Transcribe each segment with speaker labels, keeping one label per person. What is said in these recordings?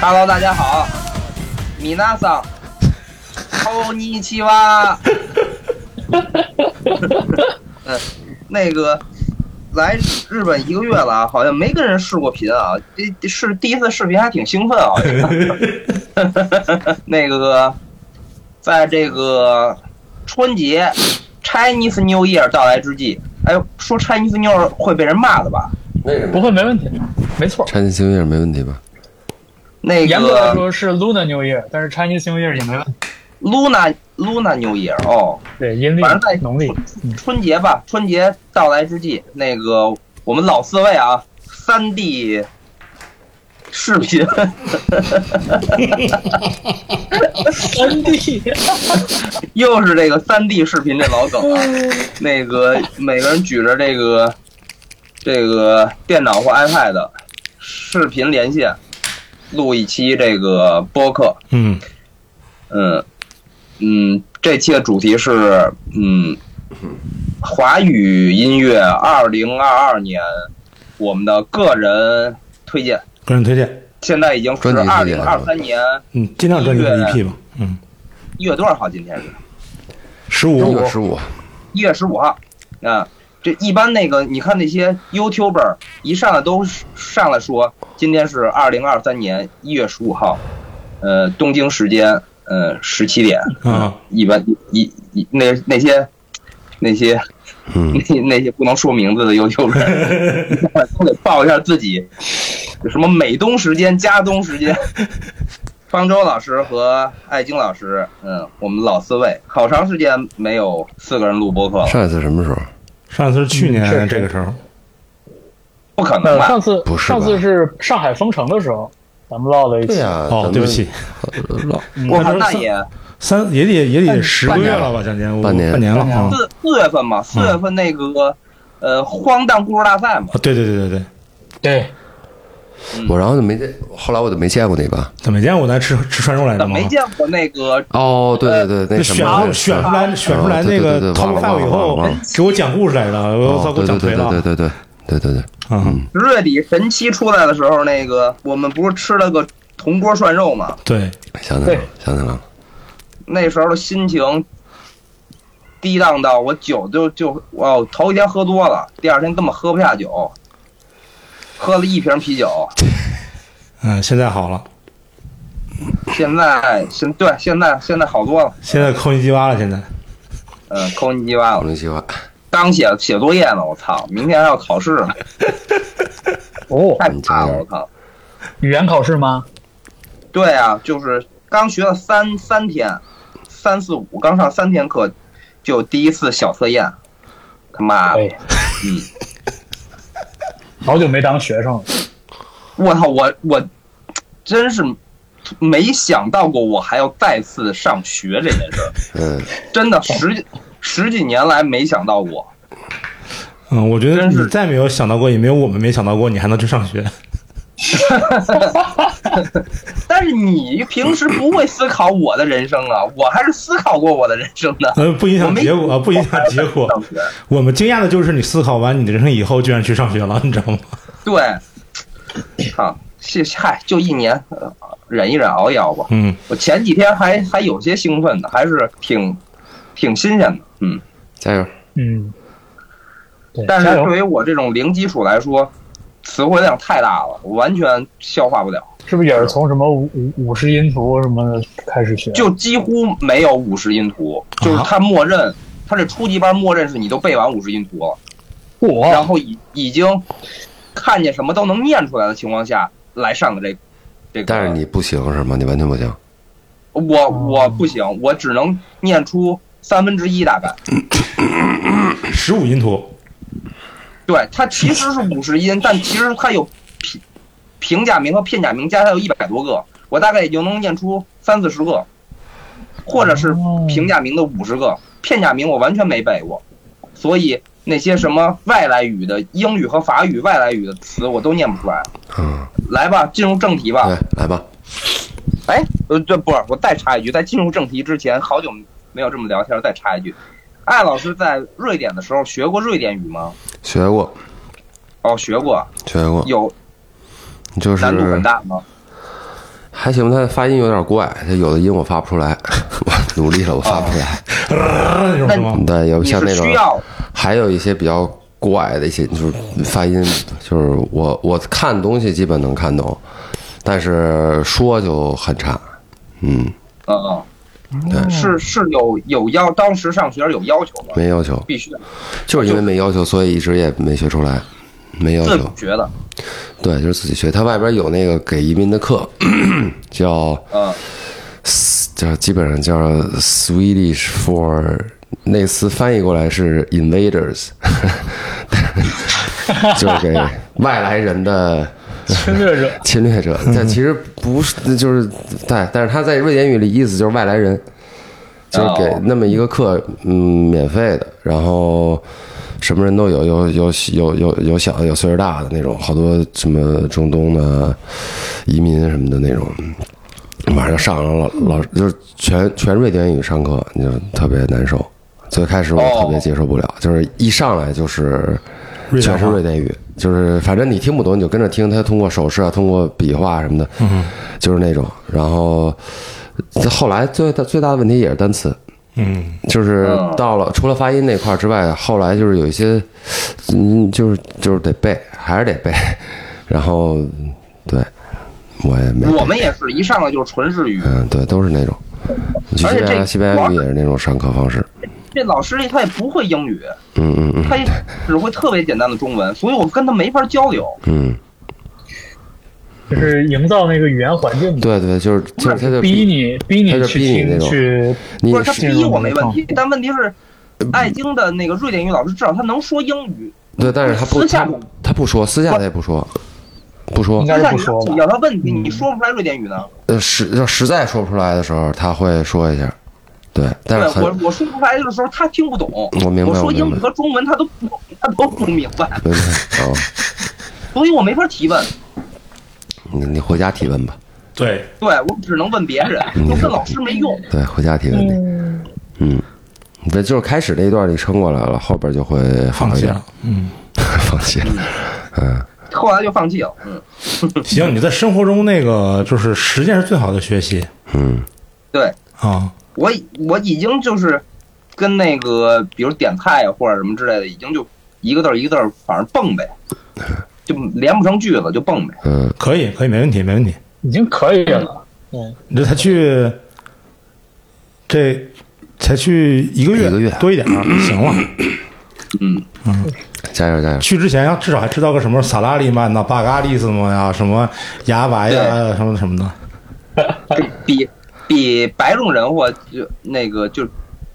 Speaker 1: Hello，大家好，米娜桑，欧尼 奇哇。嗯，那个来日本一个月了啊，好像没跟人视过频啊，这这是第一次视频，还挺兴奋啊。 那个，在这个春节 Chinese New Year 到来之际，哎呦，说 Chinese New Year 会被人骂的吧？
Speaker 2: 为什
Speaker 3: 不
Speaker 2: 么？
Speaker 3: 会，没问题，没错。
Speaker 4: Chinese New Year 没问题吧？
Speaker 1: 那
Speaker 3: 严格来
Speaker 1: 个
Speaker 3: 说是 Lunar New Year，但是 Chinese New Year 也没问题。
Speaker 1: Luna Luna New Year 哦，
Speaker 3: 对，阴历
Speaker 1: 反正在、
Speaker 3: 农历，
Speaker 1: 春春节吧，春节到来之际，那个我们老四位啊，三 D 视频
Speaker 3: 三 D
Speaker 1: 又是这个三 D 视频这老梗啊，
Speaker 3: 嗯
Speaker 1: 那个每个人举着这个这个电脑或 iPad 视频连线，录一期这个播客，
Speaker 5: 嗯，
Speaker 1: 嗯，嗯，这期的主题是嗯，华语音乐二零二二年我们的个人推荐，
Speaker 5: 个人推荐，
Speaker 1: 现在已经是
Speaker 4: 专辑
Speaker 1: 二
Speaker 4: 推
Speaker 1: 零
Speaker 4: 荐
Speaker 1: 二三年
Speaker 5: 嗯，尽量专辑
Speaker 1: 音乐
Speaker 5: 的 EP 吧，嗯，
Speaker 1: 一月多少号？今天是
Speaker 5: 十
Speaker 4: 一
Speaker 5: 五
Speaker 4: 月十五，啊
Speaker 1: 一月十五号啊。这一般那个，你看那些 YouTuber 一上来都是上来说，今天是二零二三年一月十五号，呃，东京时间呃十七点，
Speaker 5: 啊，
Speaker 1: 一般一一那那些那些
Speaker 4: 嗯，
Speaker 1: 那 那些不能说名字的 YouTuber 都得报一下自己，有什么美东时间、加东时间。方舟老师和艾晶老师，嗯，我们老四位，好长时间没有四个人录播客了，
Speaker 4: 上一次什么时候？
Speaker 5: 上次是去
Speaker 3: 嗯是
Speaker 5: 年这个时候，
Speaker 1: 不可能
Speaker 3: 呃，
Speaker 1: 吧？
Speaker 3: 上次
Speaker 4: 不是吧
Speaker 3: 上次是上海封城的时候，咱们唠了一
Speaker 4: 对
Speaker 3: 期。
Speaker 4: 啊呀，
Speaker 5: 哦，对不起，
Speaker 4: 咱们，唠
Speaker 1: 我靠，
Speaker 5: 那就是
Speaker 1: 那
Speaker 5: 上
Speaker 1: 也
Speaker 5: 三也得也得十个
Speaker 4: 半
Speaker 5: 月
Speaker 4: 年了
Speaker 5: 了吧，将近我
Speaker 4: 半年
Speaker 5: 半年了啊，
Speaker 1: 四四月份嘛，四月份那个呃荒诞故事大赛嘛，
Speaker 5: 啊对对对对对，
Speaker 3: 对，
Speaker 4: 我然后就没，后来我就没见过那个。
Speaker 5: 怎么见过咱吃吃涮肉来着
Speaker 1: 怎么
Speaker 5: 吗？
Speaker 1: 没见过那个
Speaker 4: 哦，对对对，
Speaker 5: 那
Speaker 4: 那
Speaker 5: 选
Speaker 4: 什么，啊哦
Speaker 5: 出选出来选出来
Speaker 4: 对
Speaker 5: 那
Speaker 4: 对对
Speaker 5: 个
Speaker 4: 对
Speaker 5: top
Speaker 4: 忘了
Speaker 5: five
Speaker 4: 忘
Speaker 5: 以
Speaker 4: 了
Speaker 5: 后
Speaker 4: 忘了，哦
Speaker 5: 给我讲故事来着，我操，给我讲
Speaker 4: 对对对嗯
Speaker 5: 颓了
Speaker 4: 对对对对对对对，
Speaker 5: 啊！
Speaker 1: 十月底神七出来的时候，那个我们不是吃了个铜锅涮肉嘛？
Speaker 5: 对，
Speaker 4: 想起来了，想起来了。
Speaker 1: 那时候的心情低荡到我酒就就哦，头一天喝多了，第二天根本喝不下酒，喝了一瓶啤酒。
Speaker 5: 嗯，现在好了，
Speaker 1: 现在现对现在现在好多了，
Speaker 5: 现在抠你鸡巴了，现在
Speaker 1: 嗯，抠你鸡巴
Speaker 4: 我
Speaker 1: 了。
Speaker 4: 那计划，
Speaker 1: 刚写写作业呢，我操，明天还要考试呢，
Speaker 3: 哦，
Speaker 1: 太怕了，我操。
Speaker 3: 语言考试吗？
Speaker 1: 对啊，就是刚学了三三天，三四五刚上三天课，就第一次小测验，他妈的
Speaker 3: 哎，
Speaker 1: 嗯。
Speaker 3: 好久没当学生了。
Speaker 1: 我操，我我真是没想到过我还要再次上学这件事儿，
Speaker 4: 嗯，
Speaker 1: 真的十几十几年来没想到过。
Speaker 5: 嗯，我觉得
Speaker 1: 真是
Speaker 5: 你再没有想到过，也没有我们没想到过，你还能去上学。
Speaker 1: 但是你平时不会思考我的人生啊，我还是思考过我的人生的。
Speaker 5: 呃，不影
Speaker 1: 我
Speaker 5: 响
Speaker 1: 没
Speaker 5: 结果，不影响结果。
Speaker 1: 上学，
Speaker 5: 我们惊讶的就是你思考完你的人生以后，居然去上学了，你知道吗？
Speaker 1: 对，啊，谢嗨，就一年，呃忍一忍，熬一熬吧。
Speaker 5: 嗯，
Speaker 1: 我前几天还还有些兴奋的，还是挺挺新鲜的，嗯。
Speaker 4: 加油！
Speaker 3: 嗯，对，
Speaker 1: 但
Speaker 3: 加
Speaker 1: 是
Speaker 3: 油
Speaker 1: 对于我这种零基础来说，词汇量太大了，我完全消化不了，
Speaker 3: 是不是也是从什么五五五十音图什么的开始学？
Speaker 1: 就几乎没有五十音图，就是他默认，他这初级班默认是你都背完五十音图了，然
Speaker 6: 哦
Speaker 3: 我
Speaker 1: 后已已经看见什么都能念出来的情况下来上的这这个。
Speaker 4: 但是你不行是吗？你完全不行。
Speaker 1: 我我不行，我只能念出三分之一大概。
Speaker 5: 十五音图，
Speaker 1: 对，它其实是五十音，但其实它有平平假名和片假名加起来有一百多个，我大概也就能念出三四十个，或者是平假名的五十个，片假名我完全没背过，所以那些什么外来语的英语和法语外来语的词我都念不出来。
Speaker 4: 嗯，
Speaker 1: 来吧，进入正题吧。
Speaker 4: 对，来吧。
Speaker 1: 哎，呃，对，不是，我再插一句，在进入正题之前，好久没有这么聊天了，再插一句，艾老师在瑞典的时候学过瑞典语吗？
Speaker 4: 学过，
Speaker 1: 哦，学过，
Speaker 4: 学过，
Speaker 1: 有
Speaker 4: 就是
Speaker 1: 难度很大吗？
Speaker 4: 还行，它的发音有点怪，它有的音我发不出来， 我努力了，我发不出来。
Speaker 5: 呃那种是吗？
Speaker 4: 对，有
Speaker 1: 你
Speaker 4: 像
Speaker 1: 是
Speaker 4: 那种
Speaker 1: 需，要
Speaker 4: 还有一些比较怪的一些，就是发音，就是我我看东西基本能看懂，但是说就很差。嗯，
Speaker 1: 呃，
Speaker 4: 对，
Speaker 1: 是是有有要当时上学有要求的，
Speaker 4: 没要求，
Speaker 1: 必须的，
Speaker 4: 就是因为没要求，所以一直也没学出来，没要
Speaker 1: 自
Speaker 4: 求
Speaker 1: 主。学的，
Speaker 4: 对，就是自己学。它外边有那个给移民的课， 叫
Speaker 1: 嗯
Speaker 4: 叫基本上叫 Swedish for 那次翻译过来是 invaders，就是给外来人的
Speaker 3: 侵略者
Speaker 4: 侵略者。但其实不是，就是对，但是他在瑞典语里意思就是外来人，就是给
Speaker 1: 哦
Speaker 4: 那么一个课，嗯，免费的，然后什么人都有，有有有有有小的，有岁数大的那种，好多什么中东的移民什么的那种。晚上上了老老就是全全瑞典语上课，你就特别难受。最开始我
Speaker 1: 哦
Speaker 4: 特别接受不了，就是一上来就是
Speaker 5: 瑞典
Speaker 4: 全
Speaker 5: 话
Speaker 4: 是瑞典语，就是反正你听不懂，你就跟着听。他通过手势啊，通过笔画什么的，就是那种。然后后来最大最大的问题也是单词，
Speaker 5: 嗯，
Speaker 4: 就是
Speaker 1: 嗯
Speaker 4: 到了除了发音那块儿之外，后来就是有一些，嗯，就是就是得背，还是得背。然后对，我也没背。
Speaker 1: 我们也是一上来就是纯日语，
Speaker 4: 嗯，对，都是那种。你去
Speaker 1: 而
Speaker 4: 西
Speaker 1: 且
Speaker 4: 班牙，
Speaker 1: 这
Speaker 4: 西班牙语也是那种上课方式。
Speaker 1: 这老师他也不会英语，
Speaker 4: 嗯嗯嗯
Speaker 1: 他也只会特别简单的中文，所以我跟他没法交流。
Speaker 4: 嗯，
Speaker 3: 就是营造那个语言环境，
Speaker 4: 对对，就是就是他就
Speaker 3: 逼你逼
Speaker 4: 他
Speaker 3: 你
Speaker 4: 就
Speaker 3: 去
Speaker 4: 逼你那
Speaker 3: 听
Speaker 4: 种
Speaker 3: 去，
Speaker 4: 你嗯
Speaker 1: 不是他
Speaker 3: 是
Speaker 1: 逼我没问题，但问题是，爱京的那个瑞典语老师至少他能说英语，
Speaker 4: 对，但是他不
Speaker 1: 私下
Speaker 4: 他他不说，私下他也不说，不说
Speaker 3: 应
Speaker 1: 就
Speaker 3: 该是不
Speaker 1: 像你
Speaker 3: 说吧
Speaker 1: 要他问你，
Speaker 3: 嗯
Speaker 1: 你说不出来瑞典语呢？
Speaker 4: 呃实要实在说不出来的时候，他会说一下。对，但
Speaker 1: 对
Speaker 4: 是很
Speaker 1: 我我说不出来的时候，他听不懂。
Speaker 4: 我明白
Speaker 1: 我
Speaker 4: 我
Speaker 1: 说
Speaker 4: 明
Speaker 1: 英
Speaker 4: 白
Speaker 1: 语和中文他都不他都不明白，
Speaker 4: 明白哦，
Speaker 1: 所以我没法提问。
Speaker 4: 你你回家提问吧。
Speaker 5: 对，
Speaker 1: 对我只能问别人，
Speaker 5: 嗯
Speaker 1: 就跟老师没用。
Speaker 4: 对，回家提问题。嗯，对，就是开始那一段你撑过来了，后边就会
Speaker 5: 放
Speaker 4: 好一
Speaker 5: 弃
Speaker 4: 点，
Speaker 5: 了。嗯，
Speaker 4: 放弃了。嗯，
Speaker 1: 后来就放弃了。嗯，
Speaker 5: 行，你在生活中那个就是实践是最好的学习
Speaker 4: 嗯，
Speaker 1: 对
Speaker 5: 啊。
Speaker 1: 我已我已经就是跟那个比如点菜啊或者什么之类的，已经就一个字儿一个字儿，反正蹦呗，就连不成句了，就蹦呗。
Speaker 4: 呃，
Speaker 5: 可以，可以，没问题，没问题。
Speaker 3: 已经可以了。
Speaker 5: 你说他去这才去一个月，
Speaker 4: 一个月
Speaker 5: 多一 点儿，行了。
Speaker 1: 嗯，
Speaker 4: 加油加 油！
Speaker 5: 去之前要至少还知道个什么萨拉利曼呐、巴嘎利斯么呀、什么牙白呀、什么什么的。
Speaker 1: 比比白种人或就那个就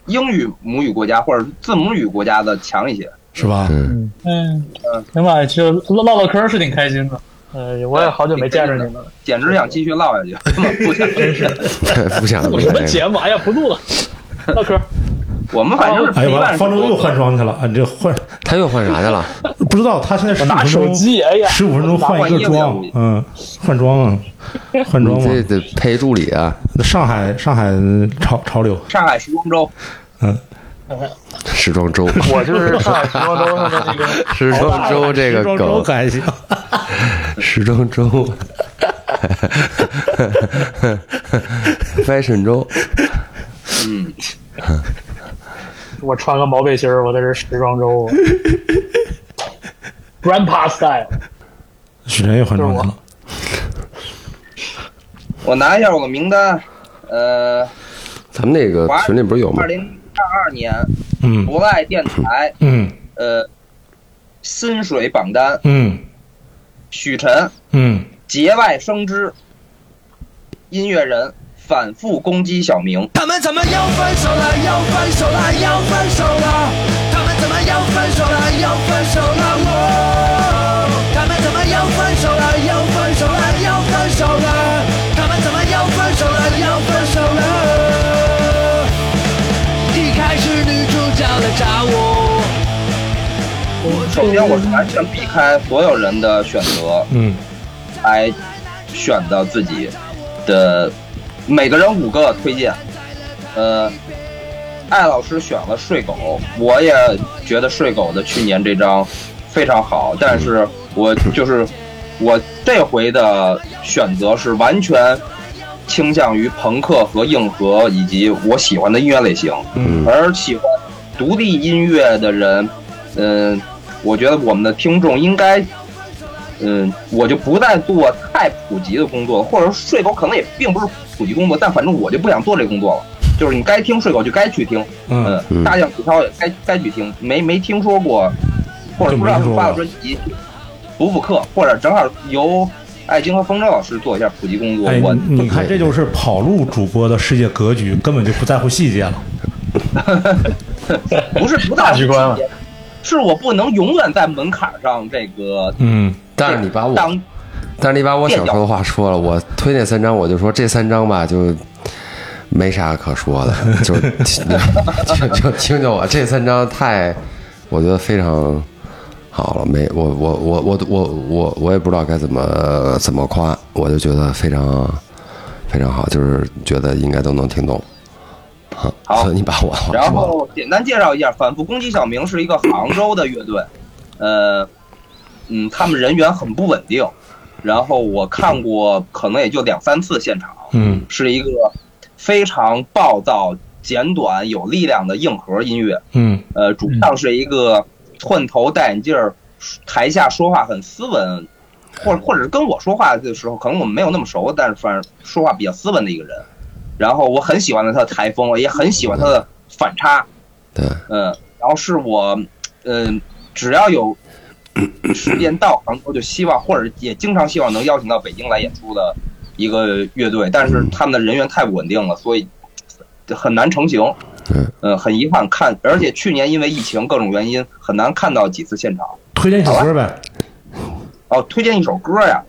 Speaker 1: 英语母语国家或者是字母语国家的强一些。
Speaker 5: 是吧？
Speaker 4: 嗯，
Speaker 3: 嗯嗯，行吧，就唠唠唠嗑儿是挺开心的。呃，我也好久没见着你们了，
Speaker 1: 简直想继续唠下去，根本不想。真是，
Speaker 4: 不 想
Speaker 3: 录
Speaker 4: 录
Speaker 3: 什么
Speaker 4: 这个。
Speaker 3: 节目？哎呀，不录了，唠嗑儿。
Speaker 1: 我们反正是
Speaker 5: 哎
Speaker 1: 陪
Speaker 5: 呀妈
Speaker 1: 伴
Speaker 5: 呀，
Speaker 1: 生活。
Speaker 5: 方舟又换装去了啊！你这换
Speaker 4: 他又换啥去了？
Speaker 5: 不知道他现在十
Speaker 3: 我
Speaker 5: 五
Speaker 3: 拿
Speaker 5: 分
Speaker 3: 手
Speaker 5: 钟，
Speaker 3: 机，哎呀，
Speaker 5: 十五分钟换一个
Speaker 1: 拿换
Speaker 5: 装
Speaker 1: 衣服，
Speaker 5: 嗯，换装啊，换装
Speaker 4: 你
Speaker 5: 嘛。
Speaker 4: 这得陪助理啊！
Speaker 5: 上海上海潮潮流，
Speaker 1: 上海时装周，
Speaker 4: 时装周，
Speaker 3: 我就是上海时装周上的那个。
Speaker 4: 时装周这个
Speaker 5: 时装周
Speaker 4: 梗，
Speaker 5: 还行，
Speaker 4: 时装周，fashion 周，
Speaker 1: 嗯，
Speaker 3: 我穿个毛背心儿，我在这时装 周，grandpa style，
Speaker 5: 许晨又换装去了。
Speaker 1: 我拿一下我的名单，呃，
Speaker 4: 咱们那个呃群里不是有吗
Speaker 1: 二？零二二年
Speaker 5: 嗯
Speaker 1: 国外电台
Speaker 5: 嗯
Speaker 1: 呃薪水榜单，
Speaker 5: 嗯
Speaker 1: 许晨
Speaker 5: 嗯，
Speaker 1: 节外生枝，音乐人反复攻击小明，
Speaker 2: 他们怎么要分手了？要分手了？要分手了？他们怎么要分手了？要分手了？哦，他们怎么要分手了？要分手了？要分手了？他们怎么要分手了？要分手了？一开始女主角来找我，
Speaker 1: 首先我是完全避开所有人的选择，
Speaker 5: 嗯，
Speaker 1: 来选的自己的每个人五个推荐，呃。艾老师选了睡狗，我也觉得睡狗的去年这张非常好，但是我就是我这回的选择是完全倾向于朋克和硬核以及我喜欢的音乐类型，
Speaker 4: 嗯
Speaker 1: 而喜欢独立音乐的人，嗯、我觉得我们的听众应该，嗯、我就不再做太普及的工作了，或者说睡狗可能也并不是普及工作，但反正我就不想做这工作了。就是你该听睡狗就该去听，
Speaker 5: 嗯，
Speaker 1: 嗯，大象体操也该该去听，没没听说过，或者不知道是发了专辑补补课，或者正好由艾晶和风筝老师做一下普及工作。
Speaker 5: 哎，
Speaker 1: 我
Speaker 5: 你你看，这就是跑路主播的世界格局，根本就不在乎细节了。
Speaker 1: 不是不
Speaker 3: 大
Speaker 1: 大
Speaker 3: 局观了，
Speaker 1: 是我不能永远在门槛上这个
Speaker 5: 嗯，
Speaker 4: 但是你把我，
Speaker 1: 当
Speaker 4: 但是你把我想说的话说了，我推那三张，我就说这三张吧，就没啥可说的，就就就听听我这三张太，我觉得非常好了，没我我我我我我我也不知道该怎么怎么夸，我就觉得非常非常好，就是觉得应该都能听懂。
Speaker 1: 好
Speaker 4: 所以你把 我话
Speaker 1: 然
Speaker 4: 说了，
Speaker 1: 后简单介绍一下，反复攻击小明是一个杭州的乐队，呃，嗯，他们人员很不稳定，然后我看过可能也就两三次现场，
Speaker 5: 嗯，
Speaker 1: 是一个非常暴躁、简短、有力量的硬核音乐，
Speaker 5: 嗯
Speaker 1: 呃，主唱是一个寸头戴眼镜儿，台下说话很斯文，或者或者是跟我说话的时候，可能我们没有那么熟，但是反正说话比较斯文的一个人。然后我很喜欢他的台风，我也很喜欢他的反差，
Speaker 4: 对，
Speaker 1: 嗯、然后是我，嗯、只要有时间到杭州，就希望或者也经常希望能邀请到北京来演出的一个乐队，但是他们的人员太不稳定了，所以很难成型。
Speaker 4: 嗯，
Speaker 1: 呃，很遗憾看，而且去年因为疫情各种原因，很难看到几次现场。
Speaker 5: 推荐一首歌呗，
Speaker 1: 哦，推荐一首歌呀，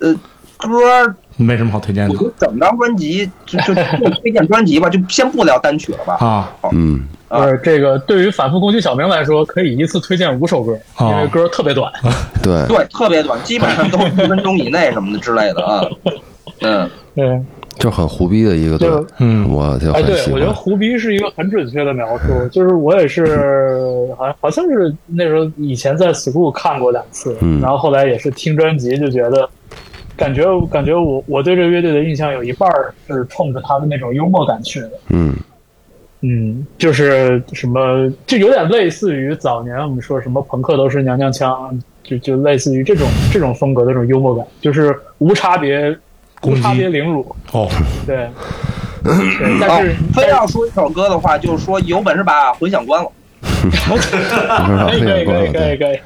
Speaker 1: 呃，歌儿
Speaker 5: 没什么好推荐
Speaker 1: 我
Speaker 5: 的
Speaker 1: 觉得整张专辑就就就推荐专辑吧，就先不聊单曲了 吧。
Speaker 5: 啊。
Speaker 4: 嗯，
Speaker 1: 啊
Speaker 3: 就是这个对于反复攻击小明来说，可以一次推荐五首歌，
Speaker 5: 哦
Speaker 3: 因为歌特别短。
Speaker 4: 对，
Speaker 1: 对，特别短，基本上都一分钟以内什么的之类 的啊。嗯，
Speaker 3: 对，
Speaker 4: 就很胡逼的一个队
Speaker 3: 就，
Speaker 5: 嗯
Speaker 4: 我就
Speaker 3: 哎，
Speaker 4: 很
Speaker 3: 对
Speaker 4: 喜，
Speaker 3: 我觉得
Speaker 4: 欢，
Speaker 3: 胡逼是一个很准确的描 述，就是我也是，好像好像是那时候以前在 school 看过两次，
Speaker 4: 嗯
Speaker 3: 然后后来也是听专辑就觉得，感觉感觉我我对这个乐队的印象有一半儿是冲着他的那种幽默感去的，
Speaker 4: 嗯
Speaker 3: 嗯，就是什么，就有点类似于早年我们说什么朋克都是娘娘腔，就就类似于这种这种风格的这种幽默感，就是无差别。无
Speaker 5: 攻击
Speaker 3: 差别凌辱，
Speaker 5: 哦，
Speaker 3: 对，对但
Speaker 1: 哦
Speaker 3: 是，
Speaker 1: 非要说一首歌的话，就是说有本事把混响关了。
Speaker 4: 不知道
Speaker 3: 可
Speaker 1: 哎
Speaker 3: 以可
Speaker 4: 那
Speaker 3: 以
Speaker 4: 个
Speaker 3: 可以可以
Speaker 4: 对，
Speaker 3: 可以，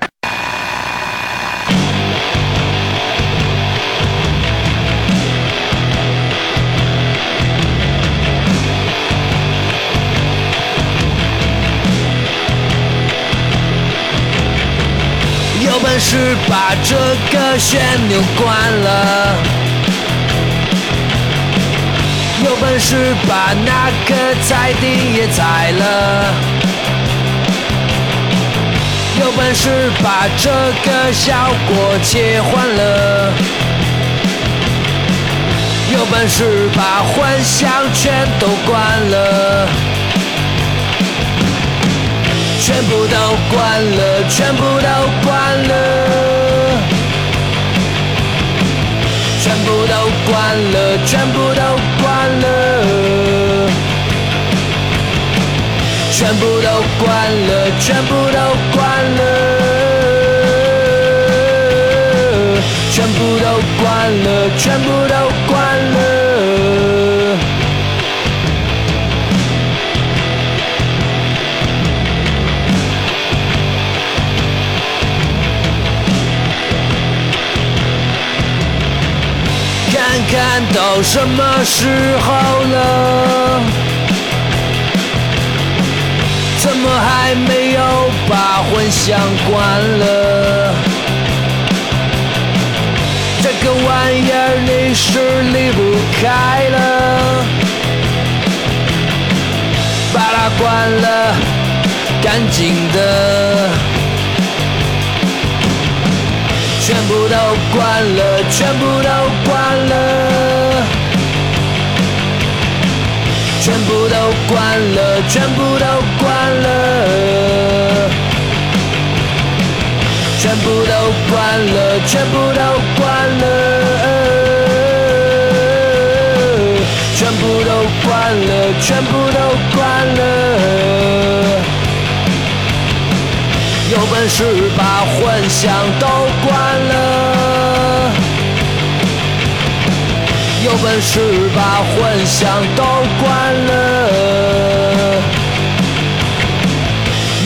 Speaker 2: 有本事把这个旋钮关了，有本事把那个菜地也踩了，有本事把这个效果切换了，有本事把幻想全都关了。全部都关了，全部都关了，全部都关了，全部都关了，全部都关了，全部都关了，全部都关了，全部都关了。看看都什么时候了，怎么还没有把混响关了？这个玩意儿你是离不开了，把它关了，干净的。全部都关了，全部都关了，全部都关了，全部都关了，全部都关了，全部都关了。全部都关了。有本事把混响都关了，有本事把混响都关了，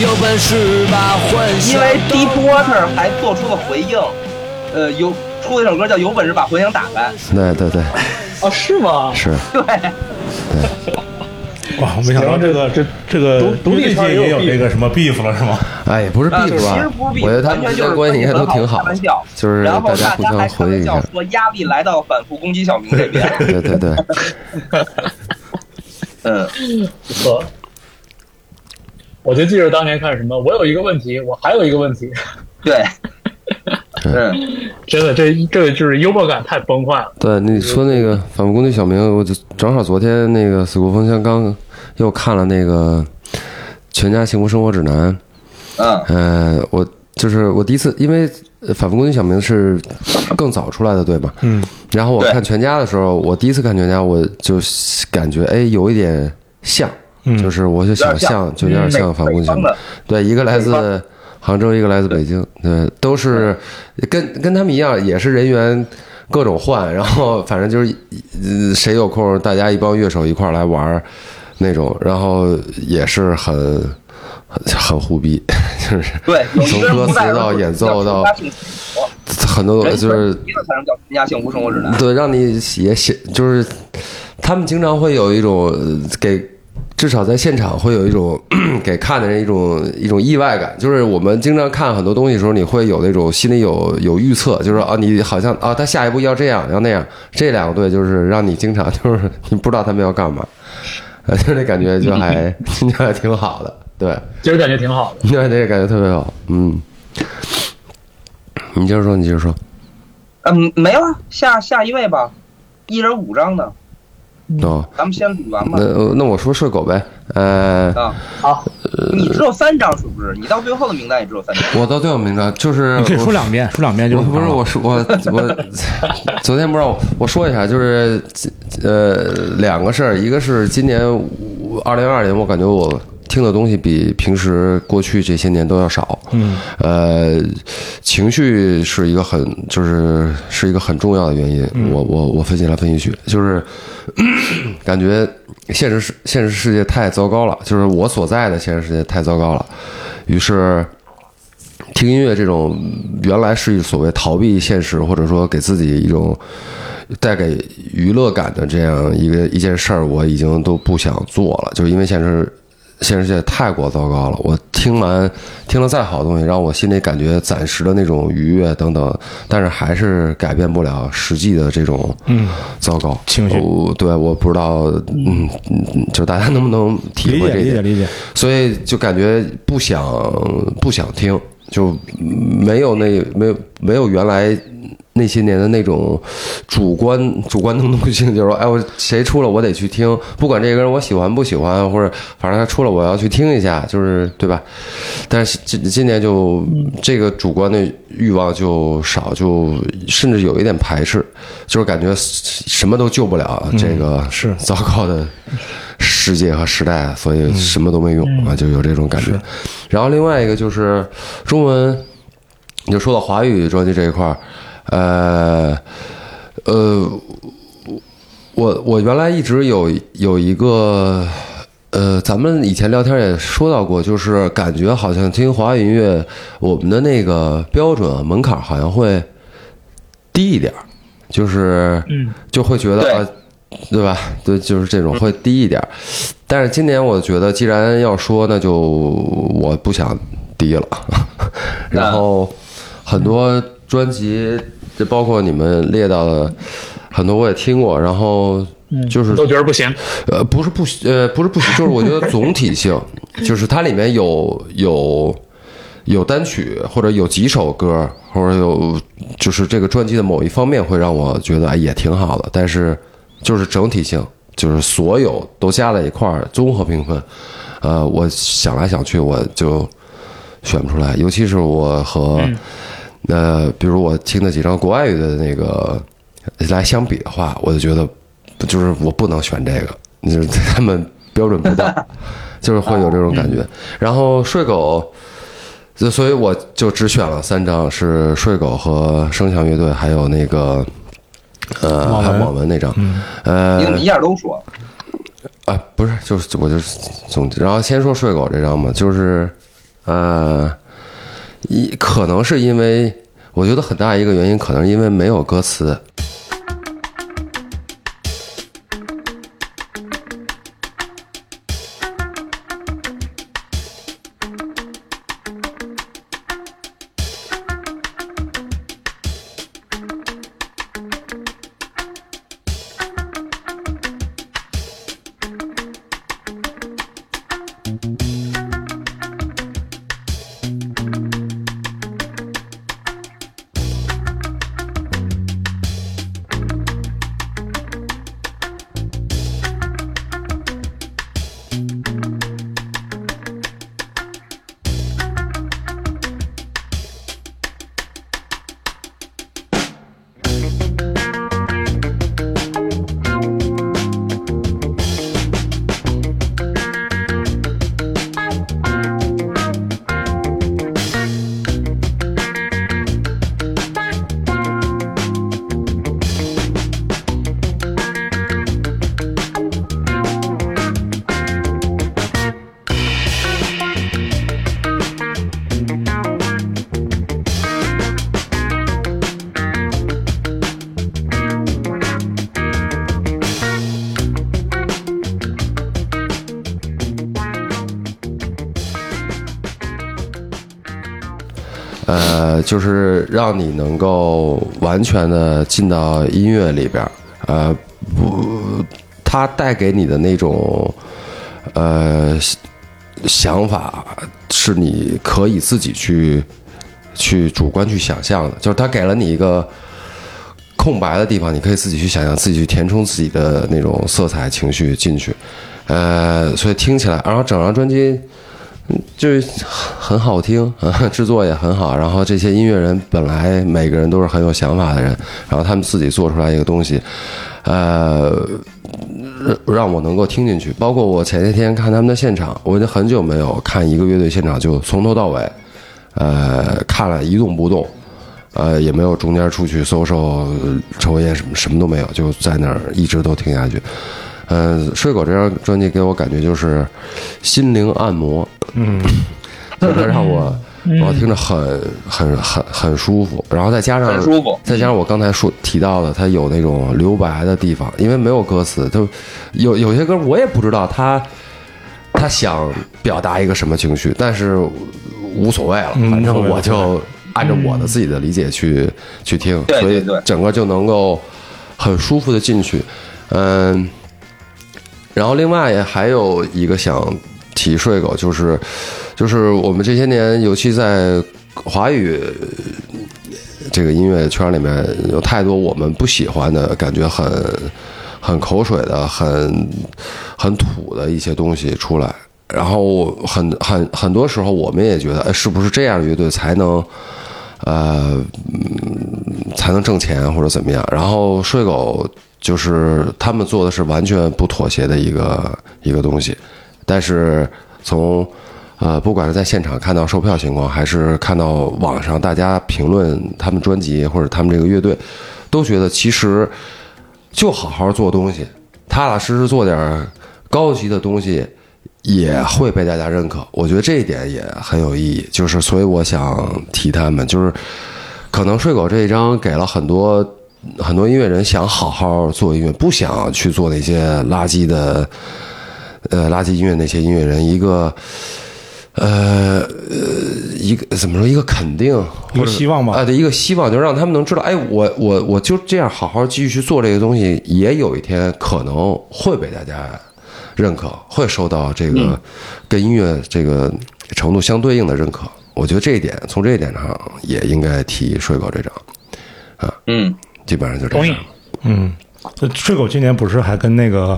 Speaker 2: 有本事把混响
Speaker 1: 因为
Speaker 2: 都
Speaker 1: Deepwater 还做出了回应，呃，有出了一首歌叫《有本事把回响打开》，
Speaker 4: 对对对，
Speaker 3: 啊，是吗？
Speaker 4: 是
Speaker 5: 哇，没想到
Speaker 3: 行
Speaker 5: 这个
Speaker 3: 这
Speaker 5: 这这个
Speaker 3: 独
Speaker 5: 独立
Speaker 3: 独立
Speaker 5: 界
Speaker 3: 圈也有
Speaker 5: 也有这个什么 beef 了是吗？
Speaker 4: 哎，也不是 b
Speaker 1: 啊
Speaker 4: e
Speaker 1: 对
Speaker 4: e
Speaker 1: 其实
Speaker 4: 吧
Speaker 1: 不是 beef，？
Speaker 4: 我觉得他
Speaker 1: 完
Speaker 4: 们
Speaker 1: 全
Speaker 4: 之
Speaker 1: 就是
Speaker 4: 间关系应该都挺
Speaker 1: 开玩笑
Speaker 4: 就
Speaker 1: 啊
Speaker 4: 是
Speaker 1: 然后
Speaker 4: 大
Speaker 1: 大
Speaker 4: 家互
Speaker 1: 家
Speaker 4: 相
Speaker 1: 还开
Speaker 4: 回应
Speaker 1: 玩
Speaker 4: 一
Speaker 1: 笑
Speaker 4: 下。
Speaker 1: 说压力来到反复攻击小明这边，
Speaker 4: 对 对对，
Speaker 1: 嗯，
Speaker 3: 不错。我就记着当年看什么，我有一个问题，我还有一个问题，
Speaker 1: 对，
Speaker 4: 嗯
Speaker 1: 嗯，
Speaker 3: 真的，这这个就是幽默感太崩坏了。
Speaker 4: 对你说那个反攻击小明，我就正好昨天那个死国风香刚又看了那个《全家幸福生活指南》，
Speaker 1: 嗯，
Speaker 4: 呃，我就是我第一次，因为呃反复攻击小明是更早出来的，对吧？
Speaker 5: 嗯。
Speaker 4: 然后我
Speaker 1: 对
Speaker 4: 看全家的时候，我第一次看全家，我就感觉哎，有一点像，
Speaker 5: 嗯
Speaker 4: 就是我就想像，就有点像反复攻击小
Speaker 1: 嗯北方。
Speaker 4: 明
Speaker 1: 的，
Speaker 4: 对，一个来
Speaker 1: 北
Speaker 4: 自杭州，一个来自北京，对，都是跟跟他们一样，也是人员各种换，然后反正就是、呃谁有空，大家一帮乐手一块儿来玩儿那种，然后也是很很很互逼， 就是
Speaker 1: 对，有一
Speaker 4: 从
Speaker 1: 个人
Speaker 4: 歌
Speaker 1: 不在
Speaker 4: 词到
Speaker 1: 的时候
Speaker 4: 演奏
Speaker 1: 叫
Speaker 4: 到
Speaker 1: 全家幸福
Speaker 4: 很多
Speaker 1: 人
Speaker 4: 就是
Speaker 1: 一个才能叫全家幸福生活指南，
Speaker 4: 对，让你也写，就是他们经常会有一种呃给，至少在现场会有一种给看的人一种一种意外感。就是我们经常看很多东西的时候，你会有那种心里有有预测，就是啊，你好像啊，他下一步要这样，要那样。这两个队就是让你经常就是你不知道他们要干嘛，呃，就那感觉就 还就还挺好的，对，
Speaker 3: 其实感觉挺好的。
Speaker 4: 对，这个感觉特别好，嗯。你接着说，你接着说，
Speaker 1: 嗯，没了，下下一位吧，一人五张的，
Speaker 3: 嗯
Speaker 4: 哦，
Speaker 1: 咱们先捋完吧
Speaker 4: 那。呃那我说睡狗呗，呃，
Speaker 1: 啊，
Speaker 3: 好，
Speaker 1: 你只有三张是不是？你到最后的名单也只有三张。
Speaker 4: 我到最后明白，就是
Speaker 5: 你可以
Speaker 4: 我
Speaker 5: 说两遍，说两遍就
Speaker 4: 我不是
Speaker 5: 好了
Speaker 4: 我说我我昨天不让我我说一下，就是呃两个事儿，一个是今年二零二年，我感觉我听的东西比平时过去这些年都要少，
Speaker 5: 嗯，
Speaker 4: 呃，情绪是一个很就是是一个很重要的原因，
Speaker 5: 嗯
Speaker 4: 我我我分析来分析去，就是感觉现实世现实世界太糟糕了，就是我所在的现实世界太糟糕了，于是听音乐这种原来是所谓逃避现实，或者说给自己一种带给娱乐感的这样一个一件事儿，我已经都不想做了，就是因为现实现实世界太过糟糕了。我听完听了再好的东西，让我心里感觉暂时的那种愉悦等等，但是还是改变不了实际的这种
Speaker 5: 嗯
Speaker 4: 糟糕
Speaker 5: 情绪
Speaker 4: 我对，我不知道，嗯，嗯就大家能不能体
Speaker 5: 理
Speaker 4: 会
Speaker 5: 解
Speaker 4: 这一
Speaker 5: 理
Speaker 4: 点
Speaker 5: 解？理解，
Speaker 4: 所以就感觉不想不想听，就没有那没有没有原来那些年的那种主观主观能动性，就是说，哎，我谁出了我得去听，不管这个人我喜欢不喜欢，或者反正他出了我要去听一下，就是对吧？但是今今年就这个主观的欲望就少，就甚至有一点排斥，就是感觉什么都救不了这个
Speaker 5: 是
Speaker 4: 糟糕的世界和时代，所以什么都没用啊，就有这种感觉。然后另外一个就是中文，你就说到华语专辑这一块儿，呃，呃，我我原来一直有有一个。呃，咱们以前聊天也说到过，就是感觉好像听华语音乐，我们的那个标准啊门槛好像会低一点儿，就是
Speaker 3: 嗯，
Speaker 4: 就会觉
Speaker 1: 对
Speaker 4: 得，啊对吧？对，就是这种会低一点儿。但是今年我觉得，既然要说，那就我不想低了。然后很多专辑，就包括你们列到的很多，我也听过。然后就是
Speaker 3: 嗯都觉得不行。
Speaker 4: 呃，不是不喜呃，不是不行，就是我觉得总体性， 就是它里面有有有单曲或者有几首歌，或者有就是这个专辑的某一方面会让我觉得哎也挺好的，但是就是整体性，就是所有都加在一块儿综合评分，呃，我想来想去我就选不出来，尤其是我和、
Speaker 5: 嗯
Speaker 4: 呃，比如我听的几张国外语的那个来相比的话，我就觉得就是我不能选这个，就是他们标准不 到，就是会有这种感
Speaker 5: 嗯
Speaker 4: 觉。然后睡狗，就所以我就只选了三张，是睡狗和声响乐队，还有那个呃，
Speaker 5: 网
Speaker 4: 还有
Speaker 5: 文嗯
Speaker 4: 网文那张，
Speaker 1: 你怎么
Speaker 4: 呃
Speaker 1: 一下都说？
Speaker 4: 啊，不是，就是我就是总，然后先说睡狗这张嘛，就是呃，一可能是因为我觉得很大一个原因，可能是因为没有歌词。呃，就是让你能够完全的进到音乐里边儿，呃，不，它带给你的那种呃想想法，是你可以自己去去主观去想象的，就是它给了你一个。空白的地方，你可以自己去想象，自己去填充自己的那种色彩情绪进去，呃，所以听起来，然后整张专辑就是很好听， 制作也很好，然后这些音乐人本来每个人都是很有想法的人，然后他们自己做出来一个东西，呃，让我能够听进去。包括我前些天看他们的现场，我已经很久没有看一个乐队现场，就从头到尾，呃，看了一动不动，呃，也没有中间出去搜售、抽烟什么什么都没有，就在那儿一直都听下去。嗯、睡狗》这张专辑给我感觉就是心灵按摩，嗯，它让我我听着很很很很舒服，然后再加上
Speaker 1: 很舒服
Speaker 4: 再加上我刚才说提到的，它有那种留白的地方，因为没有歌词，它有有些歌我也不知道它他想表达一个什么情绪，但是无所谓了，
Speaker 5: 嗯
Speaker 4: 反正
Speaker 5: 无所谓
Speaker 4: 我就按照我的自己的理解去、去听，
Speaker 1: 对对
Speaker 4: 所以
Speaker 1: 对
Speaker 4: 整个就能够很舒服的进去，嗯。然后另外也还有一个想提睡狗，就是就是我们这些年，尤其在华语这个音乐圈里面，有太多我们不喜欢的感觉很很口水的、很很土的一些东西出来。然后很很很多时候，我们也觉得，哎，是不是这样的乐队才能，呃，才能挣钱或者怎么样。然后睡狗就是他们做的是完全不妥协的一个一个东西，但是从呃，不管是在现场看到售票情况，还是看到网上大家评论他们专辑或者他们这个乐队，都觉得其实就好好做东西，踏踏实实做点儿高级的东西，也会被大家认可。我觉得这一点也很有意义，就是所以我想提他们，就是可能睡狗这一张给了很多很多音乐人想好好做音乐，不想去做那些垃圾的呃垃圾音乐那些音乐人一个。呃呃，一个怎么说？一个肯定，
Speaker 5: 一个希望吧
Speaker 4: 啊、对，一个希望，就让他们能知道，哎，我我我就这样好好继续去做这个东西，也有一天可能会被大家认可，会受到这个跟音乐这个程度相对应的认可。我觉得这一点，从这一点上也应该提睡狗这张，
Speaker 1: 嗯，
Speaker 4: 基本上就这
Speaker 3: 同意
Speaker 4: 样。。
Speaker 5: 嗯，这睡狗今年不是还跟那 个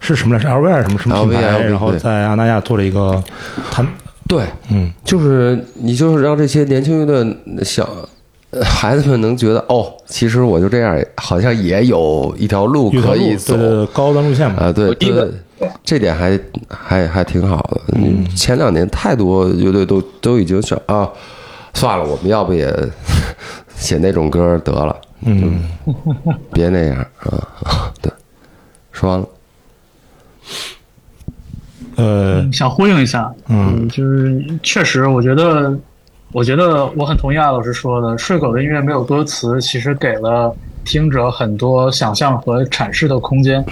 Speaker 5: 是什么来着？LV 还是什么什么品
Speaker 4: LV
Speaker 5: 牌？
Speaker 4: 对
Speaker 5: 然后在阿那亚做了一个谈，
Speaker 4: 对，
Speaker 5: 嗯，
Speaker 4: 就是你就是让这些年轻的小呃孩子们能觉得，哦，其实我就这样，好像也有一条路
Speaker 5: 一条
Speaker 4: 可以
Speaker 5: 路，对
Speaker 4: 走
Speaker 5: 对对，高端路线嘛。
Speaker 4: 啊。对，
Speaker 1: 我记得
Speaker 4: 对这点还还还挺好的。嗯，前两年太多乐队都都已经是啊，算了，我们要不也写那种歌得了，
Speaker 5: 嗯，
Speaker 4: 别那样啊。 对，说完了，
Speaker 5: 呃，
Speaker 6: 想呼应一下，
Speaker 5: 嗯，
Speaker 6: 就是确实，我觉得，我觉得我很同意艾老师说的，顺口的音乐没有歌词，其实给了听者很多想象和阐释的空间。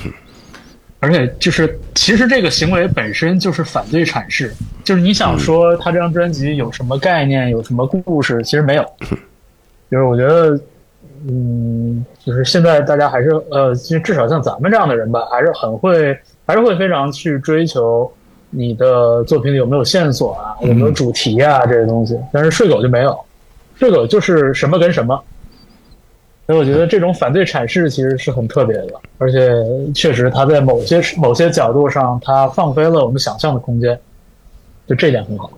Speaker 6: 而且就是，其实这个行为本身就是反对阐释，就是你想说他这张专辑有什么概念，有什么故事，其实没有。就是我觉得，嗯，就是现在大家还是呃，就至少像咱们这样的人吧，还是很会，还是会非常去追求你的作品里有没有线索啊，有没有主题啊、
Speaker 4: 嗯
Speaker 6: 这些东西。但是睡狗就没有，睡狗就是什么跟什么。所以我觉得这种反对阐释其实是很特别的，而且确实它在某些某些角度上，它放飞了我们想象的空间，就这点很好。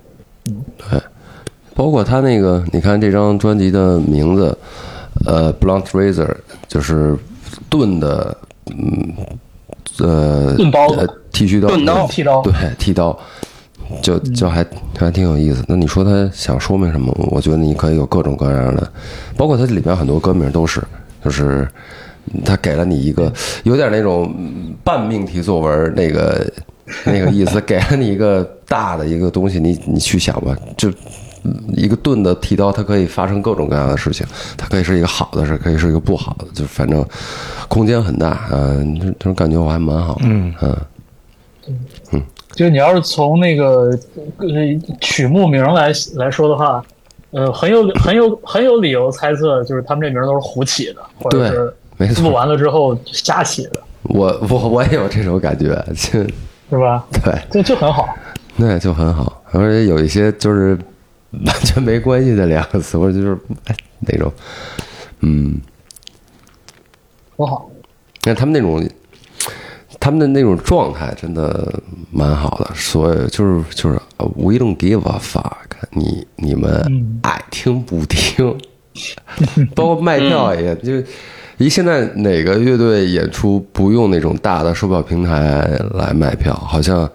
Speaker 4: 包括他那个，你看这张专辑的名字，呃，Blunt Razor 就是钝的，嗯，呃，
Speaker 6: 钝刀
Speaker 4: 呃剃须刀，
Speaker 1: 钝刀
Speaker 6: 剃刀嗯
Speaker 4: 对，剃刀，就就还还挺有意思。那你说他想说明什么？我觉得你可以有各种各样的，包括它里面很多歌名都是，就是他给了你一个有点那种嗯半命题作文那个那个意 思，给了你一个大的一个东西，你你去想吧，就。嗯一个钝的剃刀，它可以发生各种各样的事情，它可以是一个好的事，可以是一个不好的，就反正空间很大，嗯、这这种感觉我还蛮好的，嗯
Speaker 6: 就是你要是从那个呃曲目名来来说的话，呃，很有很有很有理由猜测，就是他们这名都是胡起的，或者是
Speaker 4: 对没错
Speaker 6: 录完了之后瞎起的，
Speaker 4: 我我我也有这种感觉，就
Speaker 6: 是吧？
Speaker 4: 对，
Speaker 6: 就就很好。
Speaker 4: 那就很好。而且有一些就是完全没关系的两个词，或者就是哎那种，嗯，
Speaker 6: 多好，
Speaker 4: 但他们那种他们的那种状态真的蛮好的，所以就是就是呃 we don't give a fuck，你你们爱听不听，包括卖票也就。一现在哪个乐队演出不用那种大的售票平台来卖票，好像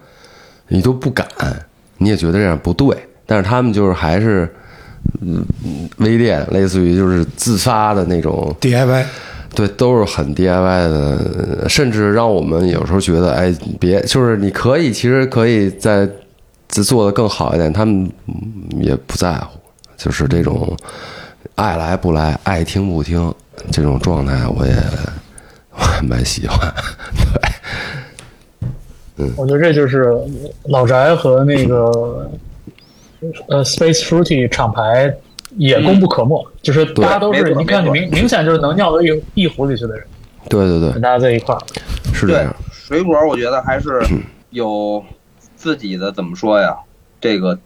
Speaker 4: 你都不敢，你也觉得这样不对，但是他们就是还是嗯微店，类似于就是自发的那种
Speaker 5: DIY，
Speaker 4: 对，都是很 DIY 的，甚至让我们有时候觉得，哎，别，就是你可以，其实可以在做的更好一点，他们嗯也不在乎，就是这种爱来不来，爱听不听这种状态，我也 我还蛮喜欢。
Speaker 1: 嗯
Speaker 6: 我觉得这就是老宅和那个呃 Space Fruity 厂牌也功不可没，就是大家都
Speaker 1: 嗯没
Speaker 6: 是
Speaker 1: 错
Speaker 6: 你看
Speaker 1: 没错
Speaker 6: 明明显就是能尿到一一壶里去的人，
Speaker 4: 对对对
Speaker 6: 跟，大家在一块儿，
Speaker 4: 是这
Speaker 1: 对
Speaker 4: 样，，
Speaker 1: 水果我觉得还是
Speaker 4: 嗯
Speaker 1: 有自己的怎么说呀，这个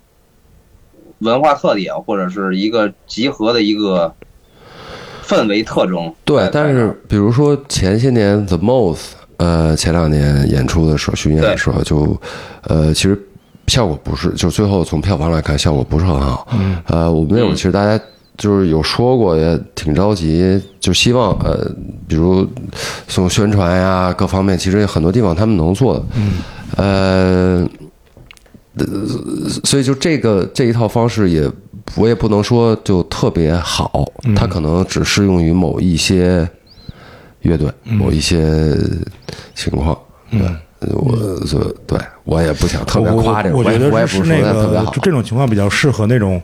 Speaker 1: 文化特点或者是一个集合的一个氛围特征。
Speaker 4: 对。但是比如说前些年 The Most，呃，前两年演出的时候，巡演的时候就，呃，其实效果不是，就最后从票房来看，效果不是很好。
Speaker 5: 嗯，
Speaker 4: 呃，我们那会儿其实大家就是有说过，也挺着急，就希望呃，比如从宣传呀、各方面，其实有很多地方他们能做的，嗯，呃。所以就这个这一套方式也，我也不能说就特别好，
Speaker 5: 嗯
Speaker 4: 它可能只适用于某一些乐队、
Speaker 5: 嗯
Speaker 4: 某一些情况。对，我所以对我也不想特别
Speaker 5: 我
Speaker 4: 夸这个，
Speaker 5: 我
Speaker 4: 我
Speaker 5: 觉
Speaker 4: 也
Speaker 5: 得
Speaker 4: 我也
Speaker 5: 是
Speaker 4: 不说
Speaker 5: 那
Speaker 4: 它特别
Speaker 5: 个，
Speaker 4: 好
Speaker 5: 就。这种情况比较适合那种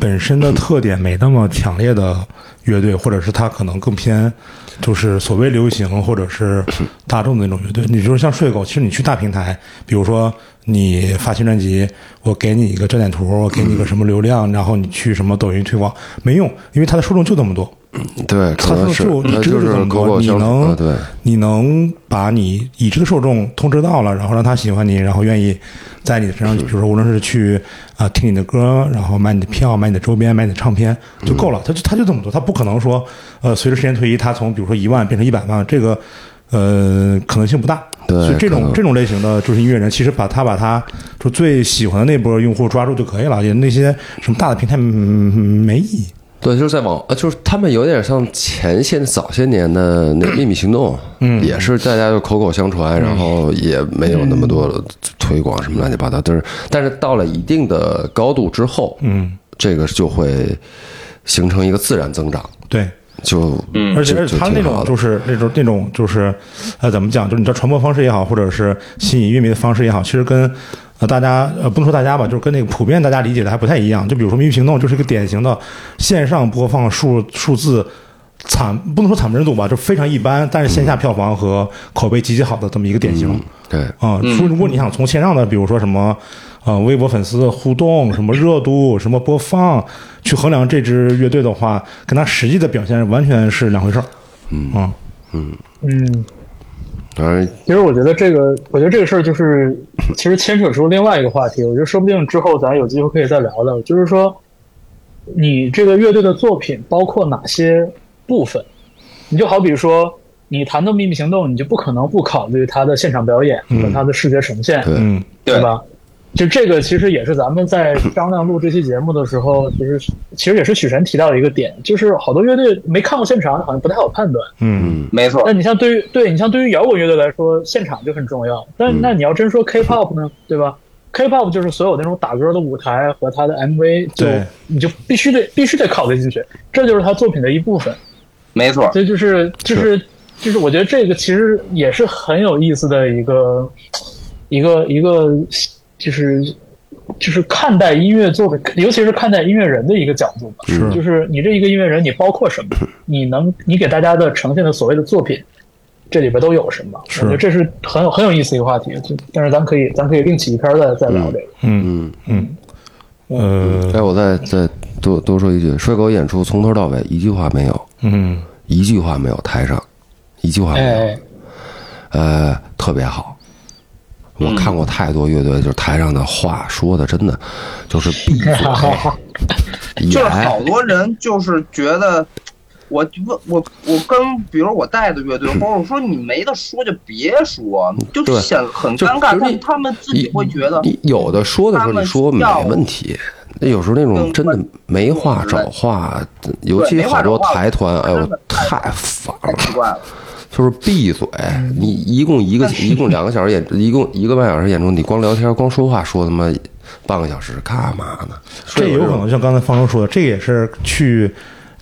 Speaker 5: 本身的特点没那么强烈的乐队，或者是他可能更偏就是所谓流行或者是大众的那种乐队。你就是像睡狗，其实你去大平台，比如说你发新专辑，我给你一个站点图，我给你一个什么流量，然后你去什么抖音推广没用，因为它的受众就那么多。
Speaker 4: 对，可
Speaker 5: 他
Speaker 4: 能
Speaker 5: 受
Speaker 4: 是
Speaker 5: 众
Speaker 4: 它
Speaker 5: 你知道
Speaker 4: 就
Speaker 5: 这
Speaker 4: 是
Speaker 5: 种
Speaker 4: 口
Speaker 5: 多，
Speaker 4: 口
Speaker 5: 你
Speaker 4: 相传啊
Speaker 5: 能
Speaker 4: 对。
Speaker 5: 你能把你已知的受众通知到了，然后让他喜欢你，然后愿意在你的身上，比如说无论是去啊、听你的歌，然后买你的票、买你的周边、买你的唱片就够了。
Speaker 4: 嗯
Speaker 5: 他就他就这么多，他不可能说呃随着时间推移，他从比如说一万变成一百万，这个呃可能性不大。
Speaker 4: 对
Speaker 5: 所以这
Speaker 4: 可
Speaker 5: 种
Speaker 4: 能
Speaker 5: 这种类型的就是音乐人，其实把他把他就最喜欢的那波用户抓住就可以了，也那些什么大的平台嗯没意义。
Speaker 4: 对，就是在网，呃，就是他们有点像前些早些年的那秘密行动，嗯，也是大家就口口相传，然后也没有那么多的推广什么乱七八糟，但是但是到了一定的高度之后，
Speaker 5: 嗯，
Speaker 4: 这个就会形成一个自然增长，
Speaker 5: 对，
Speaker 4: 就
Speaker 5: 而
Speaker 4: 嗯
Speaker 5: 且
Speaker 4: 就
Speaker 5: 而且他
Speaker 4: 就
Speaker 5: 那
Speaker 4: 挺好
Speaker 5: 种
Speaker 4: 的
Speaker 5: 就是那种那种就是，呃，怎么讲？就是你知道传播方式也好，或者是吸引乐迷的方式也好，其实跟呃大家呃不能说大家吧，就是跟那个普遍大家理解的还不太一样。就比如说《迷雾行动》就是一个典型的线上播放数数字惨，不能说惨不忍睹吧，就非常一般，但是线下票房和口碑极其好的这么一个典型。
Speaker 4: 嗯对，
Speaker 5: 啊，说如果你想从线上的，比如说什么，呃，微博粉丝互动、什么热度、什么播放，去衡量这支乐队的话，跟他实际的表现完全是两回事儿。嗯啊，
Speaker 6: 嗯，
Speaker 4: 反正
Speaker 6: 其实我觉得这个，我觉得这个事儿就是，其实牵扯出另外一个话题。我觉得说不定之后咱有机会可以再聊聊，就是说，你这个乐队的作品包括哪些部分？你就好比说，你谈到《秘密行动》，你就不可能不考虑它的现场表演和它的视觉呈现，
Speaker 4: 对
Speaker 5: 嗯，
Speaker 1: 嗯对
Speaker 6: 吧？就这个其实也是咱们在商量录这期节目的时候，其实其实也是许晨提到的一个点，就是好多乐队没看过现场，好像不太好判断。
Speaker 5: 嗯
Speaker 1: 没错
Speaker 6: 那，你像对于对你像对于摇滚乐队来说，现场就很重要。但那你要真说 K-pop 呢，对吧？K-pop 就是所有那种打歌的舞台和他的 MV，就
Speaker 5: 对
Speaker 6: 你就必须得必须得考虑进去，这就是他作品的一部分。
Speaker 1: 没错，
Speaker 6: 所以就是就是就是，我觉得这个其实也是很有意思的一个一个一个，就是就是看待音乐作品，尤其是看待音乐人的一个角度吧。
Speaker 5: 是
Speaker 6: 就是 你这一个音乐人，你包括什么？你能你给大家的呈现的所谓的作品，这里边都有什么？我觉得这是很有很有意思一个话题。就但是咱可以咱可以另起一篇儿再再聊这个。
Speaker 5: 嗯嗯嗯，呃
Speaker 4: 哎，我再再多多说一句，帅狗演出从头到尾一句话没有，
Speaker 5: 嗯
Speaker 4: 一句话没有，台上一句话没有，
Speaker 6: 哎，
Speaker 4: 呃，特别好。我看过太多乐队，就是台上的话说的，真的就是闭 嘴，演
Speaker 1: 就是好多人就是觉得，我问我我跟比如我带的乐队，或者我说你没得说就别说，你就
Speaker 4: 对
Speaker 1: 显很
Speaker 4: 就
Speaker 1: 尴尬，
Speaker 4: 就是
Speaker 1: 但他们自己会觉得
Speaker 4: 你有的说的时候你说没问题，那有时候那种真的没话找话，尤其好多台团，哎呦太烦
Speaker 1: 太
Speaker 4: 了，
Speaker 1: 奇怪了。
Speaker 4: 就是闭嘴。你一共一个 一共两个小时演，一共一个半小时演出，你光聊天光说话说他妈半个小时干嘛呢？
Speaker 5: 这有可能像刚才方舟说的，这个也是去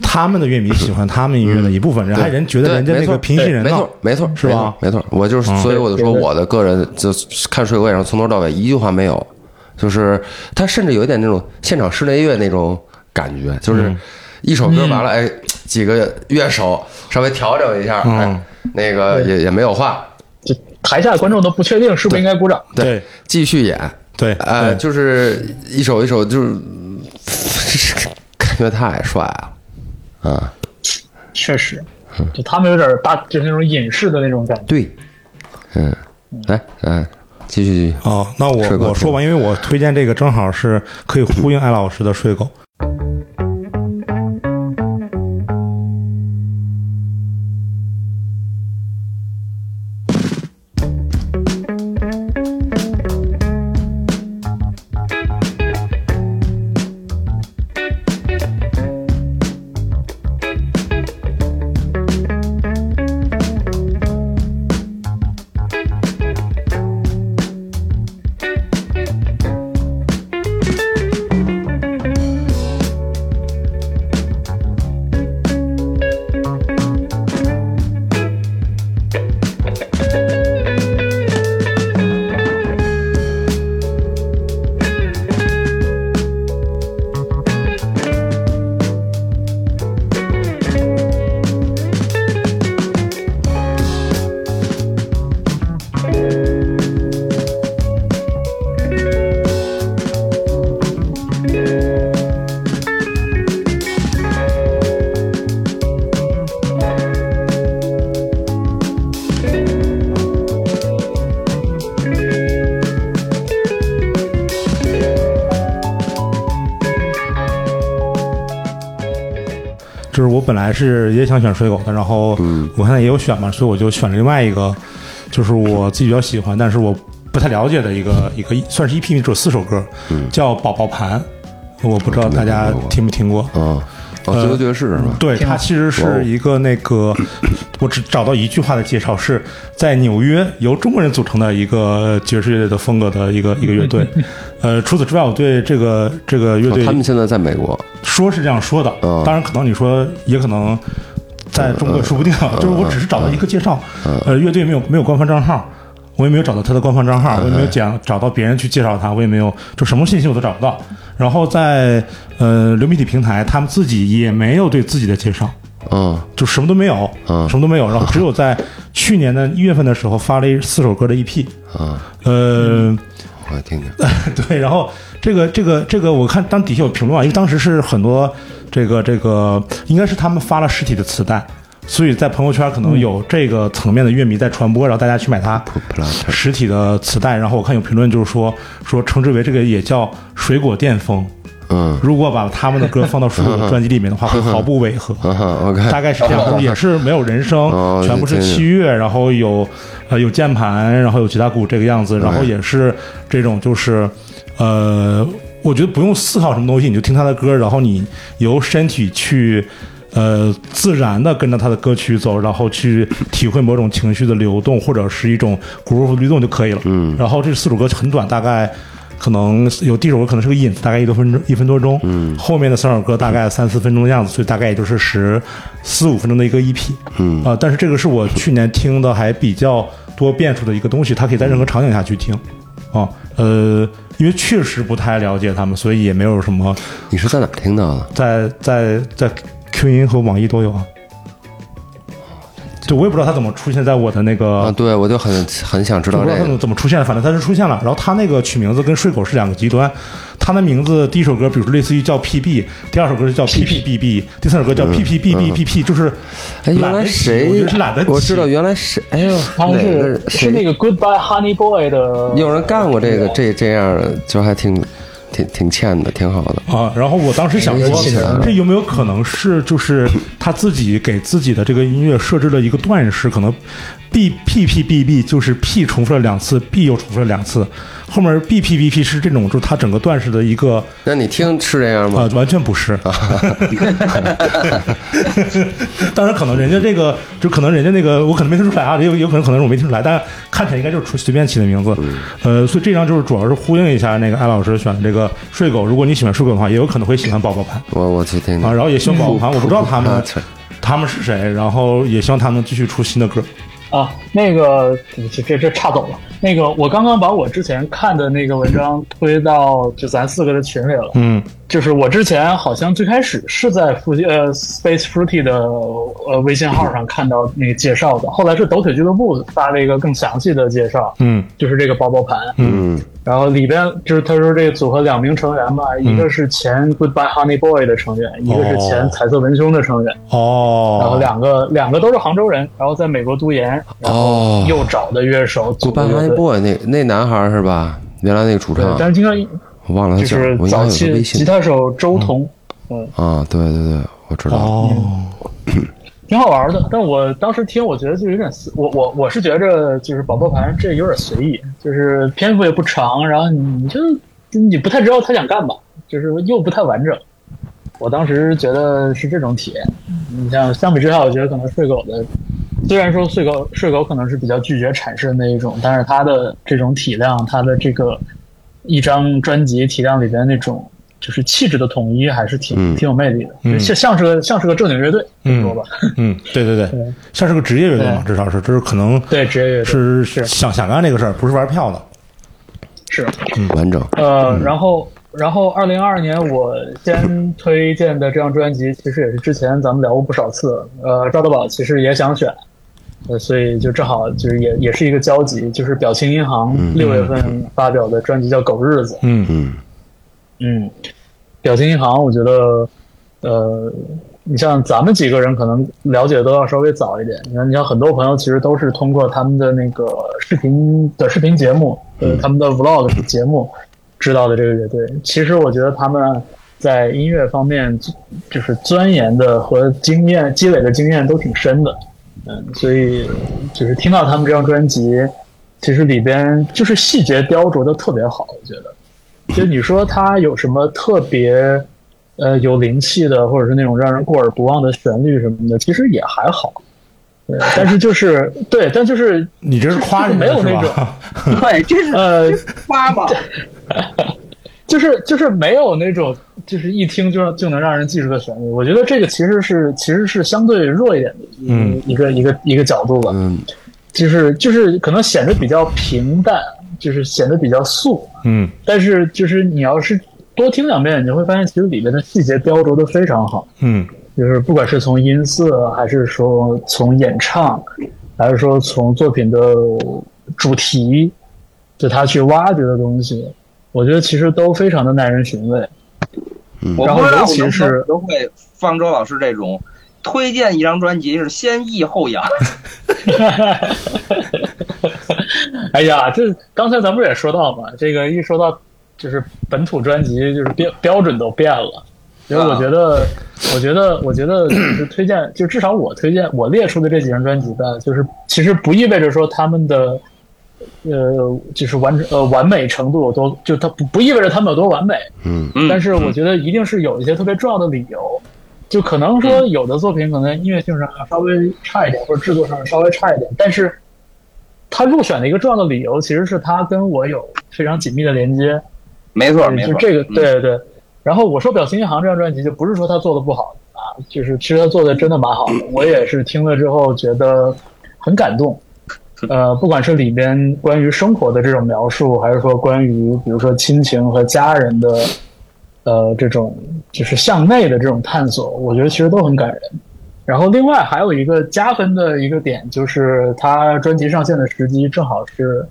Speaker 5: 他们的乐迷喜欢他们音乐的一部分，人还哎人觉得人家那个平行人
Speaker 4: 没
Speaker 5: 呢
Speaker 4: 错，，没错，
Speaker 5: 是吧嗯
Speaker 4: 没错，没错我就是，所以我就说
Speaker 6: 对对
Speaker 4: 我的个人就是看水果演唱从头到尾一句话没有，就是他甚至有一点那种现场室内乐那种感觉，
Speaker 5: 嗯
Speaker 4: 就是一首歌完了，哎，几个乐手稍微调整一下，
Speaker 5: 嗯
Speaker 4: 哎，那个也也没有话，
Speaker 6: 就台下观众都不确定是不是应该鼓掌。
Speaker 5: 对
Speaker 4: 继续演，
Speaker 5: 对，
Speaker 4: 呃，
Speaker 5: 对
Speaker 4: 就是一首一首，就是 嗯感觉太帅了，啊，
Speaker 6: 确实，就他们有点儿大，就是那种隐士的那种感觉。
Speaker 4: 对，嗯，来，哎，继续继续。
Speaker 5: 哦，那我
Speaker 4: 睡狗
Speaker 5: 我说完，因为我推荐这个正好是可以呼应艾老师的睡狗。就是我本来是也想选水狗的，然后
Speaker 4: 嗯
Speaker 5: 我现在也有选嘛，所以我就选了另外一个，就是我自己比较喜欢，但是我不太了解的一个一个算
Speaker 4: 嗯
Speaker 5: 是一批，只有四首歌，叫《宝宝盘》，我不知道大家听没听过。
Speaker 4: 嗯，哦，
Speaker 5: 呃
Speaker 4: 自由爵士是吧？
Speaker 5: 对，它其实
Speaker 4: 哇哦
Speaker 5: 是一个那 个，我只找到一句话的介绍，是在纽约由中国人组成的一个爵士乐队的风格的一个一个乐 队。呃，除此之外，我对这个这个乐
Speaker 4: 哦
Speaker 5: 队
Speaker 4: 他们现在在美国，
Speaker 5: 说是这样说的
Speaker 4: 嗯，
Speaker 5: 当然可能你说也可能在中国也说不定，啊
Speaker 4: 嗯
Speaker 5: 就是我只是找到一个介绍，呃，乐队没有没有官方账号。我也没有找到他的官方账
Speaker 4: 嗯
Speaker 5: 号，我也没有讲找到别人去介绍他，我也没有就什么信息我都找不到。然后在呃流媒体平台，他们自己也没有对自己的介绍，
Speaker 4: 嗯，
Speaker 5: 就什么都没有，
Speaker 4: 嗯
Speaker 5: 什么都没有。然后只有在去年的一月份的时候发了一四首歌的 EP，
Speaker 4: 啊，
Speaker 5: 呃，
Speaker 4: 我听听，
Speaker 5: 对，然后这个这个这个，我看当底下有评论啊，因为当时是很多这个这个，应该是他们发了实体的磁带，所以在朋友圈可能有这个层面的乐迷在传播，然后大家去买它实体的磁带。然后我看有评论就是说说称之为这个也叫水果店风，
Speaker 4: 嗯，
Speaker 5: 如果把他们的歌放到水果的专辑里面的话，会毫不违和。
Speaker 4: 啊哈，OK，
Speaker 5: 大概是这样，也是没有人声
Speaker 4: 哦，
Speaker 5: 全部是
Speaker 4: 这样
Speaker 5: 器乐，然后有呃有键盘，然后有吉他鼓这个样子，然后也是这种就是呃，我觉得不用思考什么东西，你就听他的歌，然后你由身体去。呃，自然的跟着他的歌曲走，然后去体会某种情绪的流动，或者是一种 groove 律动就可以了。嗯，然后这四首歌很短，大概可能有第一首歌可能是个引子，大概一多分钟一分多钟，嗯，后面的三首歌大概三四分钟的样子，所以大概也就是十四五分钟的一个 EP，嗯啊、但是这个是我去年听的还比较多变数的一个东西，它可以在任何场景下去听，啊呃，因为确实不太了解他们，所以也没有什么
Speaker 4: 你是在哪儿听到的？
Speaker 5: 在在在 Q 音和网易都有啊，就我也不知道它怎么出现在我的那个
Speaker 4: 啊，对，我就很很想知
Speaker 5: 我
Speaker 4: 道
Speaker 5: 不知
Speaker 4: 啊这
Speaker 5: 道他
Speaker 4: 个
Speaker 5: 们，怎么出现的，反正他是出现了。然后他那个取名字跟睡狗是两个极端，他的名字第一首歌，比如说类似于叫 PB，第二首歌是叫 PPBB，第三首歌叫 PPBBBP，就是
Speaker 4: 嗯哎，原
Speaker 5: 懒
Speaker 4: 来
Speaker 5: 得起我
Speaker 4: 谁
Speaker 5: 就是懒得？起
Speaker 4: 我知道原来谁，哎呦，
Speaker 6: 他
Speaker 4: 哪
Speaker 6: 是
Speaker 4: 个
Speaker 6: 是那
Speaker 4: 谁？
Speaker 6: 个 Goodbye Honey Boy 的，
Speaker 4: 有人干过这个这这样的，就还挺挺挺欠的，挺好的。
Speaker 5: 啊。然后我当时想
Speaker 4: 哎有点气人
Speaker 5: 说
Speaker 4: 啊，
Speaker 5: 这有没有可能是就是他自己给自己的这个音乐设置了一个段式，可能 B P P B B 就是 P 重复了两次，B 又重复了两次，后面 B P B P 是这种，就是他整个段式的一个。
Speaker 4: 那你听是这样
Speaker 5: 啊、
Speaker 4: 吗？
Speaker 5: 完全不是。 当然，可能人家这个，就可能人家那个，我可能没听出来啊，也有有可能可能是我没听出来，但看起来应该就是纯随便起的名字。呃，所以这张就是主要是呼应一下那个艾老师选的这个睡狗。如果你喜欢睡狗的话，也有可能会喜欢宝宝盘
Speaker 4: 我我去听听
Speaker 5: 啊。。然后也希望宝宝盘，我不知道他
Speaker 4: 啊
Speaker 5: 们
Speaker 4: 切
Speaker 5: 他们是谁，然后也希望他们继续出新的歌。
Speaker 6: 啊，那个这这这岔走了。那个我刚刚把我之前看的那个文章推到就咱四个的群里了。
Speaker 5: 嗯
Speaker 6: 就是我之前好像最开始是在附近呃 Space Fruity 的呃微信号上看到那个介绍的，后来是抖腿俱乐部发了一个更详细的介绍，
Speaker 5: 嗯
Speaker 6: 就是这个包包盘，
Speaker 5: 嗯
Speaker 6: 然后里边就是他说这个组合两名成员嘛，一个是前 Goodbye Honey Boy 的成员，一个是前彩色文胸的成员，
Speaker 5: 哦，
Speaker 6: 然后两个两个都是杭州人，然后在美国读研，然后
Speaker 4: 哦
Speaker 6: 又找的乐手组的
Speaker 4: Goodbye
Speaker 6: 乐
Speaker 4: Honey
Speaker 6: 队。
Speaker 4: Boy 那那男孩是吧？原来那个主
Speaker 6: 对
Speaker 4: 唱，，
Speaker 6: 但是经常
Speaker 4: 我忘了他
Speaker 6: 就
Speaker 4: 叫，
Speaker 6: 是
Speaker 4: 我应该
Speaker 6: 早
Speaker 4: 有他
Speaker 6: 期
Speaker 4: 微
Speaker 6: 吉
Speaker 4: 信嗯
Speaker 6: 他手周彤，
Speaker 4: 啊。对对对，我知道。
Speaker 5: 哦，
Speaker 6: 挺好玩的，但我当时听，我觉得就有点随，我我我是觉着就是宝宝盘这有点随意，就是篇幅也不长，然后你就你不太知道他想干嘛，就是又不太完整。我当时觉得是这种体验。你像相比之下，我觉得可能睡狗的，虽然说睡狗睡狗可能是比较拒绝产生的一种，但是它的这种体量，它的这个一张专辑体量里边那种就是气质的统一，还是挺、
Speaker 4: 嗯
Speaker 6: 挺有魅力的，
Speaker 5: 嗯
Speaker 6: 像像是个像是个正经乐队，这么说
Speaker 5: 嗯
Speaker 6: 吧。
Speaker 5: 嗯，对对对，像是个职业乐队嘛，至少是，这是可能
Speaker 6: 对，职业乐队
Speaker 5: 是
Speaker 6: 是
Speaker 5: 想想干这个事儿，不是玩票的。
Speaker 6: 是，
Speaker 4: 完整，
Speaker 6: 呃，然后然后二零二二年我先推荐的这张专辑，其实也是之前咱们聊过不少次，呃，赵德宝其实也想选。呃，所以就正好就是也也是一个交集，就是表情银行六月份发表的专辑叫《狗日子》，
Speaker 5: 嗯
Speaker 4: 嗯，
Speaker 6: 嗯，表情银行，我觉得，呃，你像咱们几个人可能了解都要稍微早一点。你看，你像很多朋友其实都是通过他们的那个视频的视频节目，呃，他们的 vlog 节目知道的这个乐队。其实我觉得他们在音乐方面就是钻研的和经验积累的经验都挺深的，嗯，所以就是听到他们这张专辑，其实里边就是细节雕琢的特别好，我觉得。就你说他有什么特别呃有灵气的，或者是那种让人过耳不忘的旋律什么的，其实也还好。对，但是就是对，但就是
Speaker 5: 你这是夸人
Speaker 6: 没
Speaker 5: 家
Speaker 6: 有
Speaker 5: 是
Speaker 6: 那种
Speaker 5: 吧？
Speaker 1: 对，这是
Speaker 6: 呃，
Speaker 1: 夸嘛？
Speaker 6: 就是就是没有那种就是一听就就能让人记住的旋律。我觉得这个其实是其实是相对弱一点的一个、一个
Speaker 5: 嗯
Speaker 6: 一个一个角度吧，
Speaker 4: 嗯
Speaker 6: 就是就是可能显得比较平淡，就是显得比较素。
Speaker 5: 嗯
Speaker 6: 但是就是你要是多听两遍，你会发现其实里边的细节雕琢的非常好，
Speaker 5: 嗯
Speaker 6: 就是不管是从音色，还是说从演唱，还是说从作品的主题，就他去挖掘的东西，我觉得其实都非常的耐人寻味。
Speaker 1: 我
Speaker 6: 然
Speaker 1: 不
Speaker 6: 后
Speaker 1: 知道
Speaker 6: 尤
Speaker 1: 我
Speaker 6: 其
Speaker 1: 能不
Speaker 6: 是
Speaker 1: 能学会方舟老师这种推荐一张专辑是先抑后扬，
Speaker 6: 哎呀，这刚才咱不是也说到嘛，这个一说到就是本土专辑，就是标标准都变了。所以我觉得，我觉得，我觉得就是推荐，就至少我推荐我列出的这几张专辑吧，就是其实不意味着说他们的呃，就是完成呃完美程度有多，就它不不意味着他们有多完美，
Speaker 4: 嗯
Speaker 1: 嗯
Speaker 6: 但是我觉得一定是有一些特别重要的理由，就可能
Speaker 1: 嗯
Speaker 6: 说有的作品可能音乐性上稍微差一点，或者制作上稍微差一点，但是他入选的一个重要的理由其实是他跟我有非常紧密的连接，
Speaker 1: 没错
Speaker 6: 对
Speaker 1: 没
Speaker 6: 就
Speaker 1: 错，
Speaker 6: 这个
Speaker 1: 嗯
Speaker 6: 对对。然后我说《表情银行》这张专辑，就不是说他做的不好啊，就是其实他做的真的蛮好的，我也是听了之后觉得很感动。呃，不管是里边关于生活的这种描述，还是说关于比如说亲情和家人的，呃，这种就是向内的这种探索，我觉得其实都很感人。然后另外还有一个加分的一个点，就是他专辑上线的时机正好是，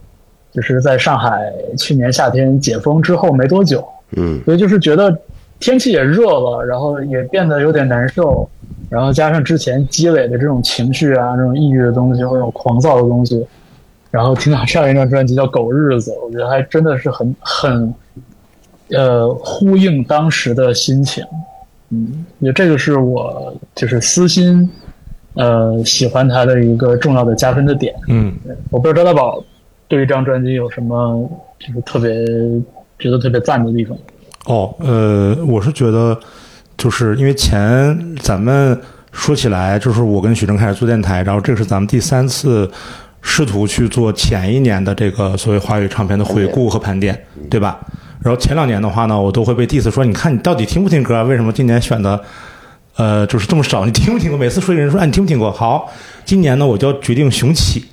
Speaker 6: 就是在上海去年夏天解封之后没多久，
Speaker 4: 嗯
Speaker 6: 所以就是觉得天气也热了，然后也变得有点难受，然后加上之前积累的这种情绪啊，这种抑郁的东西，或者这种狂躁的东西，然后听到这样一张专辑叫《狗日子》，我觉得还真的是很很，呃，呼应当时的心情。嗯，也这个是我就是私心，呃，喜欢他的一个重要的加分的点。
Speaker 5: 嗯，
Speaker 6: 我不知道赵大宝对于这张专辑有什么就是特别觉得特别赞的地方。
Speaker 5: 哦，呃，我是觉得，就是因为前咱们说起来，就是我跟许峥开始做电台，然后这是咱们第三次试图去做前一年的这个所谓华语唱片的回顾和盘点，对吧？然后前两年的话呢，我都会被 diss 说，你看你到底听不听歌啊？为什么今年选的呃就是这么少？你听不听过？每次说一个人说，哎，你听不听过？好，今年呢，我就要决定雄起，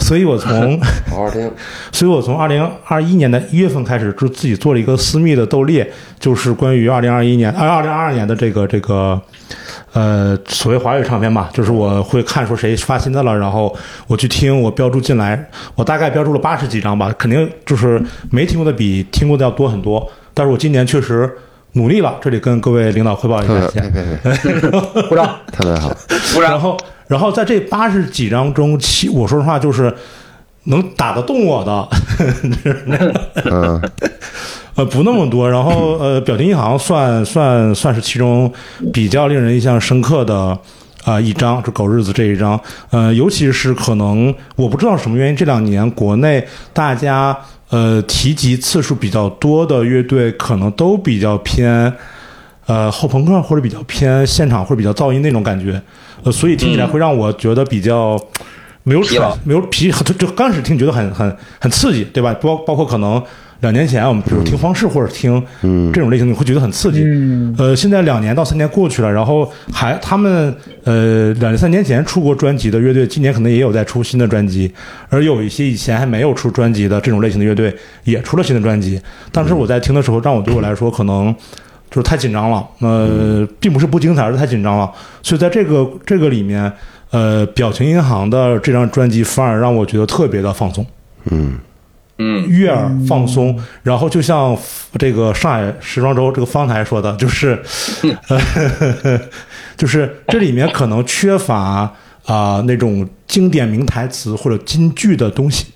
Speaker 5: 所以我从。
Speaker 4: 好好听，
Speaker 5: 所以我从二零二一年的一月份开始，就自己做了一个私密的斗猎，就是关于二零二一年、二二零二二年的这个这个，呃，所谓华语唱片吧，就是我会看说谁发新的了，然后我去听，我标注进来，我大概标注了八十几张吧，肯定就是没听过的比听过的要多很多。但是我今年确实努力了，这里跟各位领导汇报一下
Speaker 4: 特别
Speaker 5: 先
Speaker 4: 别。别别，
Speaker 5: 鼓掌。
Speaker 4: 特别好，
Speaker 1: 不然
Speaker 5: 然后，然后在这八十几张中，其我说实话就是能打得动我的，
Speaker 4: 嗯
Speaker 5: 呃，不那么多。然后呃，表情银行算算算是其中比较令人印象深刻的。啊、一张这狗日子这一张，呃，尤其是可能我不知道什么原因，这两年国内大家呃提及次数比较多的乐队，可能都比较偏呃后朋克或者比较偏现场或者比较噪音那种感觉，呃，所以听起来会让我觉得比较没有
Speaker 1: 嗯疲
Speaker 5: 喘
Speaker 1: 劳，
Speaker 5: 没有皮， 就就刚开始听觉得很很很刺激，对吧？包包括可能两年前我们比如
Speaker 1: 嗯
Speaker 5: 听方式或者听这种类型，你会觉得很刺激。
Speaker 6: 嗯
Speaker 5: 呃，现在两年到三年过去了，然后还他们呃两三年前出过专辑的乐队，今年可能也有在出新的专辑，而有一些以前还没有出专辑的这种类型的乐队也出了新的专辑。当时
Speaker 1: 嗯
Speaker 5: 我在听的时候，让我对我来说可能就是太紧张了，呃，并不是不精彩，而是太紧张了。所以在这个这个里面，呃，表情银行的这张专辑反而让我觉得特别的放松。
Speaker 4: 嗯
Speaker 1: 嗯，
Speaker 5: 悦耳放松，然后就像这个上海时装周这个方台说的，就是，呃、 就是这里面可能缺乏啊、那种经典名台词或者金句的东西。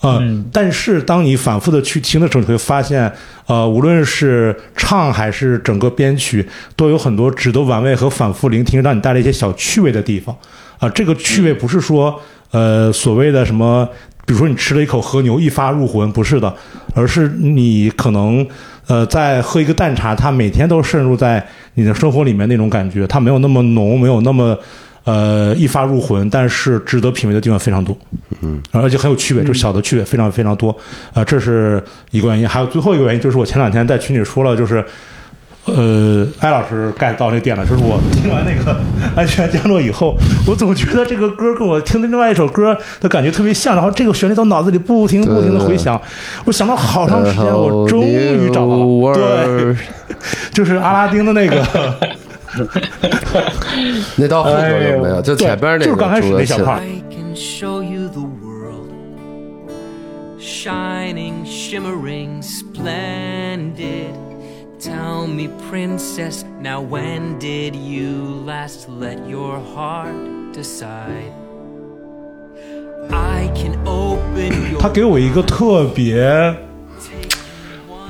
Speaker 5: 呃、
Speaker 6: 嗯
Speaker 5: 但是当你反复的去听的时候，你会发现，呃，无论是唱还是整个编曲，都有很多值得玩味和反复聆听，让你带来一些小趣味的地方。啊、这个趣味不是说呃所谓的什么比如说你吃了一口和牛一发入魂，不是的，而是你可能呃在喝一个淡茶，它每天都渗入在你的生活里面那种感觉，它没有那么浓，没有那么呃一发入魂，但是值得品味的地方非常多，嗯，而且很有区别，就是小的区别非常非常多，啊、这是一个原因，还有最后一个原因就是我前两天在群里说了，就是。呃，艾老师 get 到那点了，就是我听完那个《安全降落》以后，我总觉得这个歌跟我听的另外一首歌的感觉特别像，然后这个旋律到脑子里不停不停的回响，我想了好长时间，
Speaker 4: 呃
Speaker 5: 我终于找到了，对，就是阿拉丁的 那个，
Speaker 4: 那到后头有没有？哎就前边那个
Speaker 5: 对就是刚开始那小胖
Speaker 2: I can show you the world shining, shimmering, splendid. Tell me, princess, now when did you last let your heart decide? I can open
Speaker 5: 他
Speaker 2: your
Speaker 5: 给我一个特别，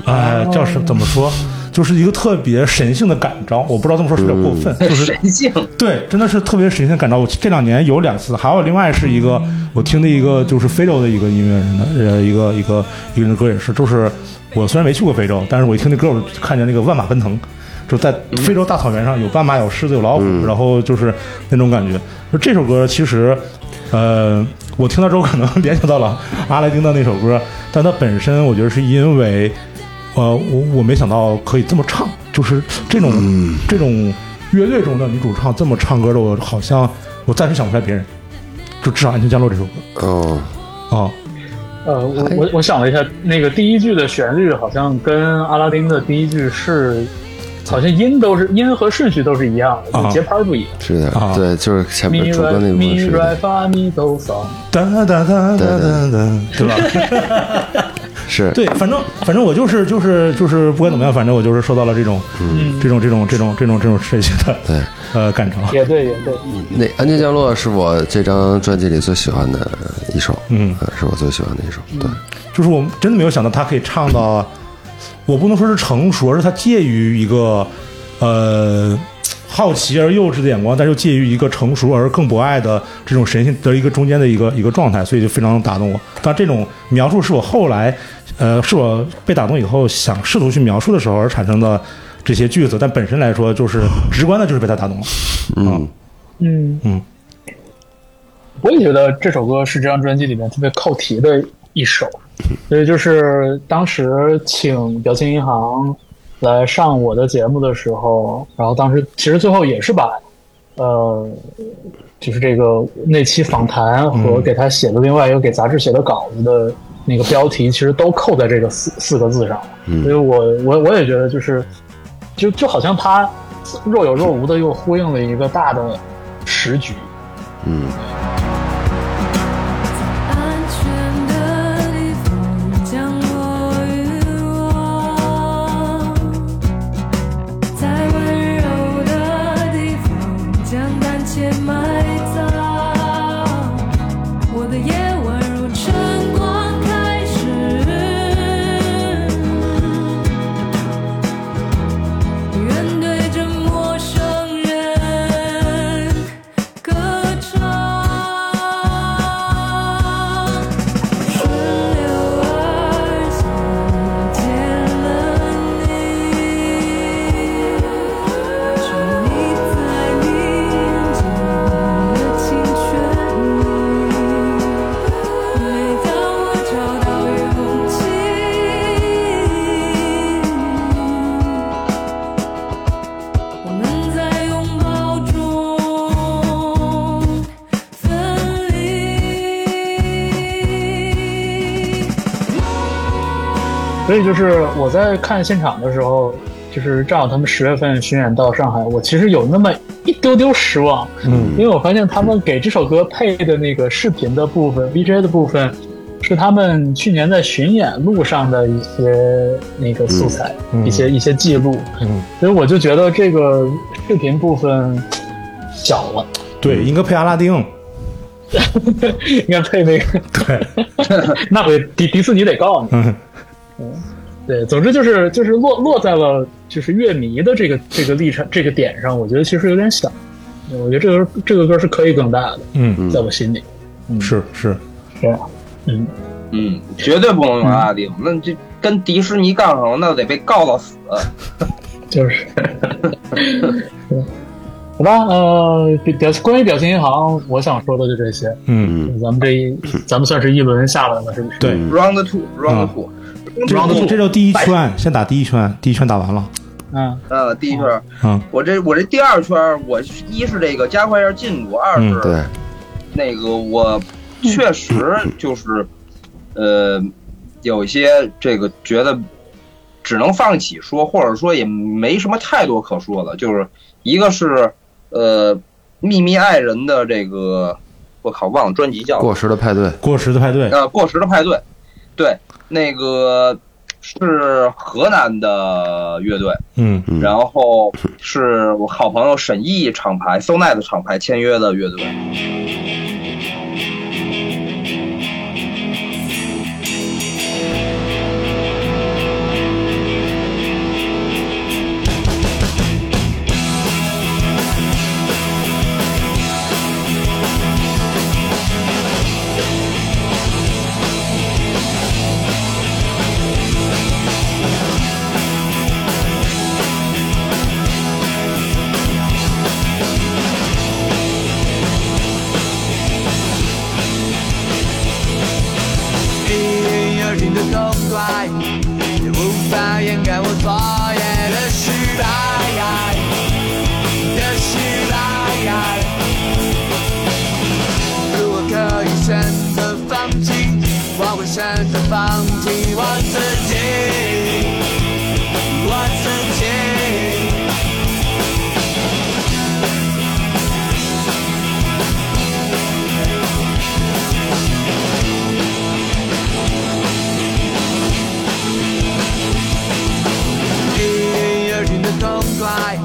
Speaker 5: 哎、叫什怎么说？就是一个特别神性的感召，我不知道这么说是有点过分， 就是
Speaker 1: 神性，
Speaker 5: 对，真的是特别神仙感召。我这两年有两次，还有另外是一个我听的一个就是非洲的一个音乐人的呃一个一个一个人的歌也是，就是我虽然没去过非洲，但是我一听那歌，我就看见那个万马奔腾，就在非洲大草原上有斑马、有狮子、有老虎，然后就是那种感觉。就这首歌其实，呃，我听到之后可能联想到了阿拉丁的那首歌，但它本身我觉得是因为呃，我我没想到可以这么唱，就是这种、这种乐队中的女主唱这么唱歌的，我好像我暂时想不出来别人，就至少《安全降落》这首歌
Speaker 4: 嗯，
Speaker 5: 啊，
Speaker 6: 呃，我
Speaker 4: 哎
Speaker 6: 我我想了一下，那个第一句的旋律好像跟阿拉丁的第一句
Speaker 4: 嗯
Speaker 6: 是，好像音都是音和顺序都是一样的，
Speaker 5: 啊
Speaker 6: 就节拍不一样。
Speaker 4: 是的
Speaker 5: 啊，
Speaker 4: 对，就是前面
Speaker 6: 咪
Speaker 4: 主歌
Speaker 6: 来
Speaker 4: 那部分
Speaker 6: 咪
Speaker 4: 是
Speaker 6: 来
Speaker 4: 的
Speaker 6: 发咪哆嗦，
Speaker 5: 哒哒哒哒哒 哒，对吧？
Speaker 4: 是，
Speaker 5: 对，反正反正我就是就是就是不管怎么样，反正我就是受到了这种、这种这种这种这种这种这些的
Speaker 4: 对。
Speaker 5: 呃感召，
Speaker 6: 也对也对，
Speaker 4: 那《安全降落》是我这张专辑里最喜欢的一首，
Speaker 5: 嗯
Speaker 4: 呃，是我最喜欢的一首。对，
Speaker 5: 就是我真的没有想到他可以唱到，我不能说是成熟，而是他介于一个呃好奇而幼稚的眼光，但又介于一个成熟而更博爱的这种神性的一个中间的一个一个状态，所以就非常打动我。但这种描述是我后来呃是我被打动以后想试图去描述的时候而产生的这些句子，但本身来说就是直观的，就是被他打动了。
Speaker 4: 嗯，
Speaker 6: 嗯
Speaker 5: 嗯，
Speaker 6: 我也觉得这首歌是这张专辑里面特别扣题的一首，所以就是当时请表情银行来上我的节目的时候，然后当时其实最后也是把，呃，就是这个那期访谈和给他写的另外一个给杂志写的稿子的那个标题，其实都扣在这个四四个字上了。
Speaker 4: 嗯
Speaker 6: 所以我我我也觉得就是，就就好像他若有若无的又呼应了一个大的时局。
Speaker 4: 嗯
Speaker 7: 安全的地方降落于我，在温柔的地方将胆怯埋葬。我的夜晚如晨光开始，面对着陌生人歌唱。顺流而下，见了你，是你在宁静的清泉里。每当我找到勇气，我们在拥抱中分离。
Speaker 6: 所以就是我在看现场的时候，就是正好他们十月份巡演到上海，我其实有那么一丢丢失望，嗯，因为我发现他们给这首歌配的那个视频的部分、VJ 的部分，是他们去年在巡演路上的一些那个素材、一些一些记录，
Speaker 5: 嗯，
Speaker 6: 所以我就觉得这个视频部分小了，
Speaker 5: 对，应该配阿拉丁。
Speaker 6: 应该配那 个，
Speaker 5: 对，
Speaker 6: 那回迪迪士尼得告你。
Speaker 5: 嗯，
Speaker 6: 对，总之就是就是落落在了就是乐迷的这个这个立场这个点上，我觉得其实有点小。我觉得这个这个歌是可以更大的，
Speaker 5: 嗯，
Speaker 6: 在我心里
Speaker 5: 是是，
Speaker 6: 这样。嗯，
Speaker 1: 嗯，绝对不能用阿拉丁，那这跟迪士尼杠上了，那得被告到死。呃
Speaker 6: 就是，好吧，呃，表关于表情银行，我想说的就这些。
Speaker 5: 嗯，
Speaker 6: 咱们这一，咱们算是一轮下来了，是不是？
Speaker 5: 对，
Speaker 1: Round two，Round two，
Speaker 5: 这就这就第一圈，先打第一圈，第一圈打完了，
Speaker 6: 嗯，
Speaker 1: 呃，第一圈，
Speaker 5: 嗯，
Speaker 1: 我这我这第二圈，我一是这个加快一下进度，二
Speaker 5: 嗯
Speaker 1: 是
Speaker 4: 对，
Speaker 1: 那个我确实就是，呃，有一些这个觉得只能放弃说，或者说也没什么太多可说的，就是一个是呃秘密爱人的这个，我靠，忘了专辑叫什么
Speaker 4: 过时的派对，
Speaker 5: 过时的派对，
Speaker 1: 呃，过时的派对，对，那个是河南的乐队，
Speaker 5: 嗯
Speaker 4: 嗯
Speaker 1: 然后是我好朋友沈毅厂牌 So Nice 厂牌签约的乐队。
Speaker 8: 一饮而尽的痛快，也无法掩盖我昨夜的失败，的失败。如果可以选择放弃，我会选择放弃我自己，我自己。一饮而尽的痛快，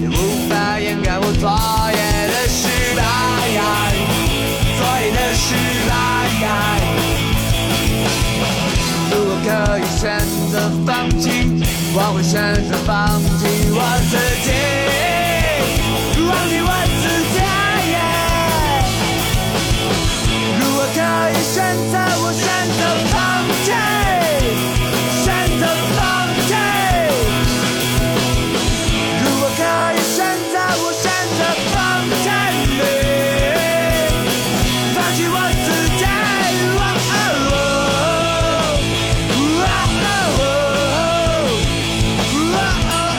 Speaker 8: 也无法掩盖我昨夜的失败，昨夜的失败。如果可以选择放弃，我会选择放弃我自己，忘记我自己。如果可以选择，我选择放弃，选择放弃。如果可以选择，我选择放弃你，放弃我自己。哦哦哦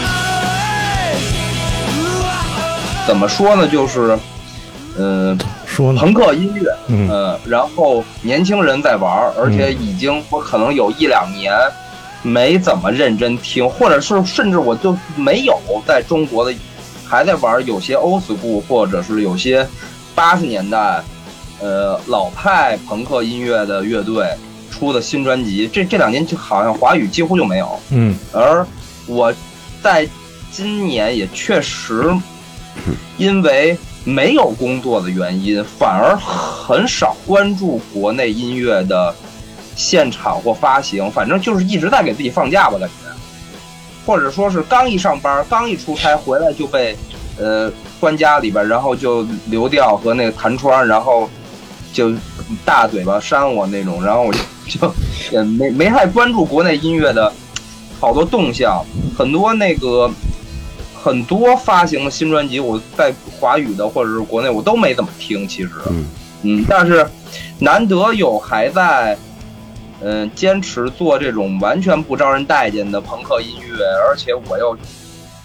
Speaker 8: 哦哦哦哦
Speaker 1: 怎么说呢？就是，呃，
Speaker 5: 说呢，
Speaker 1: 朋克音乐，
Speaker 5: 嗯
Speaker 1: 呃，然后年轻人在玩儿，而且已经我可能有一两年没怎么认真听，或者是甚至我就没有在中国的还在玩儿有些 old school 或者是有些八十年代呃老派朋克音乐的乐队出的新专辑，这这两年就好像华语几乎就没有。
Speaker 5: 嗯
Speaker 1: 而我在今年也确实因为没有工作的原因，反而很少关注国内音乐的现场或发行，反正就是一直在给自己放假吧，感觉，或者说是刚一上班，刚一出差回来就被呃关家里边，然后就流调和那个弹窗，然后就大嘴巴扇我那种，然后我就就也没没太关注国内音乐的好多动向，很多那个很多发行的新专辑，我在华语的或者是国内我都没怎么听，其实，
Speaker 4: 嗯
Speaker 1: 嗯但是难得有还在。嗯，坚持做这种完全不招人待见的朋克音乐，而且我又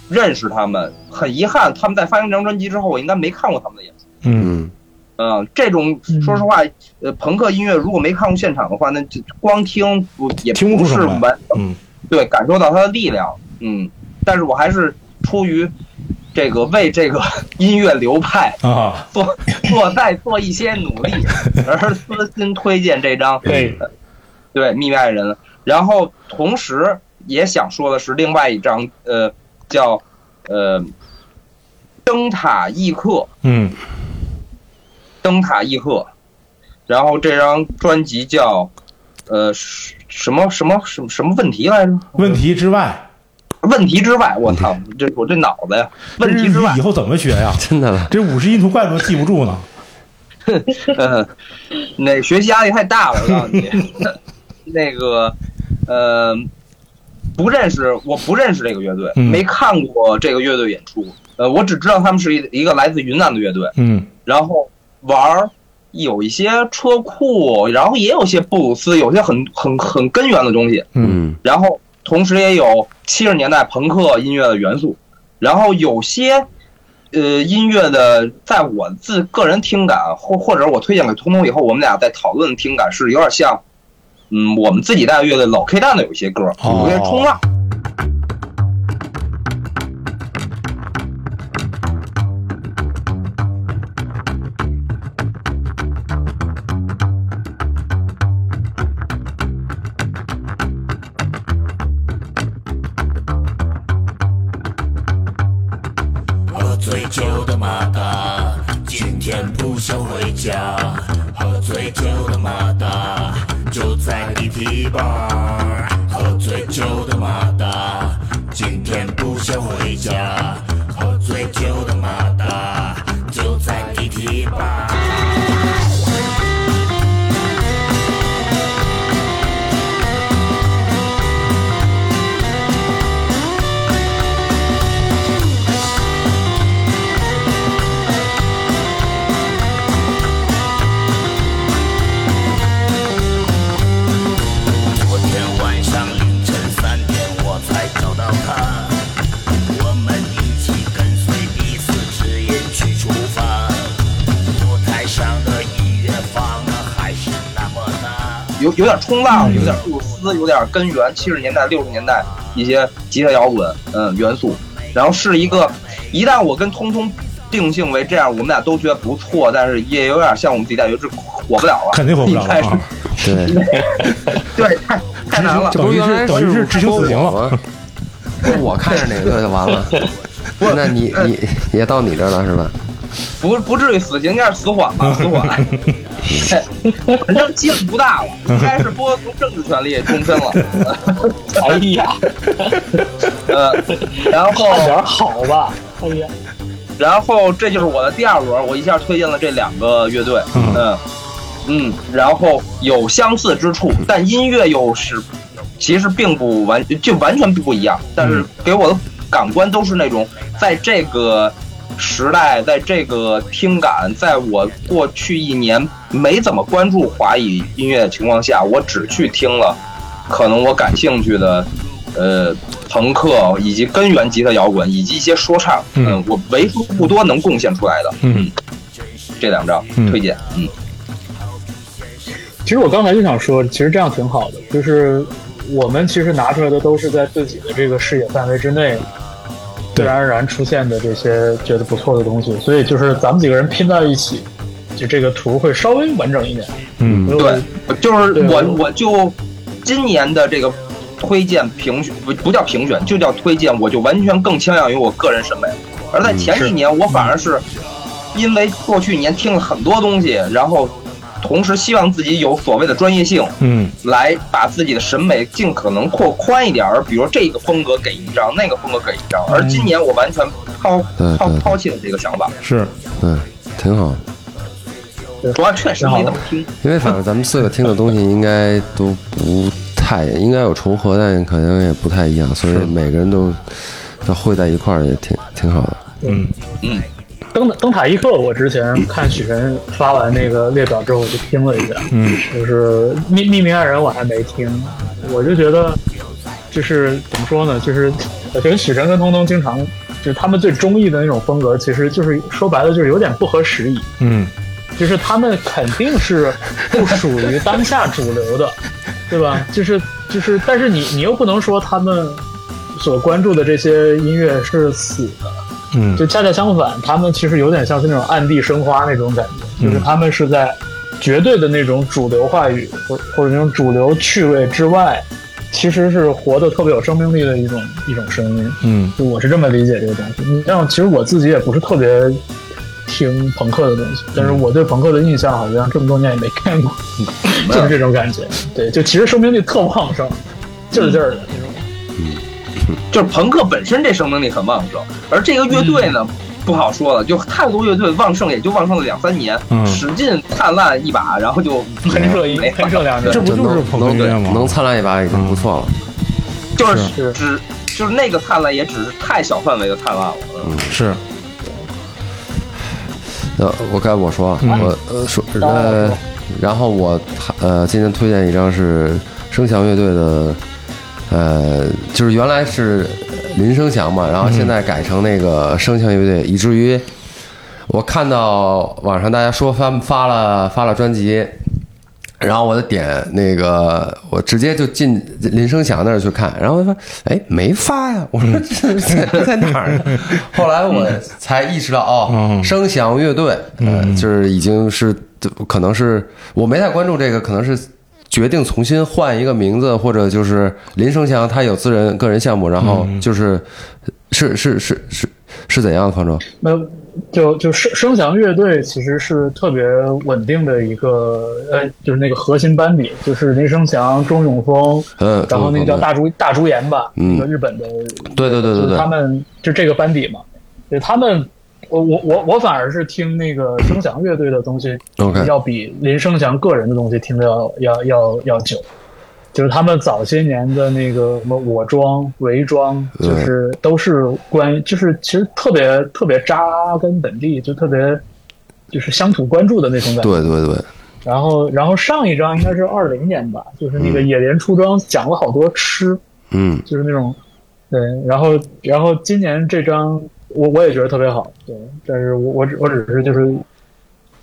Speaker 1: 认识他们，很遗憾，他们在发行这张专辑之后，我应该没看过他们的演出。
Speaker 4: 嗯，
Speaker 5: 嗯
Speaker 1: 嗯，这种
Speaker 6: 嗯
Speaker 1: 说实话，呃，朋克音乐如果没看过现场的话，那就光听不也
Speaker 5: 听不
Speaker 1: 不
Speaker 5: 出什
Speaker 1: 是
Speaker 5: 么来
Speaker 1: 完
Speaker 5: 嗯
Speaker 1: 对感受到它的力量。嗯，但是我还是出于这个为这个 音乐流派
Speaker 5: 啊，
Speaker 1: 做做再做一些努力，而私心推荐这张
Speaker 6: 对，
Speaker 1: 对，秘密爱人。然后同时也想说的是，另外一张呃叫呃灯塔异客，
Speaker 5: 嗯
Speaker 1: 灯塔异客。然后这张专辑叫呃什什么什么什么什么问题来着？
Speaker 5: 问题之外，
Speaker 1: 问题之外，我操，这我这脑子呀！问题之
Speaker 5: 这
Speaker 1: 外
Speaker 5: 日语以，后怎么学呀？
Speaker 4: 真的了，
Speaker 5: 这五十音图怪不得记不住呢。
Speaker 1: 嗯，那学习压力太大了，我告诉你， 那个，呃，不认识，我不认识这个乐队，
Speaker 5: 嗯
Speaker 1: 没看过这个乐队演出，呃，我只知道他们是一一个来自云南的乐队，
Speaker 5: 嗯
Speaker 1: 然后玩儿有一些车库，然后也有些布鲁斯，有些很很很根源的东西，
Speaker 5: 嗯
Speaker 4: 嗯
Speaker 1: 然后同时也有七十年代朋克音乐的元素，然后有些呃音乐的，在我自个人听感或或者我推荐给通通以后，我们俩在讨论听感是有点像，嗯，我们自己带乐队老 K 蛋的有些歌，有
Speaker 5: 哦
Speaker 1: 些冲浪。
Speaker 9: 喝醉酒的马达，今天不想回家。喝醉酒的马达，就在地皮吧。喝醉酒的马达，今天不想回家。喝醉酒的马达，就在地皮吧。昨天晚上凌晨三点我才找到他，我们一起跟随彼此指引去出发。舞台上的音乐放了还是那么大。
Speaker 1: 有有点冲浪，
Speaker 5: 嗯
Speaker 1: 有点布鲁斯，有点根源七十年代、六十年代一些吉他摇滚，嗯，元素。然后是一个，一旦我跟通通定性为这样，我们俩都觉得不错，但是也有点像我们自己带乐队，火不了了，
Speaker 5: 肯定火不了
Speaker 1: 一开始
Speaker 5: 了啊！
Speaker 4: 对，
Speaker 1: 对，太太难了。
Speaker 5: 这 等于
Speaker 4: 原来
Speaker 5: 是等于是执行死刑了。
Speaker 4: 了。那我看上哪个就完 了。那你你也到你这儿了是吧？
Speaker 1: 不不至于死刑，应该是死缓吧，死 缓。 反正基础不大了，应该是剥夺政治权利终身了。
Speaker 10: 哎呀，
Speaker 1: 呃，然后
Speaker 10: 看点好吧，哎呀，
Speaker 1: 然后这就是我的第二轮，我一下推荐了这两个乐队，
Speaker 5: 嗯
Speaker 1: 嗯嗯，然后有相似之处，但音乐又是其实并不完，就完全不一样，但是给我的感官都是那种在这个时代，在这个听感，在我过去一年没怎么关注华语音乐的情况下，我只去听了可能我感兴趣的。呃，朋克以及根源吉他摇滚以及一些说唱，
Speaker 5: 嗯
Speaker 1: 嗯，我为数不多能贡献出来的，
Speaker 5: 嗯，
Speaker 1: 这两张
Speaker 5: 嗯
Speaker 1: 推荐，嗯，
Speaker 6: 其实我刚才就想说，其实这样挺好的，就是我们其实拿出来的都是在自己的这个视野范围之内，自然而然出现的这些觉得不错的东西，所以就是咱们几个人拼到一起，就这个图会稍微完整一点。
Speaker 5: 嗯
Speaker 6: 所以我
Speaker 1: 对，就是
Speaker 6: 对
Speaker 1: 我
Speaker 6: 我
Speaker 1: 我就今年的这个推荐评选不不叫评选，就叫推荐，我就完全更倾向于我个人审美，而在前几年我反而是因为过去一年听了很多东西，然后同时希望自己有所谓的专业性，
Speaker 5: 嗯
Speaker 1: 来把自己的审美尽可能扩宽一点儿，比如这个风格给一张，那个风格给一张。而今年我完全抛
Speaker 4: 对
Speaker 1: 抛
Speaker 4: 对
Speaker 1: 抛弃了这个想法，
Speaker 5: 是
Speaker 4: 嗯，挺好。
Speaker 1: 主要确实没怎么听。
Speaker 4: 因为反正咱们四个听的东西应该都不太，应该有重合，但可能也不太一样，所以每个人都都汇在一块儿也挺挺好的。
Speaker 5: 嗯
Speaker 6: 灯灯塔一刻，我之前看许晨发完那个列表之后，我就听了一下，
Speaker 5: 嗯，
Speaker 6: 就是匿匿名爱人我还没听，我就觉得就是怎么说呢，就是我觉得许晨跟通通经常就是他们最中意的那种风格，其实就是说白了就是有点不合时宜，
Speaker 5: 嗯
Speaker 6: 就是他们肯定是不属于当下主流的， 对吧？就是就是，但是你你又不能说他们所关注的这些音乐是死的。
Speaker 5: 嗯
Speaker 6: 就恰恰相反，他们其实有点像是那种暗地生花那种感觉，
Speaker 1: 嗯
Speaker 6: 就是他们是在绝对的那种主流话语或或者那种主流趣味之外，其实是活得特别有生命力的一种一种声音。
Speaker 5: 嗯
Speaker 6: 就我是这么理解这个东西。你像，其实我自己也不是特别听朋克的东西，但是
Speaker 1: 嗯
Speaker 6: 我对朋克的印象好像这么多年也没看过，
Speaker 1: 嗯
Speaker 6: 就是这种感觉。对，就其实生命力特旺盛，劲儿劲儿的那种。
Speaker 1: 就是朋克本身这生命力很旺盛，而这个乐队呢，不好说了，就太多乐队旺盛，也就旺盛了两三年，
Speaker 5: 嗯
Speaker 1: 使劲灿烂一把，然后就
Speaker 6: 喷射一
Speaker 1: 啊没了
Speaker 6: 喷射两年
Speaker 5: 这，不
Speaker 4: 就
Speaker 5: 就是
Speaker 4: 能
Speaker 5: 捧
Speaker 4: 能
Speaker 5: 哏
Speaker 4: 对
Speaker 5: 乐吗？
Speaker 4: 能灿烂一把已经不错了。
Speaker 1: 就是只就是那个灿烂，也只是太小范围的灿烂了。嗯
Speaker 5: 是，
Speaker 4: 呃，我该我说啊，我呃说呃，然后我呃今天推荐一张是声响乐队的，呃，就是原来是林声祥嘛，然后现在改成那个声响乐队，以至于我看到网上大家说翻发了发了专辑。然后我就点那个，我直接就进林声祥那儿去看，然后他说：“哎，没发呀！” 我说：“这在在哪儿呢？”啊 后来我才意识到，哦
Speaker 5: 嗯，
Speaker 4: 声响乐队，呃，就是已经是可能是我没太关注这个，可能是决定重新换一个名字，或者就是林声祥他有私人个人项目，然后就是是是是是是怎样的方舟？
Speaker 6: 没有，就就声声响乐队其实是特别稳定的一个，呃，就是那个核心班底，就是林声祥、钟永峰，
Speaker 4: 嗯
Speaker 6: 然后那个
Speaker 4: 钟永峰
Speaker 6: 叫大竹大竹研吧，
Speaker 4: 嗯
Speaker 6: 那个日本的，
Speaker 4: 对对对
Speaker 6: 就
Speaker 4: 对
Speaker 6: 是
Speaker 4: 对
Speaker 6: 他，们就这个班底嘛，对他们。我我我我反而是听那个声响乐队的东西
Speaker 4: OK
Speaker 6: 要比林声祥个人的东西听的要要要要久，就是他们早些年的那个什么我装、伪装，
Speaker 4: 对
Speaker 6: 就是都是关于，就是其实特别特别扎根本地，就特别就是乡土关注的那种感觉。
Speaker 4: 对对对，
Speaker 6: 然后，然后上一张应该是二零年吧，就是那个野莲出庄讲了好多吃，
Speaker 4: 嗯
Speaker 6: 就是那种，对，然后然后今年这张我我也觉得特别好，对，但是我我只我只是就是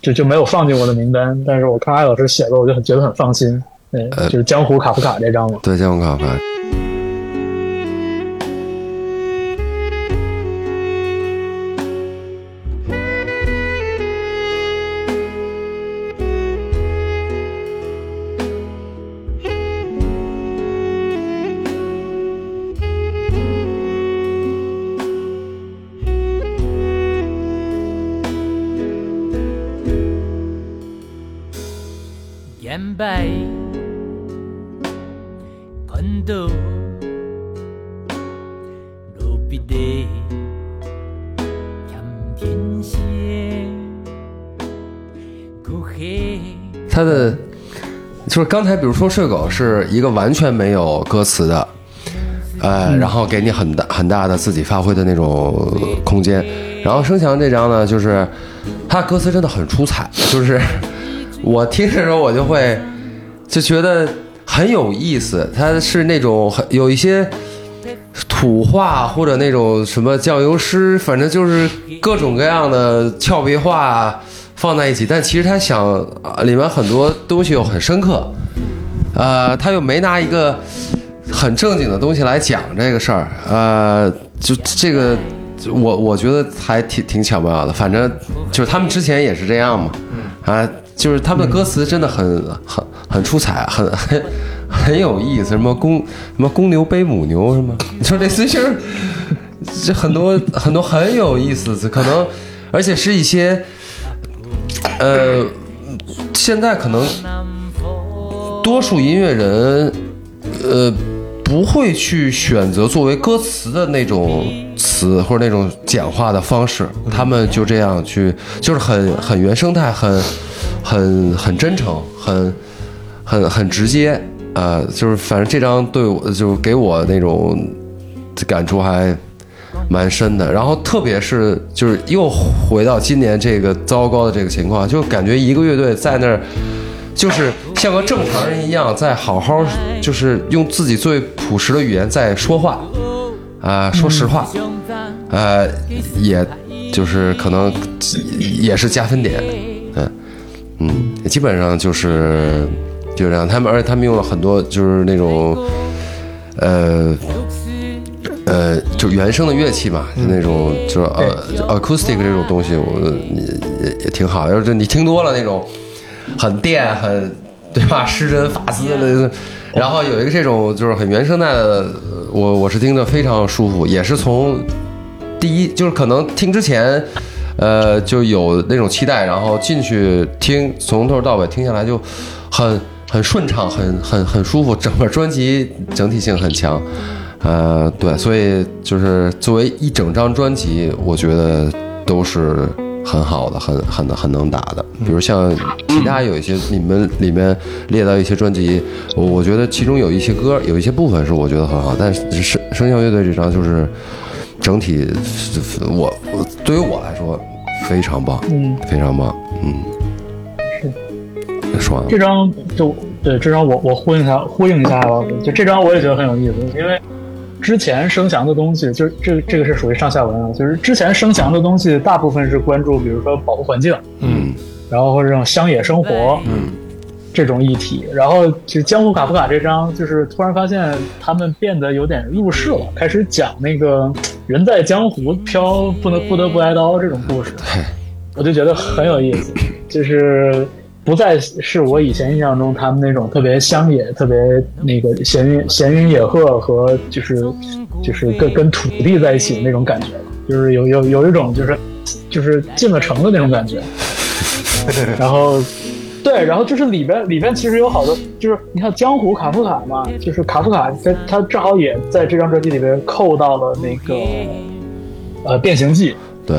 Speaker 6: 就就没有放进我的名单，但是我看艾老师写的，我就很觉得很放心，对，
Speaker 4: 呃
Speaker 6: 就是江湖卡夫卡这张嘛，
Speaker 4: 对，健康卡牌。
Speaker 2: 烟白，看到路边的看天线，苦黑。
Speaker 4: 他的就是刚才，比如说睡狗是一个完全没有歌词的，呃，然后给你很大很大的自己发挥的那种空间。然后声强这张呢，就是他歌词真的很出彩，就是 我听的时候我就会就觉得很有意思，他是那种很有一些。土话或者那种什么酱油诗，反正就是各种各样的俏皮话放在一起，但其实他想、啊里面很多东西又很深刻，呃，他又没拿一个很正经的东西来讲这个事儿，呃，就这个我我觉得还挺挺巧妙的，反正就是他们之前也是这样嘛，啊，就是他们的歌词真的很很很出彩，很 很很有意思，什么公什么公牛背母牛什么， 你说这事情。这很多很多很有意思的，可能而且是一些，呃，现在可能多数音乐人，呃，不会去选择作为歌词的那种词或者那种简化的方式，他们就这样去，就是很很原生态，很很很真诚，很很很直接。呃，就是反正这张对我，就是给我那种感触还蛮深的。然后特别是就是又回到今年这个糟糕的这个情况，就感觉一个乐队在那儿，就是像个正常人一样，在好好就是用自己最朴实的语言在说话，啊、说实话，呃，也就是可能也是加分点，嗯嗯，基本上就是就这样。他们而且他们用了很多就是那种呃。呃，就原声的乐器嘛，就那种就是呃就 acoustic 这种东西，我也也也挺好。要是你听多了那种很电、很对吧，失真发丝的，然后有一个这种就是很原声带的，呃我我是听着非常舒服，也是从第一就是可能听之前，呃，就有那种期待，然后进去听，从头到尾听下来就很很顺畅，很很很舒服，整个专辑整体性很强。呃，对，所以就是作为一整张专辑，我觉得都是很好的，很很很能打的。比如像其他有一些你们里面列到一些专辑，我我觉得其中有一些歌，有一些部分是我觉得很好，但是声声效乐队这张就是整体，我我对于我来说非常棒，
Speaker 6: 嗯，
Speaker 4: 非常棒，嗯，是爽了
Speaker 6: 这张就对这张我我呼应一下呼应一下吧，就这张我也觉得很有意思，因为之前声翔的东西，就是这这个是属于上下文啊，就是之前声翔的东西大部分是关注，比如说保护环境，
Speaker 4: 嗯
Speaker 6: 然后或者这种乡野生活，
Speaker 4: 嗯，
Speaker 6: 这种议题，然后就《江湖卡夫卡》这张，就是突然发现他们变得有点入世了，开始讲那个人在江湖飘，不能不得不挨刀这种故事，我就觉得很有意思，就是不再是我以前印象中他们那种特别乡野、特别那个闲云闲云野鹤和就是就是跟跟土地在一起的那种感觉了，就是有有有一种就是就是进了城的那种感觉，然后。对，然后就是里边里边其实有好多，就是你看江湖卡夫卡嘛，就是卡夫卡他他正好也在这张专辑里边扣到了那个呃变形记，
Speaker 4: 对，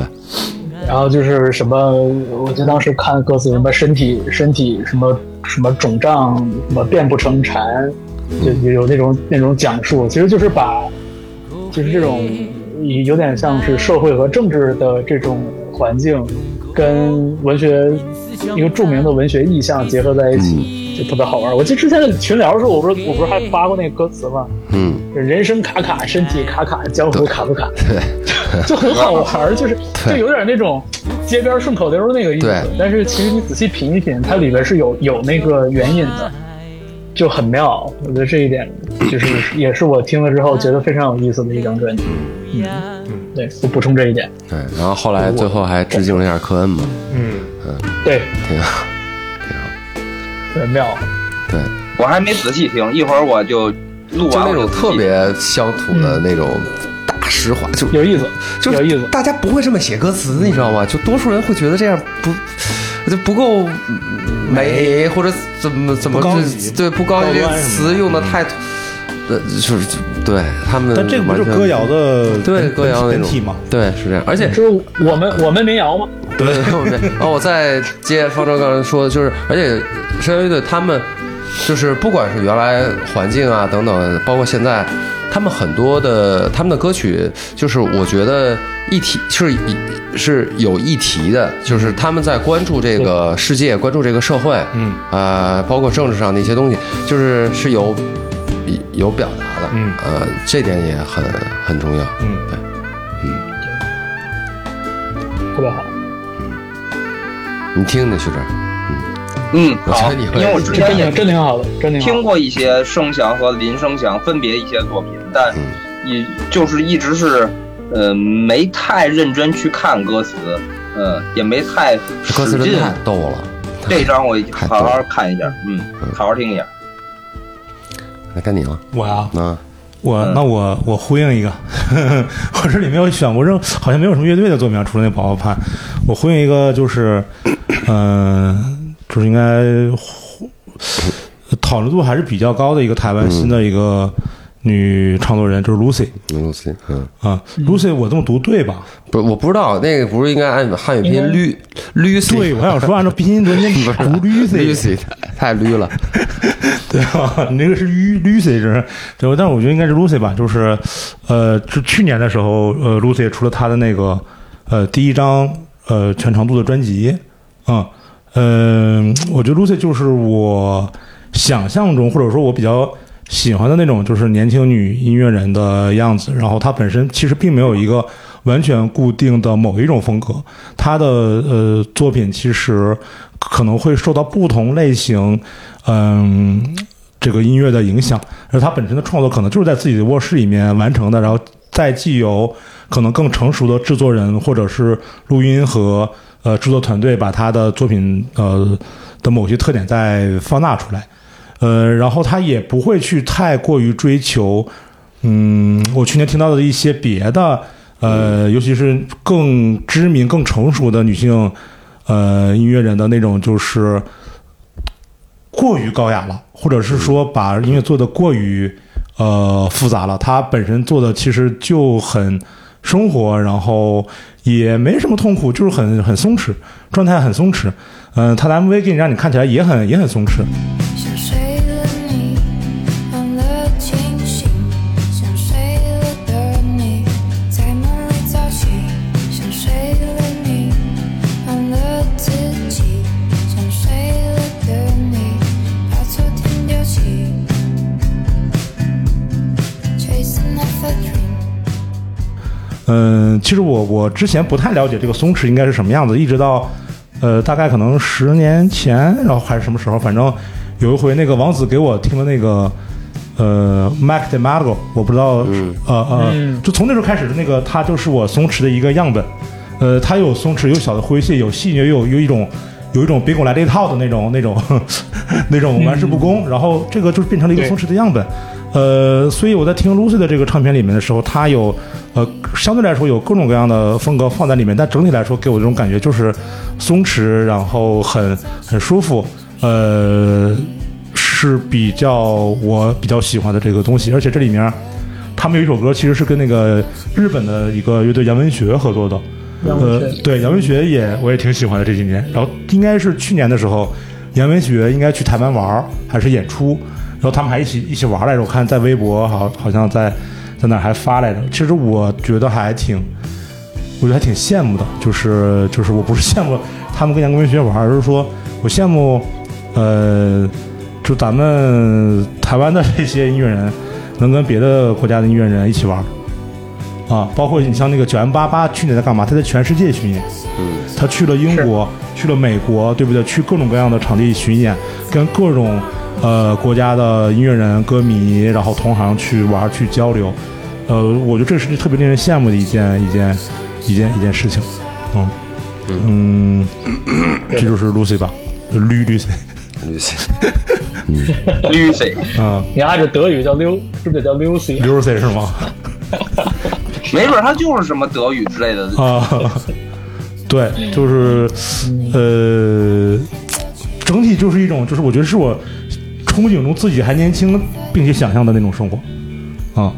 Speaker 6: 然后就是什么，我记得当时看歌词什么身体身体什么什么肿胀，什么变不成蝉，就就有那种那种讲述，其实就是把就是这种有有点像是社会和政治的这种环境跟文学一个著名的文学意象结合在一起，就特别好玩。我记得之前的群聊的时候，我不是我不是还发过那个歌词吗？
Speaker 4: 嗯，
Speaker 6: 人生卡卡，身体卡卡，江湖卡不卡，
Speaker 4: 对，
Speaker 6: 就很好玩儿，就是就有点那种街边顺口溜那个意思
Speaker 4: 对。
Speaker 6: 但是其实你仔细品一品，它里边是有有那个原因的，就很妙。我觉得这一点就是也是我听了之后觉得非常有意思的一张专辑。嗯，对，我补充这一点。
Speaker 4: 对，然后后来最后还致敬了一下科恩嘛，
Speaker 5: 嗯，
Speaker 6: 对，
Speaker 4: 挺好，
Speaker 6: 很妙。
Speaker 4: 对。
Speaker 1: 我还没仔细听，一会儿我就录
Speaker 4: 就
Speaker 1: 完
Speaker 4: 那
Speaker 1: 我
Speaker 4: 种
Speaker 1: 仔细
Speaker 4: 特别乡土的那种大实话，就
Speaker 6: 有意思，
Speaker 4: 就
Speaker 6: 有意
Speaker 4: 是
Speaker 6: 思。
Speaker 4: 大家不会这么写歌词，你知道吗？就多数人会觉得这样不就不够美，或者怎么怎么
Speaker 5: 不高
Speaker 4: 这
Speaker 5: 级
Speaker 4: 对不高级这
Speaker 5: 高
Speaker 4: 个
Speaker 5: 端什么的
Speaker 4: 词用的太土，呃，就是对他们
Speaker 5: 但这个不是
Speaker 4: 完全
Speaker 5: 歌谣的
Speaker 4: 对
Speaker 5: 本
Speaker 4: 歌谣那
Speaker 5: 本
Speaker 4: 种
Speaker 5: 体吗？
Speaker 4: 对，是这样，而且
Speaker 6: 就是我们我们民谣嘛，
Speaker 4: 对对对。 然哦后我再接方舟刚才说的，就是而且声乐队他们就是不管是原来环境啊等等，包括现在，他们很多的他们的歌曲，就是我觉得议题是以是有议题的，就是他们在关注这个世界，关注这个社会，
Speaker 5: 嗯，
Speaker 4: 呃，包括政治上的一些东西，就是是有有表达的，
Speaker 5: 嗯
Speaker 4: 呃，这点也很很重要，
Speaker 5: 嗯
Speaker 4: 对。
Speaker 6: 特别好。
Speaker 4: 你听听，徐哲，
Speaker 1: 嗯，
Speaker 4: 我觉
Speaker 1: 好，
Speaker 4: 得你
Speaker 1: 因
Speaker 4: 会
Speaker 1: 为我之
Speaker 6: 这
Speaker 1: 前
Speaker 6: 真
Speaker 1: 也
Speaker 6: 挺真挺好的，真挺好
Speaker 1: 听。过一些声响和林声响分别一些作品，但
Speaker 4: 嗯
Speaker 1: 也就是一直是，呃，没太认真去看歌词，呃，也没太
Speaker 4: 歌词
Speaker 1: 使
Speaker 4: 真
Speaker 1: 劲
Speaker 4: 的。太逗了。
Speaker 1: 这 张我
Speaker 4: 太
Speaker 1: 好
Speaker 4: 多
Speaker 1: 好
Speaker 4: 了
Speaker 1: 看一下，嗯，好好听一下。
Speaker 4: 那该你了，
Speaker 5: 我呀，
Speaker 4: 那
Speaker 5: 我那我我呼应一个， 我这里没有选过任，好像没有什么乐队的作品啊，除了那跑跑派。我呼应一个就是，嗯、就是应该呼讨论度还是比较高的一个台湾新的一个女创作人，就是 Lucy
Speaker 4: 牛 c 嗯，
Speaker 5: 啊、l u c y 我这么读对吧？
Speaker 4: 不是，我不知道那个不是应该按汉语拼音绿绿 C
Speaker 5: 对，我想说按 照拼音读，你读
Speaker 4: 绿
Speaker 5: Lucy
Speaker 4: C 太绿了，
Speaker 5: 对吧？你那个是 Lucy 是，对吧？但是我觉得应该是 Lucy 吧，就是，呃，就去年的时候，呃，Lucy 出了她的那个，呃，第一张呃全长度的专辑，嗯，嗯、我觉得 Lucy 就是我想象中或者说我比较喜欢的那种，就是年轻女音乐人的呃样子。然后她本身其实并没有一个完全固定的某一种风格，她的呃作品其实可能会受到不同类型，嗯、这个音乐的影响，而她本身的创作可能就是在自己的卧室里面完成的，然后再既有可能更成熟的制作人或者是录音和呃制作团队把他的作品呃的某些特点再放大出来，呃，然后他也不会去太过于追求，嗯，我去年听到的一些别的呃，尤其是更知名、更成熟的女性呃音乐人的那种就是。过于高雅了，或者是说把音乐做得过于呃复杂了。它本身做的其实就很生活，然后也没什么痛苦，就是很很松弛，状态很松弛。嗯、他的 MV 给你让你看起来也很也很松弛。
Speaker 7: 想睡了你，忘了清醒；想睡了的你，在梦里早起；想睡了你，忘了自己；想睡了的你，把昨天丢弃。Chasing after dream。
Speaker 5: 嗯，其实我我之前不太了解这个松弛应该是什么样子，一直到呃大概可能十年前，然后还是什么时候，反正有一回那个王子给我听了那个呃 Mac d e m a g o 我不知道，呃呃，就从那时候开始，那个他就是我松弛的一个样本，呃，他有松弛，有小的诙谐，有细腻，也有有一种。有一种别给我来这一套的那种、那种、 那种玩世不恭，然后这个就是变成了一个松弛的样本。呃，所以我在听 Lucy 的这个唱片里面的时候，它有呃相对来说有各种各样的风格放在里面，但整体来说给我这种感觉就是松弛，然后很很舒服，呃，是比较我比较喜欢的这个东西。而且这里面他们有一首歌其实是跟那个日本的一个乐队杨文学合作的，
Speaker 6: 杨文学
Speaker 5: 呃，对，杨文学也我也挺喜欢的这几年。然后应该是去年的时候，杨文学应该去台湾玩儿还是演出，然后他们还一起一起玩儿来着。我看在微博好好像在在哪儿还发来着。其实我觉得还挺，我觉得还挺羡慕的，就是就是我不是羡慕他们跟杨文学玩儿，而是说我羡慕呃，就咱们台湾的这些音乐人能跟别的国家的音乐人一起玩儿。啊，包括你像那个九 M 八八去年在干嘛？他在全世界巡演，嗯，他去了英国，去了美国，对不对？去各种各样的场地巡演，跟各种呃国家的音乐人、歌迷，然后同行去玩去交流，呃，我觉得这是特别令人羡慕的一件一件一件一件事情，嗯嗯，这就是 Lucy 吧，绿 Lucy
Speaker 4: 绿色
Speaker 1: ，Lucy，
Speaker 5: 啊
Speaker 6: 你按照德语叫溜，是不是得叫 Lucy？
Speaker 5: ，Lucy 是吗？
Speaker 1: 没准他就是什么德语之类的。
Speaker 5: 啊， 对，就是呃，整体就是一种，就是我觉得是我憧憬中自己还年轻并且想象的那种生活啊。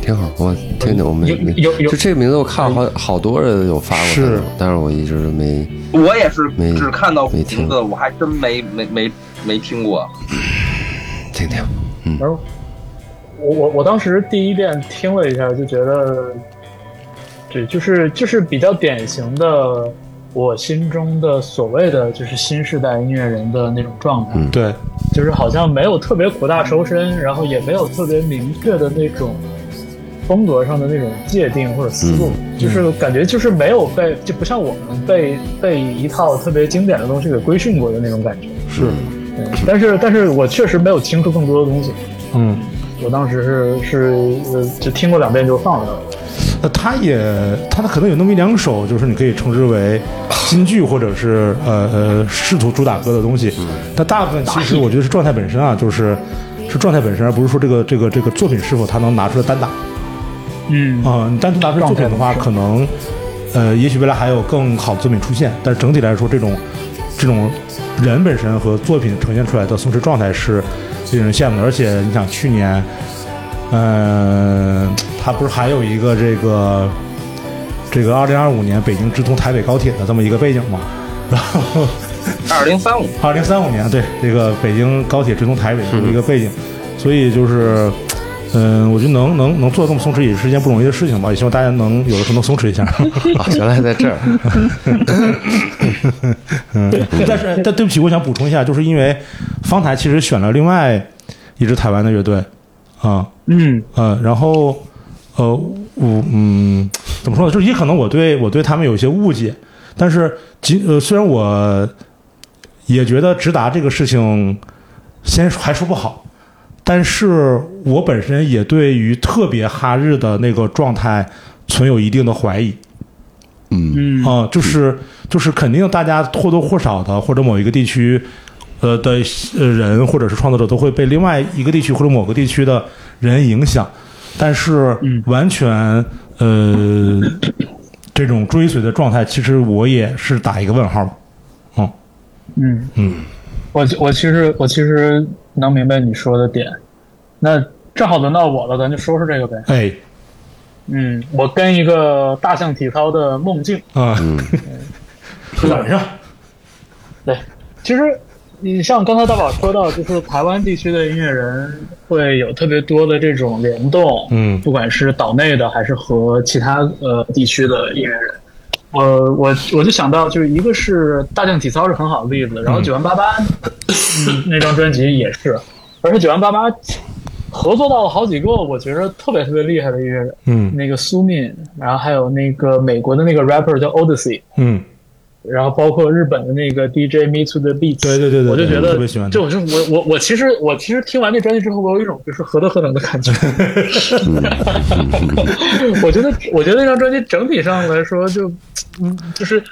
Speaker 4: 挺好，我听听我没
Speaker 3: 有
Speaker 4: 没，
Speaker 3: 有有
Speaker 4: 就这个名字我看好好多人有发过它
Speaker 5: 是
Speaker 4: 但是我一直没
Speaker 1: 我也是
Speaker 4: 没
Speaker 1: 只看到
Speaker 4: 没
Speaker 1: 名
Speaker 4: 听
Speaker 1: 字，我还真没没没没听过。
Speaker 4: 听听。
Speaker 3: 然后
Speaker 6: 我我我当时第一遍听了一下，就觉得，对，就是就是比较典型的我心中的所谓的就是新时代音乐人的那种状态。
Speaker 4: 嗯
Speaker 5: 对，
Speaker 6: 就是好像没有特别苦大仇深，然后也没有特别明确的那种风格上的那种界定或者思路，就是感觉就是没有被，就不像我们被被一套特别经典的东西给规训过的那种感觉。
Speaker 5: 是，
Speaker 6: 嗯但是但是我确实没有听出更多的东西，
Speaker 5: 嗯，
Speaker 6: 我当时是是呃就听过两遍就放了。
Speaker 5: 那他也他可能有那么一两首，就是你可以称之为金句，或者是呃呃试图主打歌的东西，但大部分其实我觉得是状态本身啊，就是是状态本身，而不是说这个这个这个作品是否他能拿出来单打。
Speaker 6: 嗯
Speaker 5: 啊、你单独拿出作品的话，可能，呃，也许未来还有更好的作品出现，但是整体来说，这种这种人本身和作品呈现出来的松弛状态是令人羡慕的。而且你想，去年，嗯、他不是还有一个这个这个二零二五年北京直通台北高铁的这么一个背景吗？然后。
Speaker 1: 二零三五，
Speaker 5: 二零三五年，对这个北京高铁直通台北的一个背景，所以就是，嗯，我觉得能能能做到这么松弛也是一件不容易的事情吧，也希望大家能有的时候能松弛一下。
Speaker 4: 啊，原来在这 儿，
Speaker 5: 但是，但对不起，我想补充一下，就是因为方台其实选了另外一支台湾的乐队，啊、
Speaker 6: 嗯，
Speaker 5: 呃，然后呃，我嗯，怎么说呢？就是也可能我对我对他们有一些误解，但是即呃，虽然我也觉得直达这个事情先还说不好，但是我本身也对于特别哈日的那个状态存有一定的怀疑。
Speaker 4: 嗯，
Speaker 5: 啊、就是就是肯定大家或多或少的，或者某一个地区，呃的呃人或者是创作者都会被另外一个地区或者某个地区的人影响，但是
Speaker 6: 嗯
Speaker 5: 完全呃这种追随的状态，其实我也是打一个问号吧。
Speaker 6: 嗯，嗯，我我其实我其实能明白你说的点，那正好轮到我了，咱就说说这个呗。
Speaker 5: 哎，
Speaker 6: 嗯，我跟一个大象体操的梦境，
Speaker 5: 啊， 晚上
Speaker 6: 对，其实你像刚才大宝说到，就是台湾地区的音乐人会有特别多的这种联动，
Speaker 5: 嗯
Speaker 6: 不管是岛内的还是和其他呃地区的音乐人。我我我就想到，就是一个是大象体操是很好的例
Speaker 5: 嗯
Speaker 6: 子，然后九万 八八那张专辑也是，而且九万八八合作到了好几个我觉得特别特别厉害的音乐人，
Speaker 5: 嗯
Speaker 6: 那个苏敏，然后还有那个美国的那个 rapper 叫 Odyssey，
Speaker 5: 嗯，
Speaker 6: 然后包括日本的那个 DJ Me to the Beat，
Speaker 5: 对对对对
Speaker 6: 我就觉
Speaker 5: 对
Speaker 6: 得
Speaker 5: 特别喜欢他
Speaker 6: 就我就我我我其实我其实听完这专辑之后，我有一种就是何德何能的感觉。我觉得我觉得那张专辑整体上来说就，嗯，就是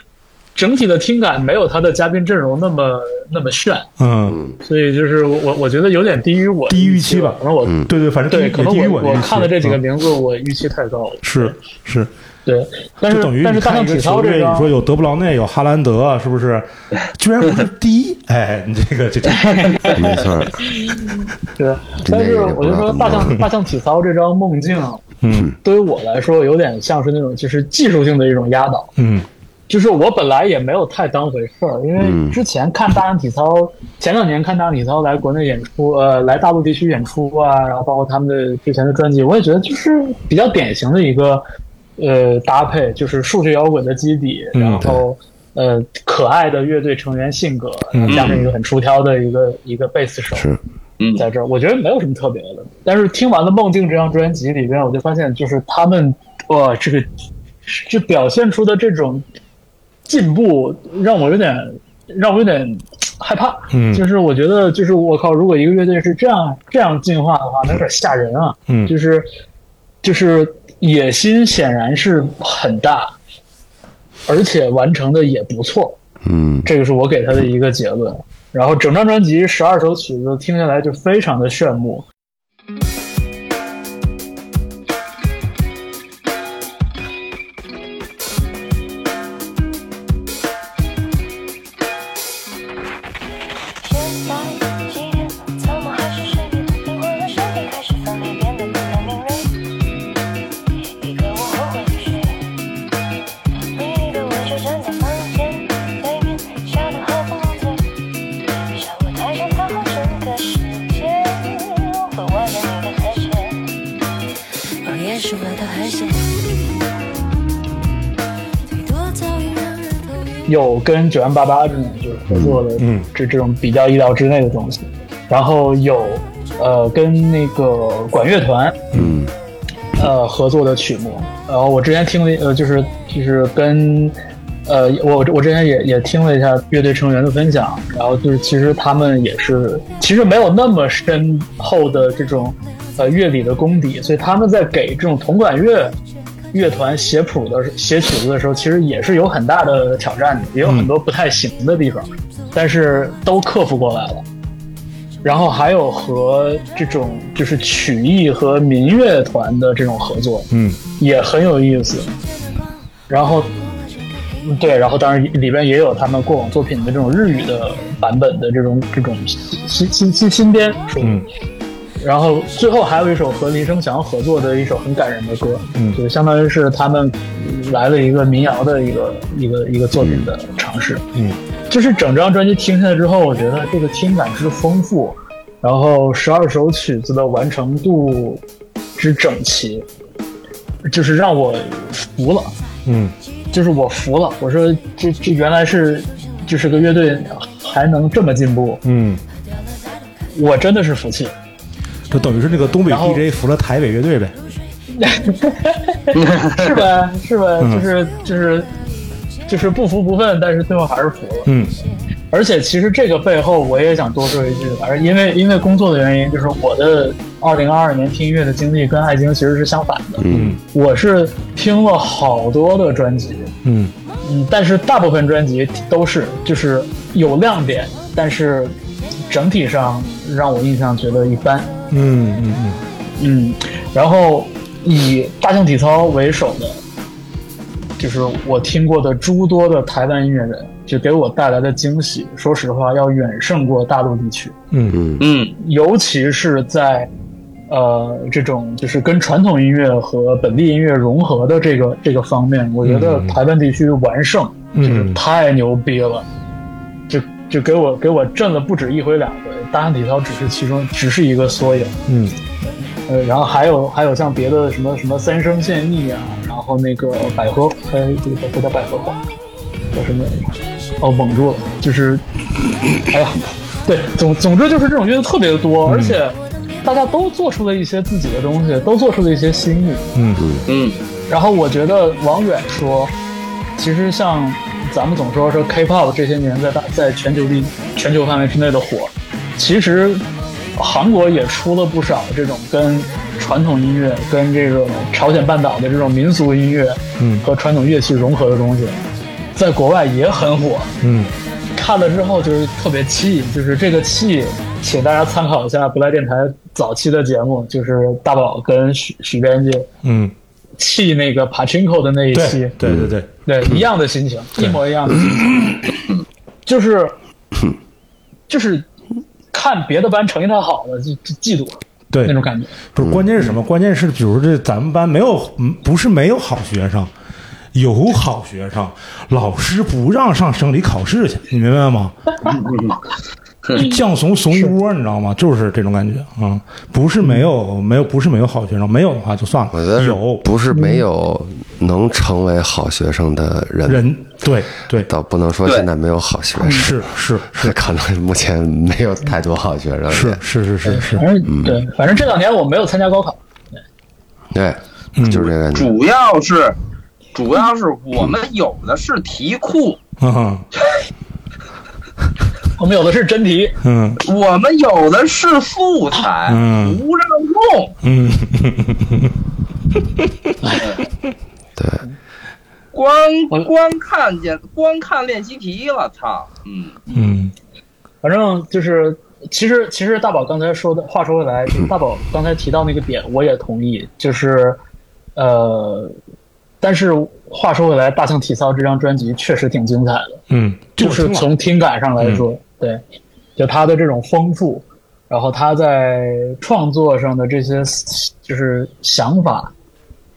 Speaker 6: 整体的听感没有他的嘉宾阵容那么那么炫，
Speaker 5: 嗯，
Speaker 6: 所以就是我我我觉得有点低于我
Speaker 5: 低于
Speaker 6: 预
Speaker 5: 期吧
Speaker 6: 可能我、
Speaker 4: 嗯
Speaker 5: 对对，反正
Speaker 6: 对
Speaker 5: 低
Speaker 6: 可
Speaker 5: 于也
Speaker 6: 能
Speaker 5: 低于
Speaker 6: 我
Speaker 5: 的预期
Speaker 6: 看了这几个
Speaker 5: 嗯
Speaker 6: 名字，我预期太高了。
Speaker 5: 是是，
Speaker 6: 对，但是
Speaker 5: 就等于
Speaker 6: 但
Speaker 5: 你
Speaker 6: 是大象
Speaker 5: 看一个
Speaker 6: 体
Speaker 5: 球
Speaker 6: 操这
Speaker 5: 队，
Speaker 6: 张
Speaker 5: 你说有德布劳内，有哈兰德啊，是不是？居然不是第一，哎，你这个这个，
Speaker 4: 没错儿，
Speaker 6: 对，啊
Speaker 4: 这
Speaker 6: 但
Speaker 4: 电
Speaker 6: 是
Speaker 4: 影也不
Speaker 6: 我
Speaker 4: 知
Speaker 6: 就
Speaker 4: 道
Speaker 6: 说
Speaker 4: 怎么
Speaker 6: 大象
Speaker 4: 弄
Speaker 6: 大象体操这张梦境，
Speaker 5: 嗯
Speaker 6: 对于我来说有点像是那种就是技术性的一种压倒，
Speaker 5: 嗯
Speaker 6: 就是我本来也没有太当回事儿，因
Speaker 4: 嗯
Speaker 6: 为之前看大象 体操，前两年看大象体操来国内演出，呃，来大陆地区演出啊，然后包括他们的之前的专辑，我也觉得就是比较典型的一个呃搭配，就是数学摇滚的基底，
Speaker 5: 嗯
Speaker 6: 然后。呃，可爱的乐队成员性格，然后加上一个很出挑的一个、一个贝斯手，
Speaker 4: 是
Speaker 1: 嗯，
Speaker 6: 在这儿，我觉得没有什么特别的。但是听完了《梦境》这张专辑里边，我就发现，就是他们哇，这个就表现出的这种进步，让我有点让我有点害怕。
Speaker 5: 嗯
Speaker 6: 就是我觉得，就是我靠，如果一个乐队是这样这样进化的话，那有点吓人啊。
Speaker 5: 嗯
Speaker 6: 就是就是野心显然是很大，而且完成的也不错。
Speaker 4: 嗯
Speaker 6: 这个是我给他的一个结论。然后整张专辑十二首曲子听下来就非常的炫目，
Speaker 11: 现在几点？怎么还是失眠？灵魂和身体开始分离，变得更加敏锐。一个我后悔的睡，你的我却站在房间对面，笑得合不拢嘴。笑我太想讨好整个世界，和我演你的和谐，我也是我的和谐。
Speaker 7: 太多噪音让人头晕。
Speaker 6: 有跟九万八八这种就是合作的，
Speaker 5: 嗯嗯
Speaker 6: 这这种比较意料之内的东西，然后有呃跟那个管乐团
Speaker 4: 嗯
Speaker 6: 呃合作的曲目，然后我之前听了一呃就是就是跟呃我我之前也也听了一下乐队成员的分享，然后就是其实他们也是其实没有那么深厚的这种呃乐理的功底，所以他们在给这种铜管乐乐团写谱的时写曲子的时候，其实也是有很大的挑战的，也有很多不太行的地方，但是都克服过来了。然后还有和这种就是曲艺和民乐团的这种合作，
Speaker 5: 嗯
Speaker 6: 也很有意思。然后，对，然后当然里边也有他们过往作品的这种日语的版本的这种这种新新新新编，属于
Speaker 5: 嗯
Speaker 6: 然后最后还有一首和林生祥合作的一首很感人的歌，
Speaker 5: 嗯
Speaker 6: 就是相当于是他们来了一个民谣的一个一个一个作品的尝试，
Speaker 5: 嗯，
Speaker 6: 就是整张专辑听下来之后，我觉得这个听感之丰富，然后十二首曲子的完成度之整齐，就是让我服了。
Speaker 5: 嗯
Speaker 6: 就是我服了，我说这这原来是就是个乐队还能这么进步，
Speaker 5: 嗯，
Speaker 6: 我真的是服 气。
Speaker 5: 这等于是那个东北
Speaker 6: 然后
Speaker 5: DJ 服了台北乐队呗，
Speaker 6: 是吧？是吧？
Speaker 5: 嗯
Speaker 6: 就是就是就是不服不忿，但是最后还是服了。
Speaker 5: 嗯
Speaker 6: 而且其实这个背后，我也想多说一句，而因为因为工作的原因，就是我的二零二二年听音乐的经历跟艾晶其实是相反的。
Speaker 4: 嗯
Speaker 6: 我是听了好多的专辑，
Speaker 5: 嗯
Speaker 6: 嗯，但是大部分专辑都是就是有亮点，但是整体上让我印象觉得一般。
Speaker 5: 嗯嗯嗯
Speaker 6: 嗯，然后以大象体操为首的，就是我听过的诸多的台湾音乐人，就给我带来的惊喜，说实话要远胜过大陆地区，
Speaker 5: 嗯
Speaker 4: 嗯
Speaker 1: 嗯
Speaker 6: 尤其是在呃这种就是跟传统音乐和本地音乐融合的这个这个方面，我觉得台湾地区完胜，就是
Speaker 5: 嗯
Speaker 6: 太牛逼了，就就给我给我震了不止一回两回。大汉体操只是其中只是一个缩影，
Speaker 5: 嗯，
Speaker 6: 呃，然后还有还有像别的什么什么三生现役啊，然后那个百合，呃，这个不叫百合花，叫什么？哦，蒙住了，就是，哎呀，对，总总之就是这种乐队特别多，而且大家都做出了一些自己的东西，都做出了一些新意。
Speaker 1: 嗯，
Speaker 6: 然后我觉得往远说，其实像咱们总说说 K-pop 这些年在大在全球地全球范围之内的火，其实韩国也出了不少这种跟传统音乐、跟这种朝鲜半岛的这种民俗音乐，
Speaker 5: 嗯
Speaker 6: 和传统乐器融合的东西，在国外也很火。
Speaker 5: 嗯，
Speaker 6: 看了之后就是特别气，就是这个气，请大家参考一下不赖电台早期的节目，就是大宝跟许许编辑
Speaker 5: 嗯，
Speaker 6: 气那个 Pachinko 的那一
Speaker 5: 对嗯
Speaker 6: 期，
Speaker 5: 对对对，
Speaker 6: 对，一样的心情，一模一样的心 情， 就是就是看别的班成绩太好了，就就嫉妒
Speaker 5: 对
Speaker 6: 那种感觉。
Speaker 5: 不是，关键是什么？关键是，比如这咱们班没有，嗯不是没有好学生，有好学生，老师不让上生理考试去，你明白吗？
Speaker 1: 嗯
Speaker 5: 犟怂怂一窝，你知道吗？就是这种感觉啊、嗯不是没有，没有，不是没有好学生，没有的话就算了。
Speaker 4: 我觉得是
Speaker 5: 有嗯
Speaker 4: 不是没有能成为好学生的人，
Speaker 5: 人，对对，
Speaker 4: 倒不能说
Speaker 1: 对
Speaker 4: 现在没有好学生，
Speaker 5: 是是是
Speaker 4: 可能目前没有太多好学生。
Speaker 5: 是是是是是嗯
Speaker 6: 反，正对，反正这两年我没有参加高考，
Speaker 4: 对，
Speaker 5: 嗯
Speaker 4: 就是这感觉。
Speaker 1: 主要是主要是我们有的是题库，
Speaker 5: 嗯
Speaker 6: 我们有的是真题，
Speaker 5: 嗯
Speaker 1: 我们有的是素材，
Speaker 5: 嗯
Speaker 1: 不让用。
Speaker 5: 嗯，
Speaker 4: 对，
Speaker 1: 光光看见光看练习题了，操！嗯，
Speaker 5: 嗯
Speaker 6: 反正就是，其实其实大宝刚才说的话说回来，
Speaker 5: 嗯
Speaker 6: 就是大宝刚才提到那个点，我也同意，就是，呃，但是话说回来，《大象体操》这张专辑确实挺精彩的，
Speaker 5: 嗯，这
Speaker 6: 就
Speaker 5: 我
Speaker 6: 是
Speaker 5: 听了嗯
Speaker 6: 从听感上来说，对，就它的这种丰富，然后他在创作上的这些思就是想法，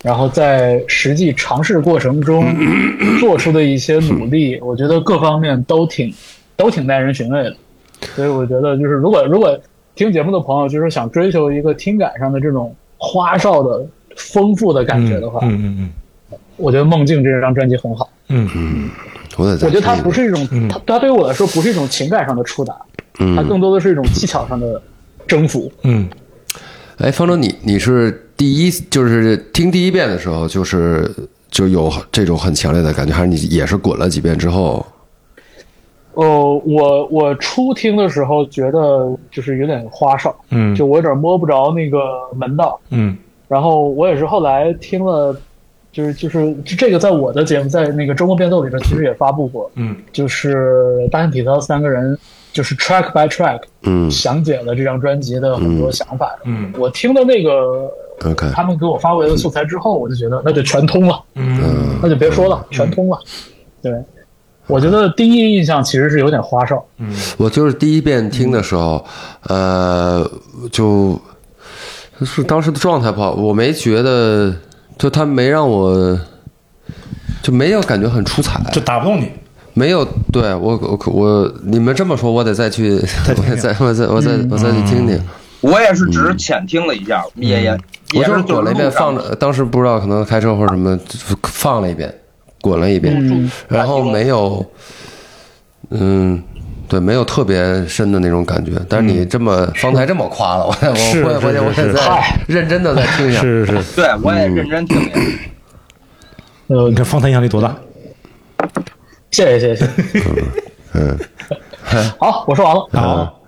Speaker 6: 然后在实际尝试过程 中做出的一些努力，我觉得各方面都挺都挺耐人寻味的。所以我觉得，就是如果如果听节目的朋友就是想追求一个听感上的这种花哨的丰富的感觉的话，
Speaker 5: 嗯嗯嗯
Speaker 6: 我觉得《梦境》这张专辑很好。
Speaker 5: 嗯嗯
Speaker 4: 我得再
Speaker 6: 我觉得它
Speaker 4: 听一
Speaker 6: 不
Speaker 4: 遍
Speaker 6: 是一种，它它对我来说不是一种情感上的触达，它
Speaker 4: 嗯
Speaker 6: 更多的是一种技巧上的征服。
Speaker 5: 嗯，
Speaker 4: 哎，方舟，你你是第一就是听第一遍的时候，就是就有这种很强烈的感觉，还是你也是滚了几遍之后？
Speaker 6: 呃，我我初听的时候觉得就是有点花哨，
Speaker 5: 嗯
Speaker 6: 就我有点摸不着那个门道。
Speaker 5: 嗯
Speaker 6: 然后我也是后来听了，就是就是就这个在我的节目在那个周末变奏里边其实也发布过，
Speaker 5: 嗯
Speaker 6: 就是大象体操三个人就是 track by track
Speaker 4: 嗯
Speaker 6: 详解了这张专辑的很多想法。
Speaker 5: 嗯
Speaker 6: 我听的那个
Speaker 4: ，OK，
Speaker 6: 他们给我发过来的素材之后，我就觉得那就全通了。
Speaker 5: 嗯
Speaker 6: 那就别说了，全通了。对，我觉得第一印象其实是有点花哨。
Speaker 4: 我就是第一遍听的时候，呃，就就是当时的状态不好，我没觉得，就他没让我。就没有感觉很出彩，
Speaker 5: 就打不动你，
Speaker 4: 没有对我我我你们这么说，我得再去，我得再我再我再我再去
Speaker 6: 嗯
Speaker 4: 听听。
Speaker 1: 我也是只是浅听了一下，也也
Speaker 4: 嗯我
Speaker 1: 也
Speaker 4: 就是是
Speaker 1: 就
Speaker 4: 滚了一遍，
Speaker 1: 路
Speaker 4: 放
Speaker 1: 上
Speaker 4: 着，当时不知道可能开车或者什么，就放了一遍，滚了一遍，然后没有，嗯，对，没有特别深的那种感觉。但是你这么方才这么夸了，我我
Speaker 5: 嗯是
Speaker 4: 我我
Speaker 5: 是
Speaker 4: 得我得
Speaker 5: 是
Speaker 4: 再认真的再听一下。
Speaker 5: 是是是，
Speaker 1: 对我也
Speaker 4: 嗯
Speaker 1: 认真听了一下。
Speaker 6: 呃
Speaker 5: 你，看方太压力多大？
Speaker 6: 谢谢谢谢。嗯， 好，我说完了。
Speaker 5: 好，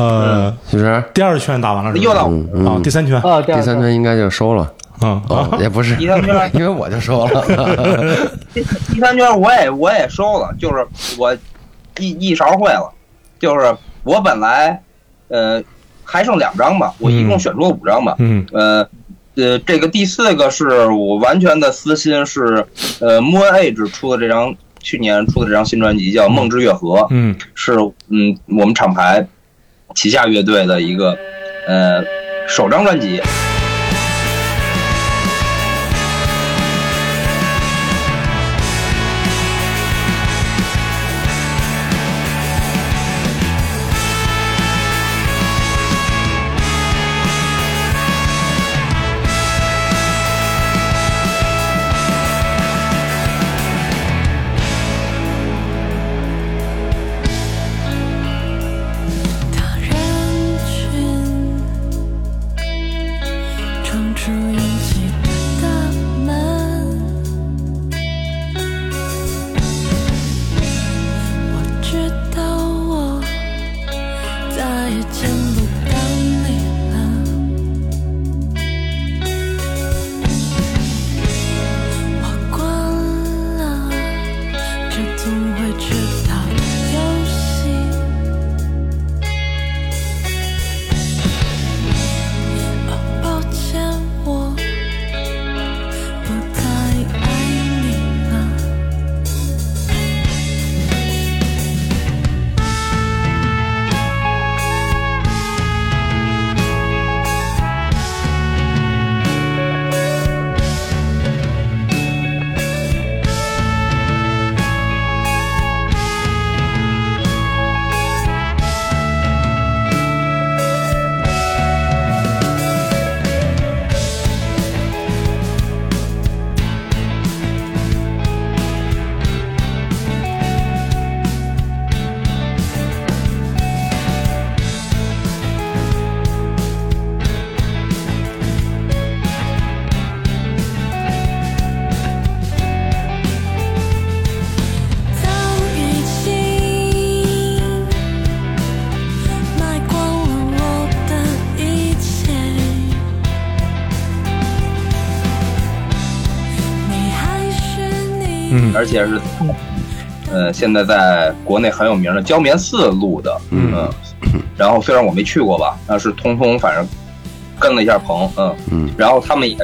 Speaker 5: 呃，
Speaker 4: 是不是？
Speaker 5: 第二圈打完了是吧，
Speaker 1: 又到我
Speaker 5: 啊，第三圈啊
Speaker 6: 啊，第
Speaker 4: 第
Speaker 6: 二
Speaker 4: 三
Speaker 6: 个
Speaker 4: 圈应该就收了，
Speaker 5: 啊，
Speaker 4: 哦，也不是，
Speaker 1: 第三圈
Speaker 4: 因为我就收了。
Speaker 1: 第三圈我也我也收了，就是我一一勺会了，就是我本来呃还剩两张吧，我一共选出了五张吧，
Speaker 5: 嗯
Speaker 1: 呃呃，这个第四个是我完全的私心是呃 Moon Age 出的这张去年出的这张新专辑叫《梦之月河》，
Speaker 5: 嗯
Speaker 1: 是嗯我们厂牌旗下乐队的一个呃首张专辑。
Speaker 7: 当人群冲出拥挤的门，我知道我再也见不到你了。我关了这总会知道游戏。哦，抱歉，我不再爱你了。早已经卖光了我的一切，你还是你。
Speaker 5: 嗯
Speaker 1: 而且是，呃，现在在国内很有名的焦棉寺录的，嗯，然后虽然我没去过吧，但是通通反正跟了一下棚，嗯
Speaker 4: 嗯，
Speaker 1: 然后他们也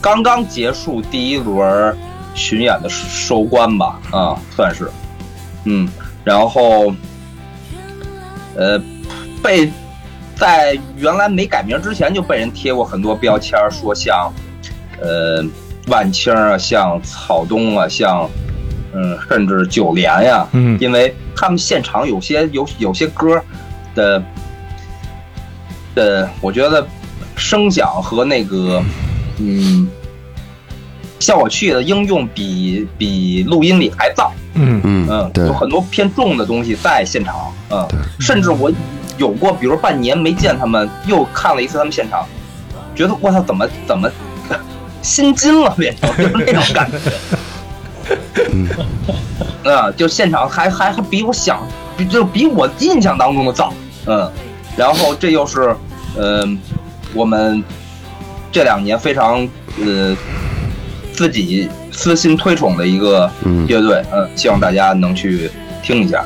Speaker 1: 刚刚结束第一轮巡演的收官吧，啊，算是，嗯，然后，呃，被在原来没改名之前就被人贴过很多标签儿，说像，呃，万青啊，像草东啊，像，嗯，甚至九连呀、
Speaker 5: 嗯
Speaker 1: 因为他们现场有些有有些歌的的，我觉得声响和那个，嗯，像我去的应用比比录音里还燥，
Speaker 5: 嗯
Speaker 4: 嗯
Speaker 1: 嗯，，
Speaker 4: 对
Speaker 1: 有，很多偏重的东西在现场，嗯
Speaker 4: 对，
Speaker 1: 甚至我有过，比如半年没见他们，又看了一次他们现场，觉得我操，怎么怎么心惊了，变成就是那种感觉。 嗯，就现场还还还比我想，比就比我印象当中的早，嗯，然后这又是，嗯、我们这两年非常呃自己私心推崇的一个
Speaker 4: 嗯
Speaker 1: 乐队，嗯、希望大家能去听一下。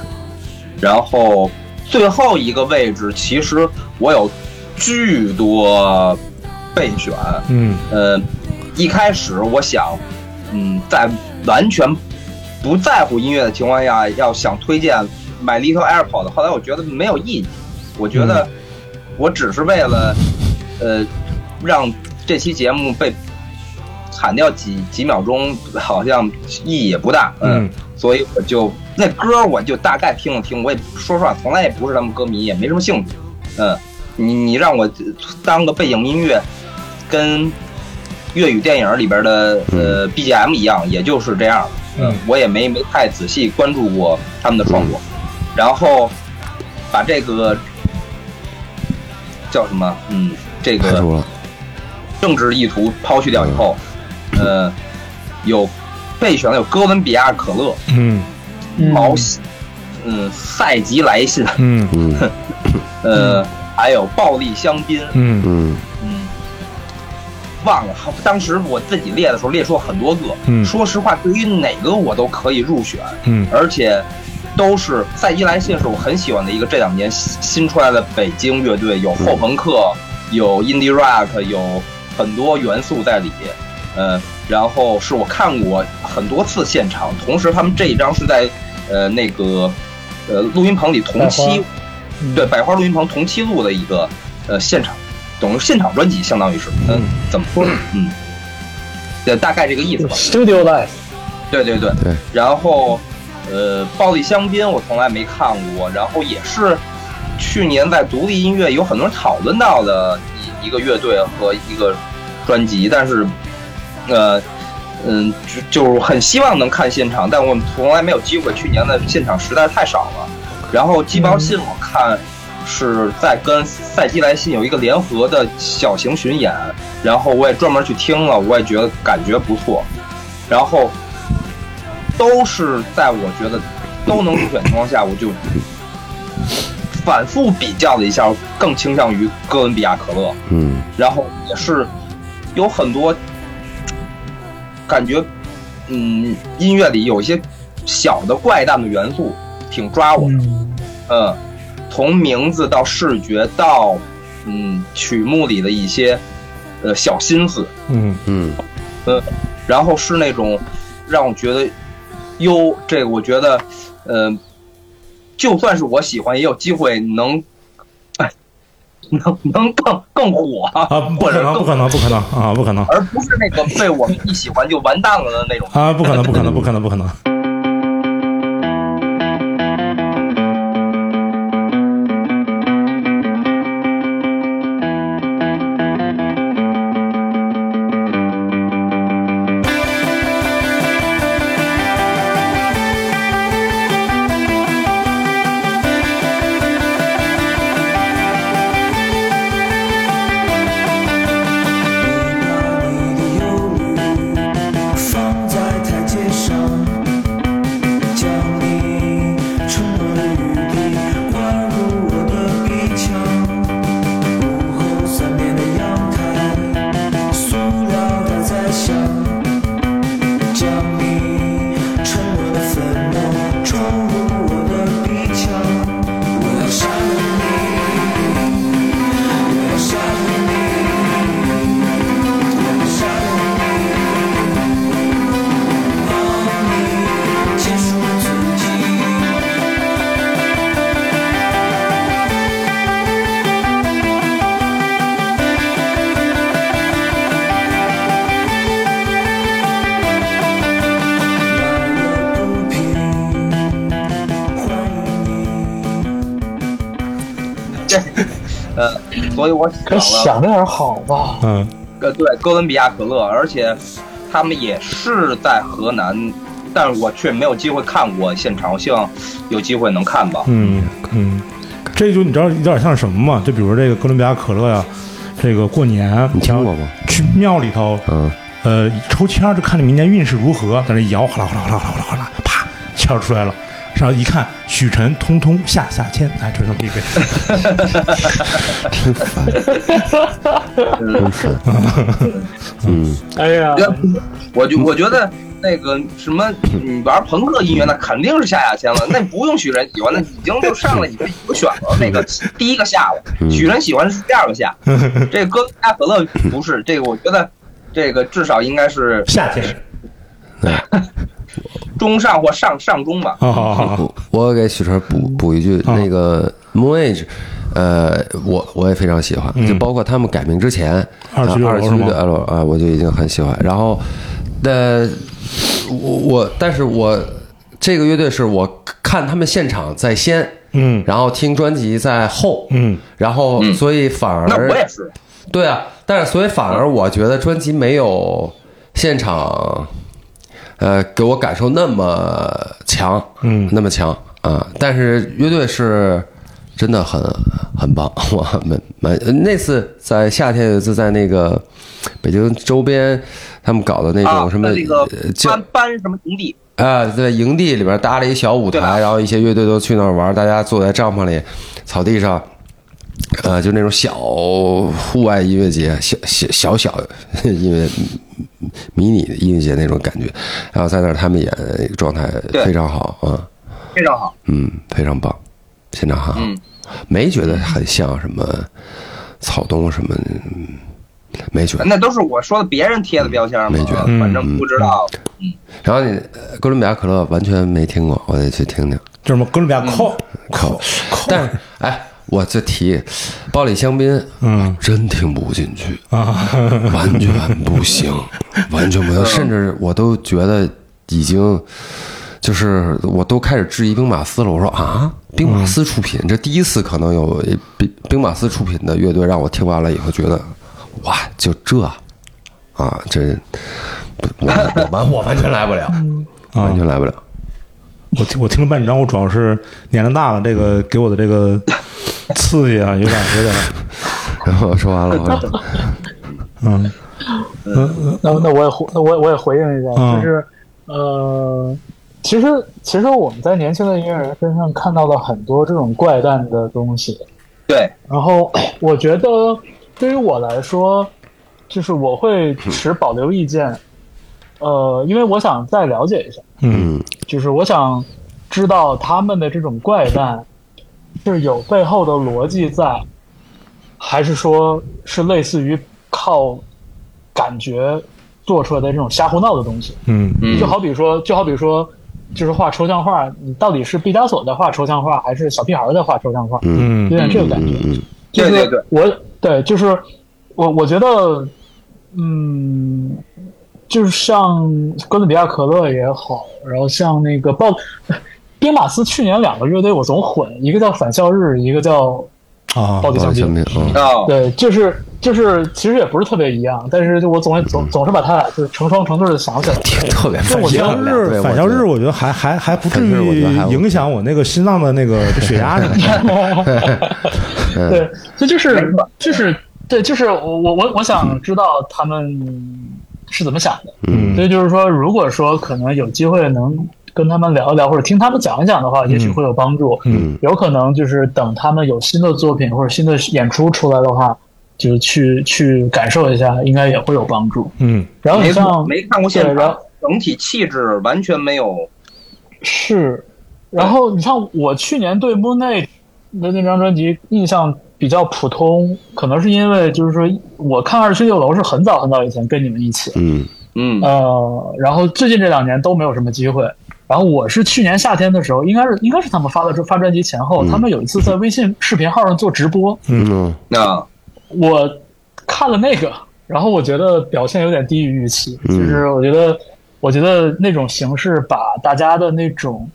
Speaker 1: 然后最后一个位置，其实我有巨多备选，
Speaker 5: 嗯
Speaker 1: 呃，一开始我想，嗯，在完全不在乎音乐的情况下，要想推荐《My Little Airport》，后来我觉得没有意义，我觉得我只是为了，呃，让这期节目被砍掉几几秒钟，好像意义也不大，
Speaker 5: 嗯
Speaker 1: 所以我就那歌我就大概听了听，我也说实话，从来也不是他们歌迷，也没什么兴趣。嗯，你你让我当个背景音乐，跟粤语电影里边的呃 BGM 一样，也就是这样。
Speaker 5: 嗯，
Speaker 1: 我也没没太仔细关注过他们的创作，然后把这个叫什么？嗯，这
Speaker 4: 排
Speaker 1: 个
Speaker 4: 除了，
Speaker 1: 政治意图抛去掉以后，呃，有备选的有哥伦比亚可乐。
Speaker 5: 嗯
Speaker 1: 毛，嗯，赛吉来信，
Speaker 5: 嗯
Speaker 4: 嗯
Speaker 1: 呃，还有暴力香槟，
Speaker 5: 嗯
Speaker 4: 嗯
Speaker 1: 嗯，忘了，当时我自己列的时候列出了很多个，
Speaker 5: 嗯
Speaker 1: 说实话，对于哪个我都可以入选，
Speaker 5: 嗯
Speaker 1: 而且都是赛吉来信是我很喜欢的一个这两年新新出来的北京乐队，有后朋克，
Speaker 6: 嗯
Speaker 1: 有 indie rock，有很多元素在里，呃，然后是我看过很多次现场，同时他们这一张是在呃那个呃录音棚里同期
Speaker 6: 百花嗯
Speaker 1: 对百花录音棚同期录的一个呃现场等于现场专辑，相当于是，嗯，怎么说呢？嗯，对，大概这个意思吧。
Speaker 6: Studio Life，
Speaker 1: 对对对
Speaker 4: 对
Speaker 1: 然后，呃，暴力香槟我从来没看过，然后也是呃去年在独立音乐有很多人讨论到的一一个乐队和一个专辑，但是，呃，嗯，就就是很希望能看现场，但我们从来没有机会，去年的现场实在是太少了。然后季báo信我看是在跟赛季来信有一个联合的小型巡演，然后我也专门去听了，我也觉得感觉不错。然后都是在我觉得都能入选的情况下，我就反复比较了一下，更倾向于哥伦比亚可乐。
Speaker 4: 嗯
Speaker 1: 然后也是有很多感觉，嗯，音乐里有一些小的怪诞的元素，挺抓我的。
Speaker 6: 嗯，
Speaker 1: 嗯，从名字到视觉到嗯曲目里的一些呃小心思，
Speaker 5: 嗯，
Speaker 4: 嗯
Speaker 1: 然后是那种让我觉得哟，这个我觉得呃，就算是我喜欢，也有机会能。 哎能能更更火
Speaker 5: 啊，不
Speaker 1: 或
Speaker 5: 可
Speaker 1: 者
Speaker 5: 能，不
Speaker 1: 更，
Speaker 5: 可能，不可能啊，不可能
Speaker 1: 而不是那个被我们一喜欢就完蛋了的那种。
Speaker 5: 啊，不可能，不可能，不可能，不可能。
Speaker 2: 放在台阶上，将你沉默的语气灌入我的鼻腔。午后三点的阳台，塑料袋在响，将你沉默的粉末冲入我的鼻腔。我要杀了你，我要杀了你，我要杀了你。结束自己。买了不平，欢迎你。
Speaker 1: 这呃，所以我
Speaker 6: 可
Speaker 1: 想了
Speaker 6: 想着点好吧？
Speaker 5: 嗯
Speaker 1: 呃，对，哥伦比亚可乐，而且他们也是在河南，但是我却没有机会看过现场，我希望有机会能看吧。
Speaker 5: 嗯嗯，这就你知道有点像什么吗？就比如这个哥伦比亚可乐呀，这个过年
Speaker 4: 你听过吗？
Speaker 5: 去庙里头，
Speaker 4: 嗯，
Speaker 5: 呃，抽签儿就看这明年运势如何，在那一摇，哗啦哗啦哗啦哗啦哗啦，啪，签儿出来了。然后一看，许晨通通下下签，哎，就这么一个。
Speaker 4: 真烦，真烦。嗯，
Speaker 6: 哎呀，
Speaker 1: 我就我觉得那个什么，你玩朋克音乐那肯定是下下签了，那不用许人喜欢，那已经就上来已经有选了那个第一个下
Speaker 4: 嗯
Speaker 1: 了，许人喜欢是第二个下， 这个哥伦比亚可乐不是这个，我觉得这个至少应该是
Speaker 5: 夏天
Speaker 4: 哎
Speaker 1: 中上或上上中吧。
Speaker 5: 啊，好好好
Speaker 4: 我我给许晨补补一句，
Speaker 5: 哦
Speaker 4: 那个 Moon Age，呃，我我也非常喜欢，就包括他们改名之前，
Speaker 5: 嗯二
Speaker 4: 啊
Speaker 5: 区的
Speaker 4: 二
Speaker 5: L
Speaker 4: 区
Speaker 5: 是吗
Speaker 4: 的 L 啊，我就已经很喜欢。然后，呃，我我但是我这个乐队是我看他们现场在先，
Speaker 5: 嗯
Speaker 4: 然后听专辑在后，
Speaker 5: 嗯，
Speaker 4: 然后所以反而
Speaker 1: 那我也是，
Speaker 4: 对啊，但是所以反而我觉得专辑没有现场，呃，给我感受那么强，
Speaker 5: 嗯
Speaker 4: 那么强啊、但是乐队是真的很很棒， 我们蛮呃那次在夏天有一次在那个北京周边，他们搞的那
Speaker 1: 啊，
Speaker 4: 种什么、
Speaker 1: 在那个
Speaker 4: 呃叫
Speaker 1: 搬搬什么营地，
Speaker 4: 啊，在营地里边搭了一小舞
Speaker 1: 对吧
Speaker 4: 台，然后一些乐队都去那儿玩，大家坐在帐篷里、草地上，呃，就那种小户外音乐节，小小小小音乐迷你的音乐节那种感觉。然后在那儿他们演，状态
Speaker 1: 对
Speaker 4: 非常好啊，
Speaker 1: 非常好。
Speaker 4: 嗯，非常棒，现场很好，
Speaker 1: 嗯
Speaker 4: 没觉得很像什么草东什么，嗯没觉得。
Speaker 1: 那都是我说的别人贴的标签嘛，
Speaker 4: 嗯没觉得嗯
Speaker 1: 反正不知道。
Speaker 4: 然后你呃哥伦比亚可乐完全没听过，我得去听听。嗯
Speaker 5: 就是什么哥伦比亚 call，
Speaker 4: 靠！但是哎，我这提暴力香槟，
Speaker 5: 嗯
Speaker 4: 真听不进去，
Speaker 5: 啊，
Speaker 4: 完全不行，完全不行，甚至我都觉得已经。就是我都开始质疑兵马司了，我说啊，兵马司出品，这第一次可能有兵兵马司出品的乐队让我听完了以后觉得，哇，就这啊，这不我我 完我完全来不了，完全来不了。
Speaker 5: 我听我听了半张，我主要是年龄大了，这个给我的这个刺激啊，有点有点，
Speaker 4: 然后说完了，我说
Speaker 5: 嗯
Speaker 6: 那那我也回那我也我也回应一下，
Speaker 5: 嗯
Speaker 6: 就是呃，其实其实我们在年轻的音乐人身上看到了很多这种怪诞的东西，
Speaker 1: 对，
Speaker 6: 然后我觉得对于我来说，就是我会持保留意见，呃，因为我想再了解一下，
Speaker 5: 嗯
Speaker 6: 就是我想知道他们的这种怪诞是有背后的逻辑在，还是说是类似于靠感觉做出来的这种瞎胡闹的东西？
Speaker 5: 嗯
Speaker 1: 嗯
Speaker 6: 就好比说，就好比说，就是画抽象画，你到底是毕加索在画抽象画，还是小屁孩儿在画抽象画？有
Speaker 5: 嗯
Speaker 6: 点这个感觉。
Speaker 4: 嗯
Speaker 6: 就是
Speaker 1: 对对对
Speaker 6: 我对，就是我我觉得，嗯，就是像哥伦比亚可乐也好，然后像那个鲍 兵马司去年两个乐队我总混，一个叫返校日，一个叫
Speaker 5: 啊
Speaker 6: 暴力
Speaker 4: 暴
Speaker 6: 香
Speaker 4: 力香
Speaker 6: 槟。
Speaker 4: 槟啊，
Speaker 1: 哦，
Speaker 6: 对，就是就是，其实也不是特别一样，但是就我总总总是把它俩就是成双成对的想起来。
Speaker 4: 挺嗯特别
Speaker 6: 就
Speaker 4: 烦
Speaker 6: 我觉得
Speaker 5: 反校
Speaker 4: 人两
Speaker 5: 日
Speaker 4: 队
Speaker 5: 反校日，我觉得还还还不至
Speaker 4: 反校日我
Speaker 5: 于
Speaker 4: 觉得还 OK
Speaker 5: 影响我那个心脏的那个血压什么的。
Speaker 4: 嗯
Speaker 6: 对，这就是就是对，就是我我我我想知道他们是怎么想的。所
Speaker 5: 嗯
Speaker 6: 以就是说，如果说可能有机会能跟他们聊一聊，或者听他们讲一讲的话，也许会有帮助。
Speaker 5: 嗯，
Speaker 6: 有可能就是等他们有新的作品或者新的演出出来的话，就是去去感受一下，应该也会有帮助。
Speaker 5: 嗯
Speaker 6: 然后你
Speaker 1: 没
Speaker 6: 像
Speaker 1: 没看过现
Speaker 6: 对然
Speaker 1: 场
Speaker 6: 后，
Speaker 1: 整体气质完全没有。
Speaker 6: 是，然后你像我去年对 Moon Age 的那张专辑印象比较普通，可能是因为就是说我看二七六楼是很早很早以前跟你们一起，
Speaker 4: 嗯
Speaker 1: 嗯，
Speaker 6: 呃，然后最近这两年都没有什么机会。然后我是去年夏天的时候，应该是应该是他们发的发专辑前后，他们有一次在微信视频号上做直播，
Speaker 4: 嗯
Speaker 1: 那
Speaker 6: 我看了那个，然后我觉得表现有点低于预期，就是我觉得我觉得那种形式把大家的那种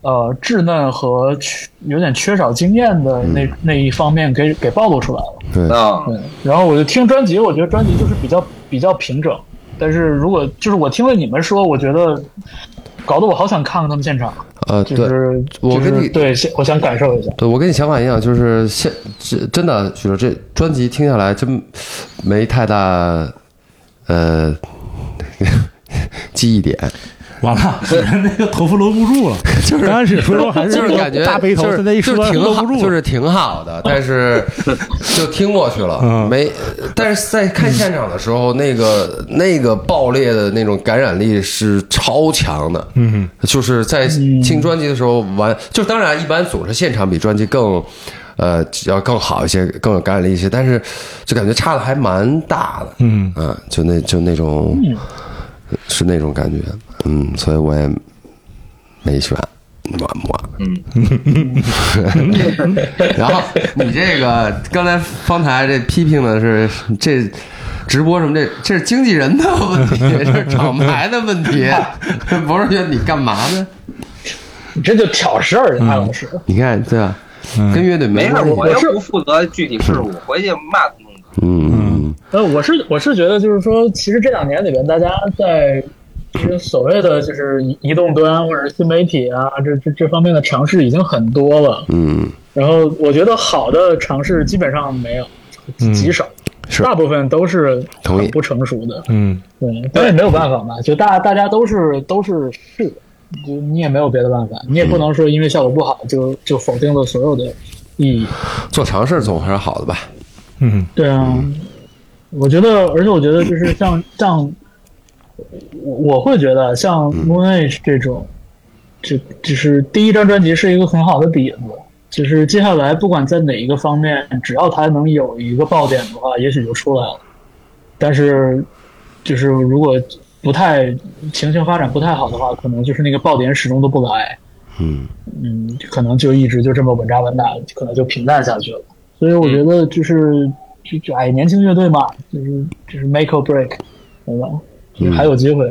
Speaker 6: 呃稚嫩和缺有点缺少经验的那那一方面给给暴露出来了。
Speaker 1: 那
Speaker 6: 对，嗯然后我就听专辑，我觉得专辑就是比较比较平整，但是如果就是我听了你们说，我觉得搞得我好想看看他们现场，
Speaker 4: 呃，
Speaker 6: 就
Speaker 4: 对，
Speaker 6: 是
Speaker 4: 我
Speaker 6: 就是
Speaker 4: 跟你
Speaker 6: 对，想我想感受一下，
Speaker 4: 对，我跟你想法一样，就是现这真的，许哲这专辑听下来真没太大呃 记忆点，
Speaker 5: 完 了，那个头发搂不住了。就是刚开始说说还
Speaker 4: 就是
Speaker 5: 那个
Speaker 4: 感觉
Speaker 5: 大背头，
Speaker 4: 就是
Speaker 5: 现在一
Speaker 4: 就
Speaker 5: 说
Speaker 4: 是挺
Speaker 5: 搂
Speaker 4: 好
Speaker 5: 不，住了，
Speaker 4: 就是挺好的，但是就听过去了，
Speaker 5: 嗯
Speaker 4: 没。但是在看现场的时候，那个那个爆裂的那种感染力是超强的，
Speaker 5: 嗯
Speaker 4: 就是在听专辑的时候完，就是当然一般总是现场比专辑更，呃，要更好一些，更有感染力一些，但是就感觉差的还蛮大的，
Speaker 5: 嗯
Speaker 4: 啊，就那就那种是那种感觉，嗯，所以我也没选。么么，嗯， 然后你这个刚才方才这批评的是这直播什么这这是经纪人的问题，这是 厂牌的问题，不是说你干嘛呢？
Speaker 6: 你这就挑事儿，
Speaker 4: 嗯
Speaker 6: 艾老师，
Speaker 4: 你看对吧？
Speaker 5: 嗯
Speaker 4: 跟乐队
Speaker 1: 没
Speaker 4: 没
Speaker 1: 事，
Speaker 4: 关系
Speaker 1: 我，又不负责具体事务，回去骂他们。
Speaker 4: 嗯，
Speaker 6: 呃，我是我是觉得就是说，其实这两年里边，大家在就是所谓的就是移移动端或者是新媒体啊，这这这方面的尝试已经很多了，
Speaker 4: 嗯，
Speaker 6: 然后我觉得好的尝试基本上没有，极少。
Speaker 4: 嗯是
Speaker 6: 大部分都是
Speaker 4: 同意
Speaker 6: 很不成熟的，
Speaker 5: 嗯
Speaker 6: 对，但也没有办法嘛，就大大家都是都是试，就你也没有别的办法，你也不能说因为效果不好就就否定了所有的意义。
Speaker 4: 做尝试总还是好的吧？
Speaker 5: 嗯
Speaker 6: 对啊，我觉得，而且我觉得就是像像我我会觉得像 Moon Age 这种，就就是第一张专辑是一个很好的底子。就是接下来不管在哪一个方面，只要它能有一个爆点的话，也许就出来了。但是，就是如果不太情形发展不太好的话，可能就是那个爆点始终都不来。
Speaker 4: 嗯
Speaker 6: 嗯，可能就一直就这么稳扎稳打，可能就平淡下去了。所以我觉得就是就就哎，年轻乐队嘛，就是就是 make or break，对吧？就是还有机会。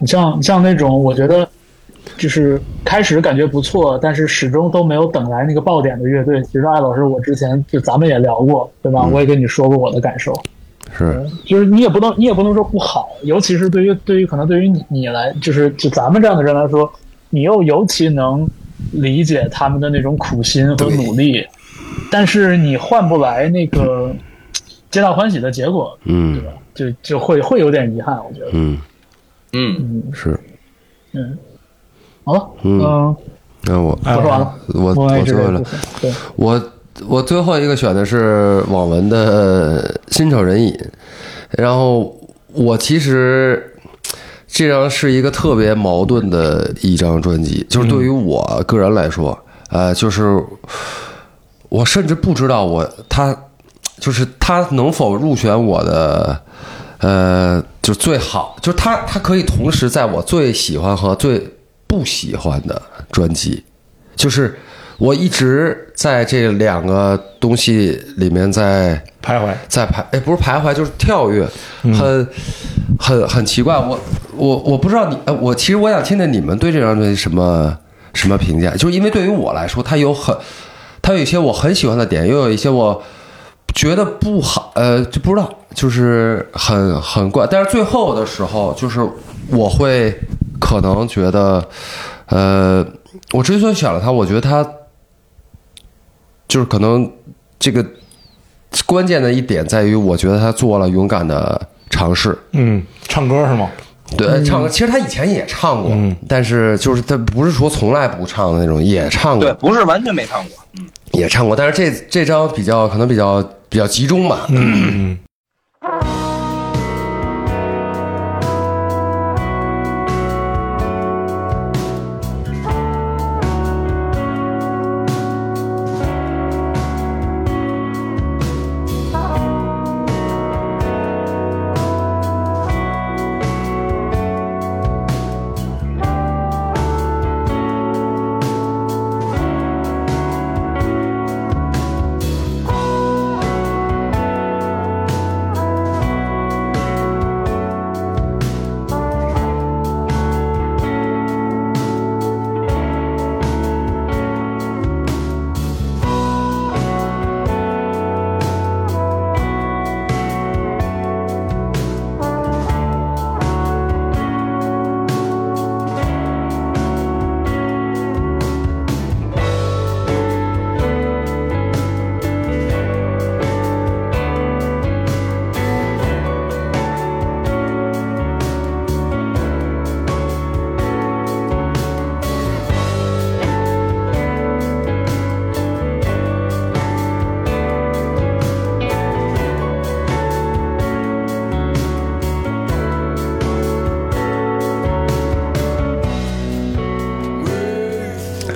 Speaker 6: 你像你像那种，我觉得就是开始感觉不错，但是始终都没有等来那个爆点的乐队。其实艾老师，我之前就咱们也聊过，对吧？我也跟你说过我的感受。
Speaker 4: 是
Speaker 6: 就是你也不能，你也不能说不好，尤其是对于对于可能对于你你来，就是就咱们这样的人来说，你又尤其能理解他们的那种苦心和努力，但是你换不来那个皆大欢喜的结果，
Speaker 4: 嗯
Speaker 6: 对吧？就就会会有点遗憾，我觉得。
Speaker 4: 嗯
Speaker 1: 嗯，
Speaker 4: 是。
Speaker 6: 好了，
Speaker 4: 嗯
Speaker 6: 嗯，
Speaker 4: 那我
Speaker 6: 我说完了，
Speaker 4: 我
Speaker 6: 我
Speaker 4: 我最后了，
Speaker 6: 对，
Speaker 4: 我我最后一个选的是网文的《新丑人影》，然后我其实这张是一个特别矛盾的一张专辑，就是对于我个人来说，呃，就是我甚至不知道我他就是他能否入选我的。呃，就最好，就是他，他可以同时在我最喜欢和最不喜欢的专辑，就是我一直在这两个东西里面在
Speaker 5: 徘徊。
Speaker 4: 在徘，哎，不是徘徊，就是跳跃，很很很奇怪。我我我不知道你，呃我其实我想听听你们对这张专辑什么什么评价，就是因为对于我来说，它有很，它有一些我很喜欢的点，又有一些我觉得不好，呃，就不知道，就是很很怪。但是最后的时候，就是我会可能觉得，呃，我之所以选了它，我觉得它就是可能这个关键的一点在于，我觉得他做了勇敢的尝试。
Speaker 5: 嗯，唱歌是吗？
Speaker 4: 对，唱歌其实他以前也唱过，
Speaker 5: 嗯
Speaker 4: 但是就是他不是说从来不唱的那种，也唱
Speaker 1: 对，
Speaker 4: 过，
Speaker 1: 不是完全没唱过。
Speaker 4: 也唱过。但是这这张比较可能比较比较集中吧。
Speaker 5: 嗯，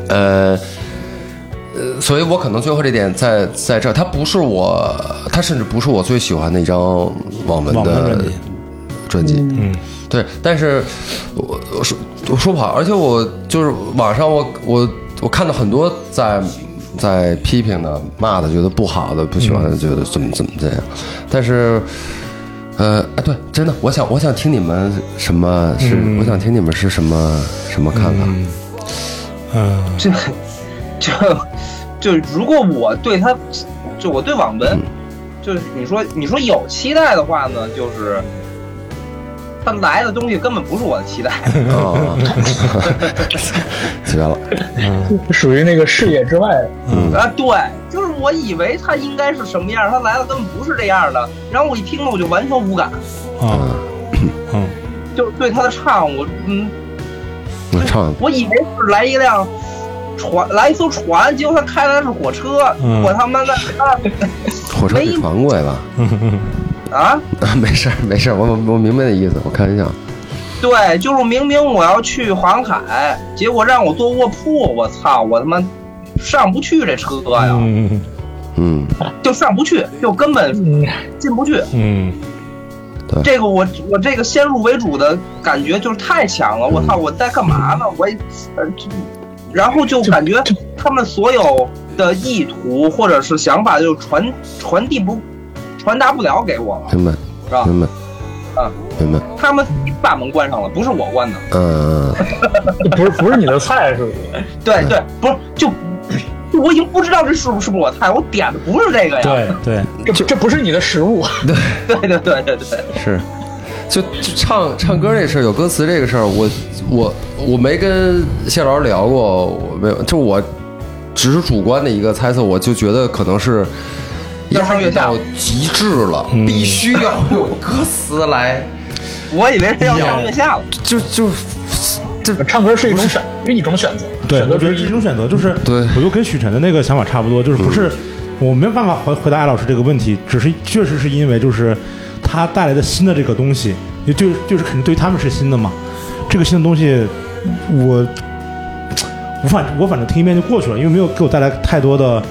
Speaker 4: 呃，呃，所以我可能最后这点在在这儿，它不是我，它甚至不是我最喜欢的一张网文
Speaker 5: 网文
Speaker 4: 的
Speaker 5: 专辑。
Speaker 4: 专辑。
Speaker 5: 嗯，
Speaker 4: 对，但是我我说我说不好，而且我就是网上我我我看到很多在在批评的、骂的，觉得不好的、不喜欢的，觉得怎么怎么这样，但是。呃，哎，对，真的，我想，我想听你们什么是，我想听你们是什么什么看法。
Speaker 5: 嗯，
Speaker 1: 这就就如果我对他，就我对网文，就是你说你说有期待的话呢，就是他来的东西根本不是我的期 待。
Speaker 4: 哦，绝了，
Speaker 6: 属于那个视野之外，
Speaker 4: 嗯
Speaker 1: 啊，对，就是我以为他应该是什么样，他来了根本不是这样的。然后我一听了，我就完全无感，
Speaker 5: 啊，嗯，
Speaker 1: 就是对他的唱，我嗯，
Speaker 4: 我唱
Speaker 1: 我以为是来一辆船，来一艘船，结果他开的是火车，
Speaker 5: 嗯
Speaker 1: 我他妈的
Speaker 4: 火车比船贵吧？
Speaker 1: 啊！
Speaker 4: 啊，没事儿，没事儿，我我我明白你意思，我开玩笑。
Speaker 1: 对，就是明明我要去黄海，结果让我坐卧铺，我操，我他妈上不去这车呀，
Speaker 5: 嗯
Speaker 4: 嗯，
Speaker 1: 就上不去，就根本
Speaker 6: 嗯，
Speaker 1: 进不去。
Speaker 5: 嗯
Speaker 1: 这个我我这个先入为主的感觉就是太强了，我操，我在干嘛呢？我也呃，这然后就感觉他们所有的意图或者是想法就传传递不传达不了给我了，
Speaker 4: 明白，
Speaker 1: 是吧？
Speaker 4: 明白，
Speaker 1: 啊，
Speaker 4: 明白，
Speaker 1: 他们自己把门关上了，不是我关的。
Speaker 4: 嗯、
Speaker 6: 不是不是你的菜 是不是？
Speaker 1: 对对，不是就就我已经不知道这是不是我菜，我点的不是这个呀。
Speaker 6: 对，
Speaker 5: 对，
Speaker 6: 这这不是你的食物。
Speaker 1: 对对对对对，
Speaker 4: 是。就就唱唱歌这事儿，有歌词这个事儿，我我我没跟谢老师聊过，我没有，就我只是主观的一个猜测，我就觉得可能是
Speaker 1: 越唱越像
Speaker 4: 到极致了，必须要用歌词来，
Speaker 1: 我以为是要上月下了。
Speaker 4: 就就这
Speaker 6: 唱歌是一种选，是一种选择，
Speaker 5: 对，
Speaker 6: 选择
Speaker 5: 我觉得嗯
Speaker 6: 之
Speaker 5: 这
Speaker 6: 一
Speaker 5: 种选择就是，
Speaker 4: 对
Speaker 5: 我就跟许晨的那个想法差不多，就是不是、我没有办法回回答艾老师这个问题，只是确实是因为就是他带来的新的这个东西，也就就是肯定对于他们是新的嘛，这个新的东西我我反我反正听一遍就过去了，因为没有给我带来太多的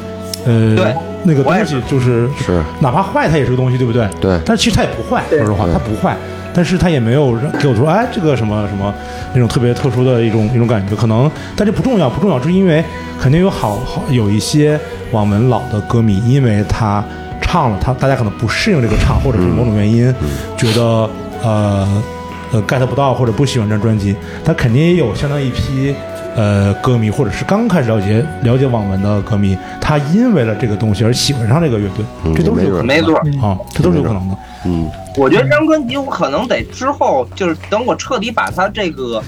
Speaker 5: 呃
Speaker 1: 对
Speaker 5: 那个
Speaker 1: 我也
Speaker 5: 东西，就是
Speaker 4: 是
Speaker 5: 哪怕坏它也是个东西，对不对？
Speaker 4: 对
Speaker 5: 但是其实它也不坏，
Speaker 6: 对
Speaker 5: 说实话，它不坏，但是它也没有让给我说，哎，这个什么什么那种特别特殊的一种一种感觉，可能，但这不重要，不重要，就是因为肯定有好好有一些网文老的歌迷，因为他唱了，他大家可能不适应这个唱，或者是某种原因，
Speaker 4: 嗯
Speaker 5: 觉得呃呃 get 不到或者不喜欢这张专辑，他肯定也有相当一批。呃，歌迷或者是刚开始了解了解网文的歌迷，他因为了这个东西而喜欢上这个乐队，
Speaker 4: 嗯
Speaker 5: 这都是有可能的
Speaker 1: 没错，
Speaker 5: 啊，这都是有可能的。
Speaker 4: 嗯
Speaker 1: 我觉得这张专辑我可能得之后，就是等我彻底把它这个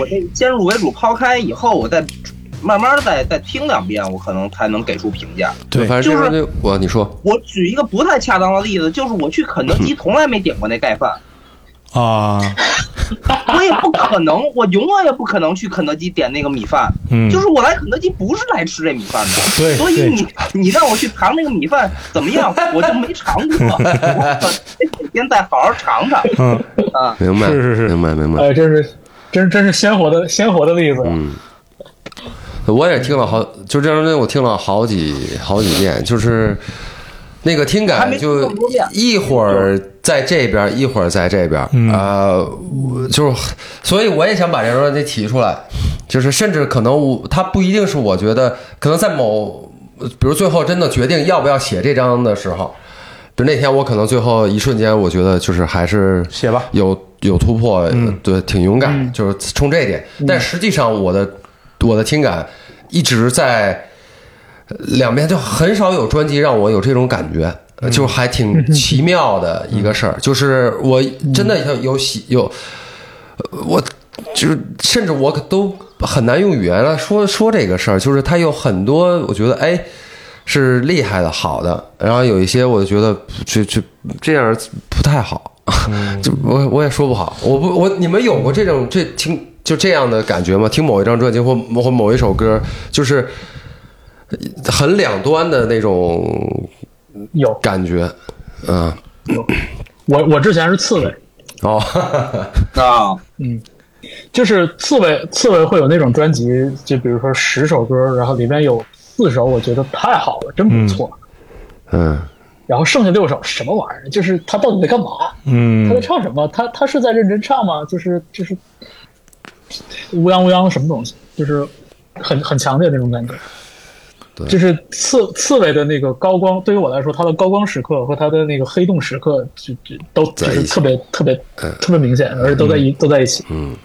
Speaker 1: 我这先入为主抛开以后，我再慢慢再再听两遍，我可能才能给出评价。
Speaker 5: 对
Speaker 4: 反正
Speaker 1: 就
Speaker 4: 这
Speaker 1: 是
Speaker 4: 东西我你说
Speaker 1: 我举一个不太恰当的例子，就是我去肯德基从来没点过那盖饭，
Speaker 5: 啊，
Speaker 1: 我也不可能，我永远也不可能去肯德基点那个米饭。
Speaker 5: 嗯，
Speaker 1: 就是我来肯德基不是来吃这米饭的，
Speaker 5: 对
Speaker 1: 所以
Speaker 5: 对
Speaker 1: 你你让我去尝那个米饭怎么样，我就没尝 过，我得每天再好好尝尝
Speaker 5: 嗯，
Speaker 1: 啊。
Speaker 4: 明白，
Speaker 5: 是是是
Speaker 4: 明白明白，
Speaker 6: 哎，真是真真是鲜活的鲜活的例子。
Speaker 4: 嗯。我也听了好，就这张专辑我听了好几好几遍，就是那个听
Speaker 1: 还
Speaker 4: 感
Speaker 1: 没听
Speaker 4: 就
Speaker 1: 那么多遍
Speaker 4: 一会儿在这边，一会儿在这边，啊、
Speaker 5: 嗯
Speaker 4: 我就是，所以我也想把这张专辑提出来，就是甚至可能我它不一定是我觉得，可能在某，比如最后真的决定要不要写这张的时候，比如那天我可能最后一瞬间，我觉得就是还是
Speaker 5: 写吧
Speaker 4: 有有突破，
Speaker 5: 嗯
Speaker 4: 对，挺勇敢，就是冲这一点。但实际上，我的我的听感一直在呃两边，就很少有专辑让我有这种感觉，呃就还挺奇妙的一个事儿。就是我真的有有喜有，呃我就是甚至我可都很难用语言来说说这个事儿，就是它有很多，我觉得哎。是厉害的、好的，然后有一些我觉得这这这样不太好， 就我我也说不好，我不我你们有过这种这听就这样的感觉吗？听某一张专辑或或某一首歌，就是很两端的那种
Speaker 6: 有
Speaker 4: 感觉，嗯，
Speaker 6: 我我之前是刺猬，
Speaker 4: 哦，
Speaker 1: 啊，
Speaker 6: 就是刺猬刺猬会有那种专辑，就比如说十首歌，然后里面有四首我觉得太好了，真不错，
Speaker 4: 嗯，
Speaker 6: 然后剩下六首什么玩意儿？就是他到底在干嘛？他在
Speaker 5: 嗯，
Speaker 6: 唱什么？他他是在认真唱吗？就是就是乌泱乌泱什么东西，就是很很强烈的那种感觉。
Speaker 4: 对
Speaker 6: 就是刺刺猬的那个高光，对于我来说，它的高光时刻和它的那个黑洞时刻，就就都就
Speaker 4: 在一
Speaker 6: 是
Speaker 4: 起嗯
Speaker 6: 特别特别特别明显，而且都在一都在一起。嗯，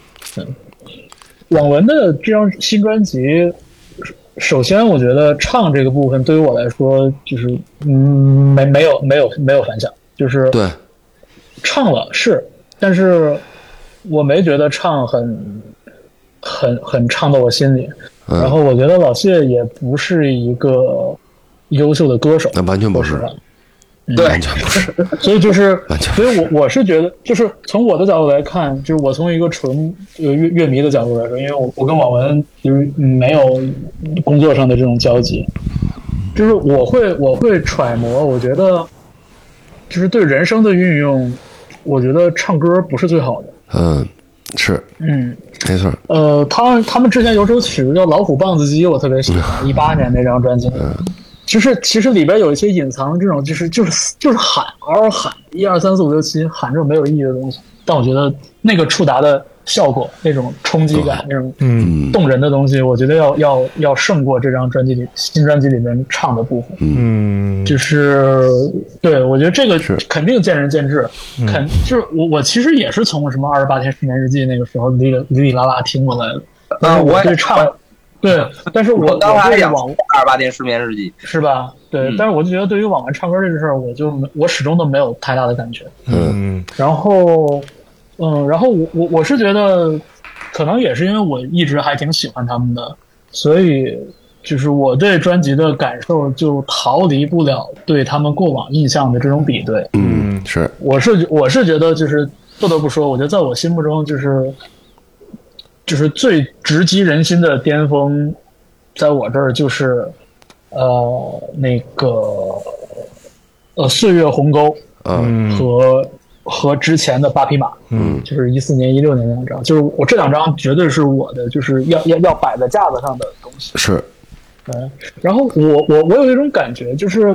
Speaker 6: 网文的这张新专辑，首先我觉得唱这个部分对于我来说，就是嗯没没有没有没有反响，就是
Speaker 4: 对，
Speaker 6: 唱了是，但是我没觉得唱很很很唱到我心里。
Speaker 4: 嗯
Speaker 6: 然后我觉得老谢也不是一个优秀的歌手，
Speaker 4: 那完全不是
Speaker 6: 吧，
Speaker 1: 对，
Speaker 6: 所以 啊就是
Speaker 4: 完全，
Speaker 6: 所以我我是觉得，就是从我的角度来看，就是我从一个纯呃乐乐迷的角度来说，因为我我跟网文就是没有工作上的这种交集，就是我会我会揣摩，我觉得就是对人生的运用，我觉得唱歌不是最好的。
Speaker 4: 嗯，是
Speaker 6: 嗯，
Speaker 4: 没错，
Speaker 6: 呃，他他们之前有首曲子叫《老虎棒子鸡》，我特别喜欢，一八年那张专辑。就是其实里边有一些隐藏的这种，就是就是就是喊嗷嗷喊一二三四五六七喊这种没有意义的东西，但我觉得那个触达的效果、那种冲击
Speaker 4: 更
Speaker 6: 感
Speaker 4: 好、
Speaker 6: 那种
Speaker 5: 嗯
Speaker 4: 嗯
Speaker 6: 动人的东西，我觉得要要要胜过这张专辑里新专辑里面唱的部分。
Speaker 5: 嗯，
Speaker 6: 就是对我觉得这个
Speaker 4: 是
Speaker 6: 肯定见仁见智，肯就是我我其实也是从什么二十八天失眠日记那个时候里里里里啦啦听过来的，但是
Speaker 1: 嗯我也
Speaker 6: 对唱，对， 但是我
Speaker 1: 我刚才
Speaker 6: 对
Speaker 1: 想
Speaker 6: 网
Speaker 1: 二十八天失眠日记，
Speaker 6: 是吧？对，
Speaker 1: 嗯
Speaker 6: 但是我就觉得对于网文唱歌这个事儿，我就没我始终都没有太大的感觉。
Speaker 4: 嗯
Speaker 5: 嗯
Speaker 6: 然后，嗯，然后我我我是觉得，可能也是因为我一直还挺喜欢他们的，所以就是我对专辑的感受就逃离不了对他们过往印象的这种比对。
Speaker 4: 嗯是
Speaker 6: 我是我是觉得就是不得不说，我觉得在我心目中就是就是最直击人心的巅峰，在我这儿就是呃那个呃岁月鸿沟
Speaker 4: 嗯
Speaker 5: 嗯
Speaker 6: 和、和之前的八匹马，
Speaker 5: 嗯
Speaker 6: 就是一四年一六年那两张，就是我这两张绝对是我的就是要要要摆在架子上的东西。
Speaker 4: 是
Speaker 6: 然后我我我有一种感觉，就是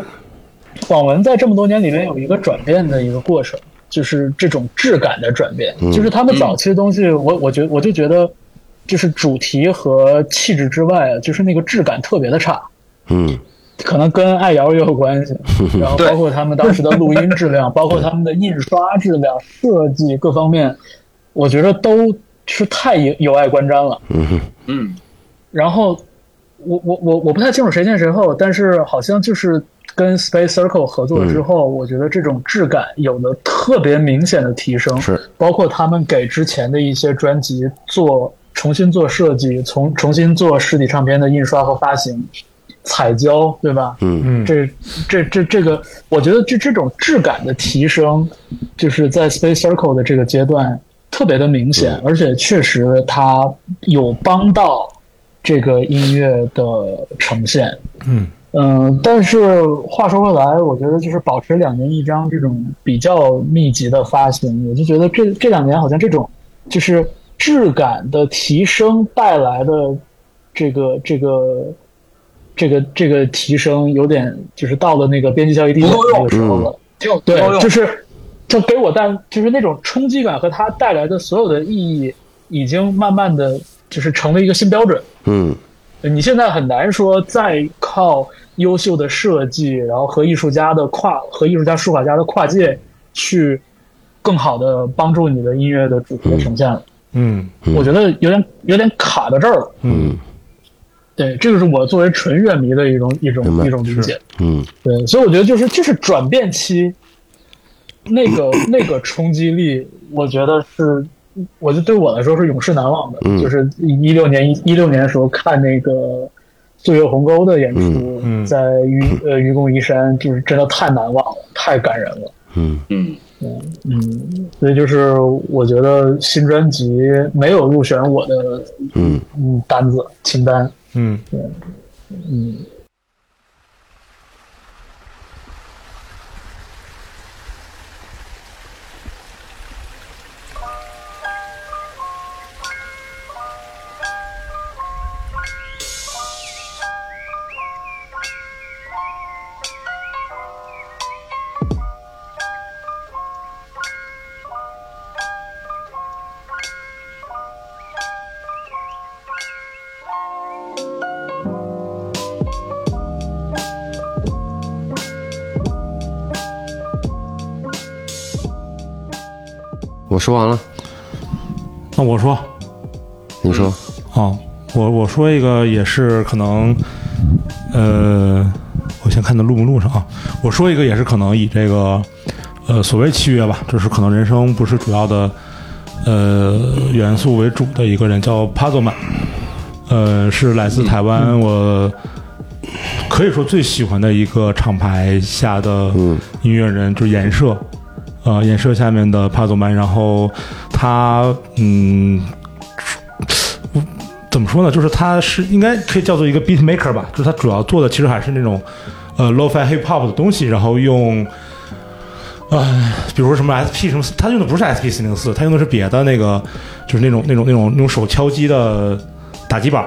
Speaker 6: 网文在这么多年里面有一个转变的一个过程，就是这种质感的转变。就是他们早期的东西，我我觉我就觉得，就是主题和气质之外，就是那个质感特别的差。
Speaker 4: 嗯
Speaker 6: 可能跟爱瑶也有关系，然后包括他们当时的录音质量，包括他们的印刷质量、设计各方面，我觉得都是太有有碍观瞻了。
Speaker 4: 嗯哼
Speaker 1: 嗯，
Speaker 6: 然后我我我我不太清楚谁先谁后，但是好像就是跟 Space Circle 合作之后，我觉得这种质感有了特别明显的提升，
Speaker 4: 是
Speaker 6: 包括他们给之前的一些专辑做重新做设计，重重新做实体唱片的印刷和发行，彩胶对吧？
Speaker 4: 嗯
Speaker 5: 嗯
Speaker 6: 这这这这个，我觉得这这种质感的提升，就是在 Space Circle 的这个阶段特别的明显，而且确实它有帮到这个音乐的呈现。
Speaker 5: 嗯
Speaker 6: 嗯，但是话说回来，我觉得就是保持两年一张这种比较密集的发行，我就觉得这这两年好像这种就是质感的提升带来的这个这个这个这个提升，有点就是到了那个边际效益递减的那个时候了。
Speaker 1: 就都
Speaker 6: 对，
Speaker 1: 用
Speaker 6: 就是就给我带就是那种冲击感和它带来的所有的意义，已经慢慢的就是成了一个新标准。
Speaker 4: 嗯
Speaker 6: 你现在很难说再靠优秀的设计，然后和艺术家的跨和艺术家、书法家的跨界，去更好的帮助你的音乐的主题的呈现了。
Speaker 5: 嗯
Speaker 4: 嗯
Speaker 6: 我觉得有点有点卡到这儿了。
Speaker 5: 嗯
Speaker 4: 嗯
Speaker 6: 对，这个是我作为纯乐迷的一种一
Speaker 4: 明白
Speaker 6: 种一种理解。
Speaker 4: 嗯
Speaker 6: 对，所以我觉得就是就是转变期，那 个那个冲击力，我觉得是，我就对我来说是永世难忘的。
Speaker 4: 嗯
Speaker 6: 就是一六年一六年的时候看那个《岁月鸿沟》的演出，
Speaker 5: 嗯嗯
Speaker 6: 在愚呃愚公移山，就是真的太难忘了，太感人了。
Speaker 4: 嗯
Speaker 1: 嗯，
Speaker 6: 嗯，所以就是我觉得新专辑没有入选我的
Speaker 4: 嗯
Speaker 6: 嗯单子清单，
Speaker 5: 嗯
Speaker 6: 嗯。
Speaker 4: 我说完了，
Speaker 5: 那我说
Speaker 4: 你说
Speaker 5: 啊，我我说一个也是可能，呃，我先看它录不录上啊。我说一个也是可能以这个，呃，所谓契约吧，就是可能人生不是主要的，呃，元素为主的一个人叫 Puzzle Man，呃，是来自台湾，我可以说最喜欢的一个厂牌下的音乐人，就是颜社。呃，颜社下面的 Puzzle Man，然后他嗯，怎么说呢？就是他是应该可以叫做一个 beat maker 吧，就是他主要做的其实还是那种呃 lo-fi hip hop 的东西，然后用呃，比如说什么 SP 什么，他用的不是 SP 四零四，他用的是别的那个，就是那种那种那种那种手敲击的打击板。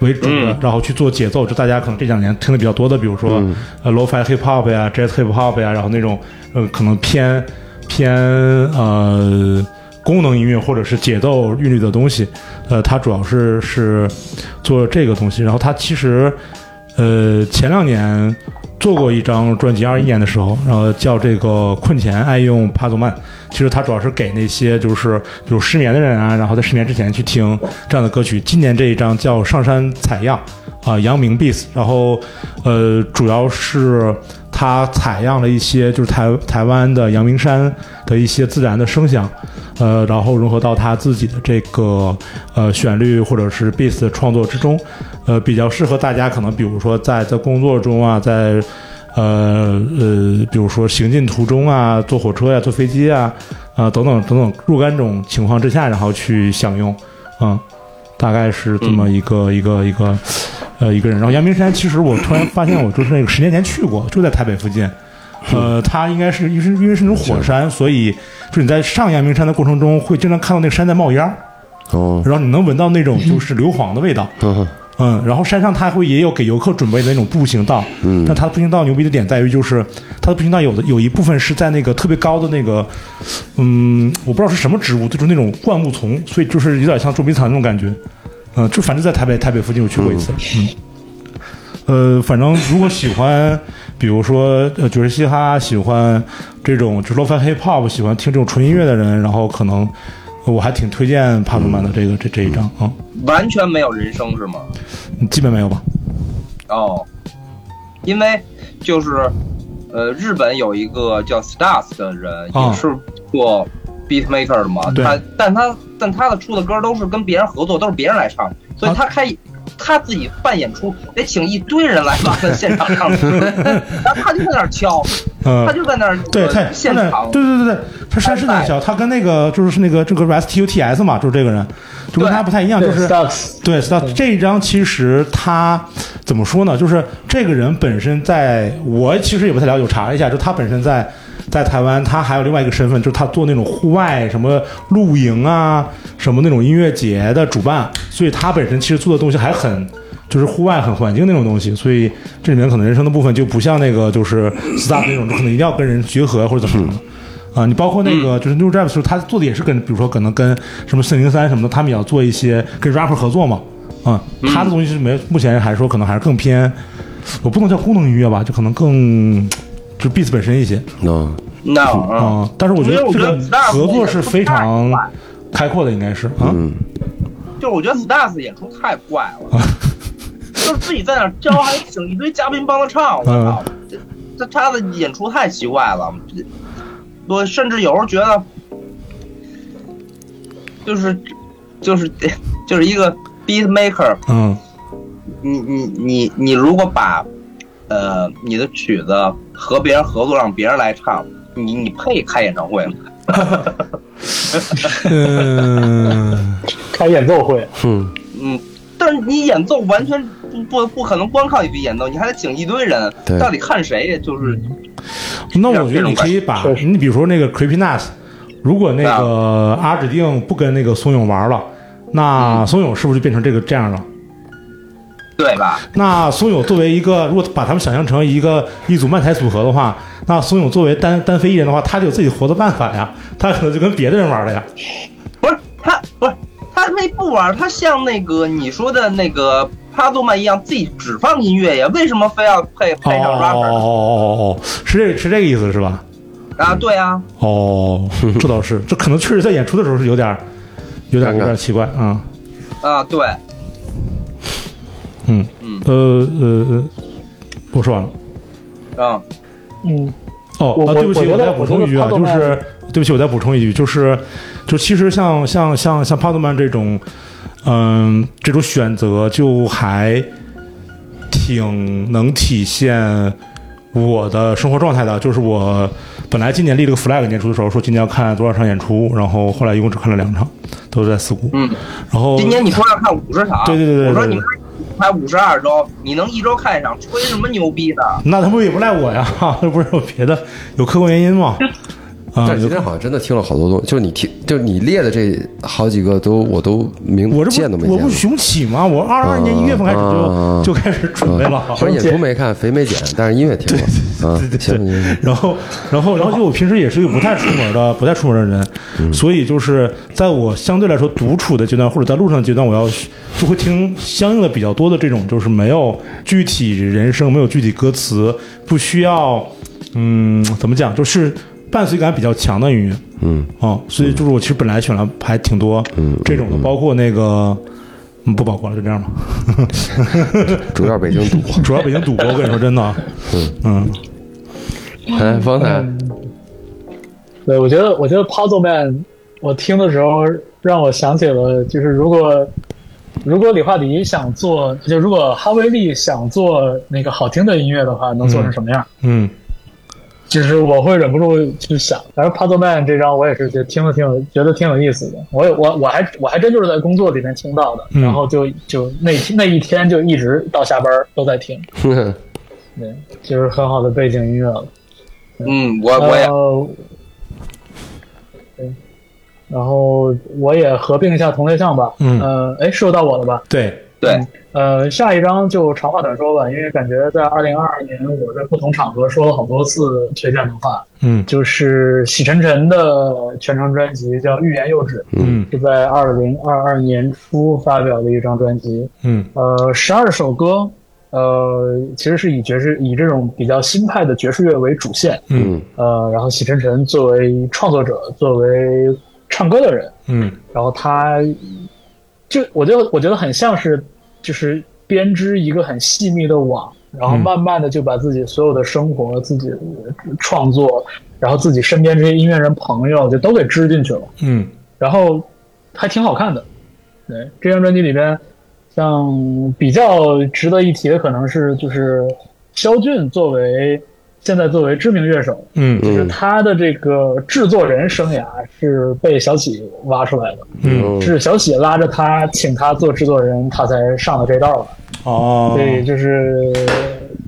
Speaker 5: 为主的，然后去做节奏，就大家可能这两年听的比较多的，比如说、呃 lo-fi hip hop 呀、jazz hip hop 呀，然后那种呃可能偏偏呃功能音乐或者是节奏韵律的东西，呃，他主要是是做这个东西。然后他其实，呃，前两年做过一张专辑，二一年的时候，然后叫这个“困前爱用帕佐曼”。其实他主要是给那些就是比如失眠的人啊，然后在失眠之前去听这样的歌曲。今年这一张叫《上山采样》，啊、阳明 Beats，然后呃，主要是他采样了一些就是台台湾的阳明山的一些自然的声响，呃，然后融合到他自己的这个呃旋律或者是 Beats 的创作之中，呃，比较适合大家可能比如说在在工作中啊，在呃呃，比如说行进途中啊，坐火车呀、坐飞机啊，啊、等等等等若干种情况之下，然后去享用，嗯，大概是这么一个、一个一个呃一个人。然后阳明山，其实我突然发现，我就是那个十年前去过，就在台北附近。呃，它应该是因为是因为是那种火山，所以就你在上阳明山的过程中，会经常看到那个山在冒烟儿，
Speaker 4: 哦，
Speaker 5: 然后你能闻到那种就是硫磺的味道。
Speaker 4: 呵呵
Speaker 5: 嗯，然后山上它会也有给游客准备的那种步行道，嗯，但它的步行道牛逼的点在于就是它的步行道有的有一部分是在那个特别高的那个，嗯，我不知道是什么植物，就是那种灌木丛，所以就是有点像捉迷藏那种感觉，嗯、就反正在台北台北附近我去过一次，嗯。呃，反正如果喜欢，比如说呃爵士嘻哈，喜欢这种就是 lo-fi hip hop，喜欢听这种纯音乐的人，然后可能呃我还挺推荐帕鲁曼的这个这这一张啊、
Speaker 1: 完全没有人声是吗？
Speaker 5: 嗯，基本没有吧？
Speaker 1: 哦，因为就是呃，日本有一个叫 Stars 的人，
Speaker 5: 啊
Speaker 1: 也是做 beat maker 的嘛，
Speaker 5: 对
Speaker 1: 他但他但他的出的歌都是跟别人合作，都是别人来唱，所以
Speaker 5: 啊
Speaker 1: 他开。他自己办演出得请一堆人来帮他现场唱， 然后他就在那儿敲，
Speaker 5: 嗯、
Speaker 1: 他就在那儿
Speaker 5: 对，他也
Speaker 1: 呃现
Speaker 5: 他
Speaker 1: 场
Speaker 5: 那对对对对，他山是那
Speaker 1: 参
Speaker 5: 个
Speaker 1: 赛
Speaker 5: 小，他跟那个就是那个这个 r e s t U T S 嘛，就是这个人，就跟
Speaker 1: 对
Speaker 5: 他不太一样，就是
Speaker 6: Stocks
Speaker 5: 对 s t 这一张其实他怎么说呢？就是这个人本身在，我其实也不太了解，我查了一下，就他本身在在台湾，他还有另外一个身份，就是他做那种户外什么露营啊，什么那种音乐节的主办，所以他本身其实做的东西还很。就是户外很环境那种东西，所以这里面可能人生的部分就不像那个就是 stop 那种，就可能一定要跟人结合或者怎么样的。啊，你包括那个就是 New Drive 时候，他做的也是跟，比如说可能跟什么四零三什么的，他们也要做一些跟 rapper 合作嘛。啊、他的东西是没，目前还是说可能还是更偏，我不能叫功能音乐吧，就可能更就 beats 本身一些
Speaker 4: 那
Speaker 1: 那
Speaker 5: 啊、
Speaker 1: 啊，
Speaker 5: 但是我觉
Speaker 1: 因
Speaker 5: 得
Speaker 1: 为我
Speaker 5: 这
Speaker 1: 觉得
Speaker 5: 个
Speaker 1: Stars
Speaker 5: 合作
Speaker 1: 也
Speaker 5: 是
Speaker 1: 不
Speaker 5: 非
Speaker 1: 太
Speaker 5: 常
Speaker 1: 快
Speaker 5: 开阔的，应该是啊。
Speaker 4: 嗯，
Speaker 1: 就是我觉得 Stars 演出太怪
Speaker 5: 啊
Speaker 1: 了，就是自己在那儿教，还请一堆嘉宾帮他唱，我操！这这他的演出太奇怪了，这我甚至有时候觉得，就是就是就是一个 beat maker，
Speaker 5: 嗯
Speaker 1: 你你你你如果把呃你的曲子和别人合作，让别人来唱，你你配开演唱会吗？
Speaker 5: 嗯，
Speaker 6: 开演奏会，
Speaker 4: 哼，
Speaker 1: 嗯，但是你演奏完全不不不可能光靠你的演奏，你还得请一堆人，
Speaker 4: 对
Speaker 1: 到底看谁就是
Speaker 5: 那我觉得你可以把
Speaker 6: 确实
Speaker 5: 你比如说那个 Creepy Nuts，如果那个阿指定不跟那个松永玩了，那松永是不是就变成这个这样了？
Speaker 1: 对吧？
Speaker 5: 那松永作为一个，如果把他们想象成一个一组漫才组合的话，那松永作为单单飞艺人的话，他就有自己活的办法呀，他可能就跟别的人玩了呀。
Speaker 1: 不是他，不是他那不玩，他像那个你说的那个帕杜曼一样，自己只放音乐呀，为什么非要配
Speaker 5: 哦
Speaker 1: 配
Speaker 5: 哦
Speaker 1: 上
Speaker 5: 哦
Speaker 1: rapper 呢
Speaker 5: 哦哦，是这是这个意思是吧？
Speaker 1: 啊？对啊，
Speaker 5: 哦，这倒是，这可能确实在演出的时候是有点儿，有点儿有点儿奇怪啊。
Speaker 1: 啊对，
Speaker 5: 嗯
Speaker 1: 嗯
Speaker 5: 呃呃呃，我说完了。
Speaker 1: 嗯，
Speaker 6: 嗯，
Speaker 5: 哦，
Speaker 6: 我
Speaker 5: 啊，
Speaker 6: 我
Speaker 5: 对不起，
Speaker 6: 我觉
Speaker 5: 再
Speaker 6: 得
Speaker 5: 补充一句啊，
Speaker 6: 我觉
Speaker 5: 就
Speaker 6: 得帕多曼
Speaker 5: 是对不起，我再补充一句，就是，就其实像像像像帕多曼这种，嗯，这种选择就还挺能体现我的生活状态的。就是我本来今年立了个 flag，年初的时候说今年要看多少场演出，然后后来一共只看了两场，都是在四谷。
Speaker 1: 嗯，
Speaker 5: 然后
Speaker 1: 今年你说要看五十场，
Speaker 5: 对对对对
Speaker 1: 我说
Speaker 5: 对
Speaker 1: 你拍五十二周，你能一周看一场，吹什么牛逼呢？
Speaker 5: 那他不也不赖我呀，又不是有别的，有客观原因嘛。啊、啊
Speaker 4: 但是今天好像真的听了好多东西，就是你听，就是你列的这好几个都我都明
Speaker 5: 我这
Speaker 4: 嗯见都
Speaker 5: 不
Speaker 4: 没
Speaker 5: 我
Speaker 4: 见
Speaker 5: 不
Speaker 4: 过。
Speaker 5: 雄起吗？我二二年一月份开始
Speaker 4: 啊
Speaker 5: 就就开始准备了，
Speaker 4: 虽然嗯演出没看，肥没减，但是音乐听了啊。行行行，
Speaker 5: 然后，然后，然后就我平时也是一个不太出门的、不太出门的
Speaker 4: 嗯
Speaker 5: 人，所以就是在我相对来说独处的阶段，或者在路上的阶段，我要就会听相应的比较多的这种，就是没有具体人声、没有具体歌词，不需要，嗯，怎么讲，就是伴随感比较强的音乐。
Speaker 4: 嗯
Speaker 5: 哦，所以就是我其实本来选了还挺多这种的，包括那个。嗯，不包括了，就这样吧。
Speaker 4: 主要北京堵。
Speaker 5: 主要北京堵，我跟你说真的。嗯
Speaker 4: 哎，方才
Speaker 6: 对，我觉得，我觉得 Puzzle Man，我听的时候让我想起了，就是如果如果李化迪想做，就如果哈维利想做那个好听的音乐的话，能做成什么样？
Speaker 5: 嗯
Speaker 6: 就是我会忍不住去想。但是 Puzzle Man 这张我也是觉得听了挺有，觉得挺有意思的。我也我我还我还真就是在工作里面听到的，
Speaker 5: 嗯
Speaker 6: 然后就就那那一天就一直到下班都在听，
Speaker 5: 嗯
Speaker 4: 哼
Speaker 6: 对，就是很好的背景音乐了。
Speaker 1: 嗯，我我也
Speaker 6: 呃对然后我也合并一下同类项吧。
Speaker 5: 嗯
Speaker 6: 呃，哎，是又到我了吧？
Speaker 5: 对，
Speaker 1: 对，
Speaker 6: 呃，下一章就长话短说吧，因为感觉在二零二二年，我在不同场合说了好多次推荐的话，
Speaker 5: 嗯
Speaker 6: 就是喜晨晨的全程专辑叫《欲言又止
Speaker 5: 嗯》，
Speaker 6: 是在二零二二年初发表的一张专辑。
Speaker 5: 嗯
Speaker 6: 呃，十二首歌，呃，其实是以爵士以这种比较新派的爵士乐为主线，
Speaker 5: 嗯
Speaker 6: 呃，然后喜晨晨作为创作者，作为唱歌的人，
Speaker 5: 嗯
Speaker 6: 然后他就我觉得我觉得很像是就是编织一个很细密的网，然后
Speaker 5: 嗯
Speaker 6: 慢慢的就把自己所有的生活、自己的创作，然后自己身边这些音乐人朋友就都给织进去了。
Speaker 5: 嗯
Speaker 6: 然后还挺好看的。对，这张专辑里边，像比较值得一提的，可能是就是肖俊作为现在作为知名乐手，
Speaker 5: 嗯
Speaker 6: 就是
Speaker 4: 嗯
Speaker 6: 他的这个制作人生涯是被小喜挖出来的，
Speaker 5: 嗯
Speaker 4: 嗯
Speaker 6: 是小喜拉着他请他做制作人，他才上的这道了。
Speaker 5: 哦，
Speaker 6: 所以就是。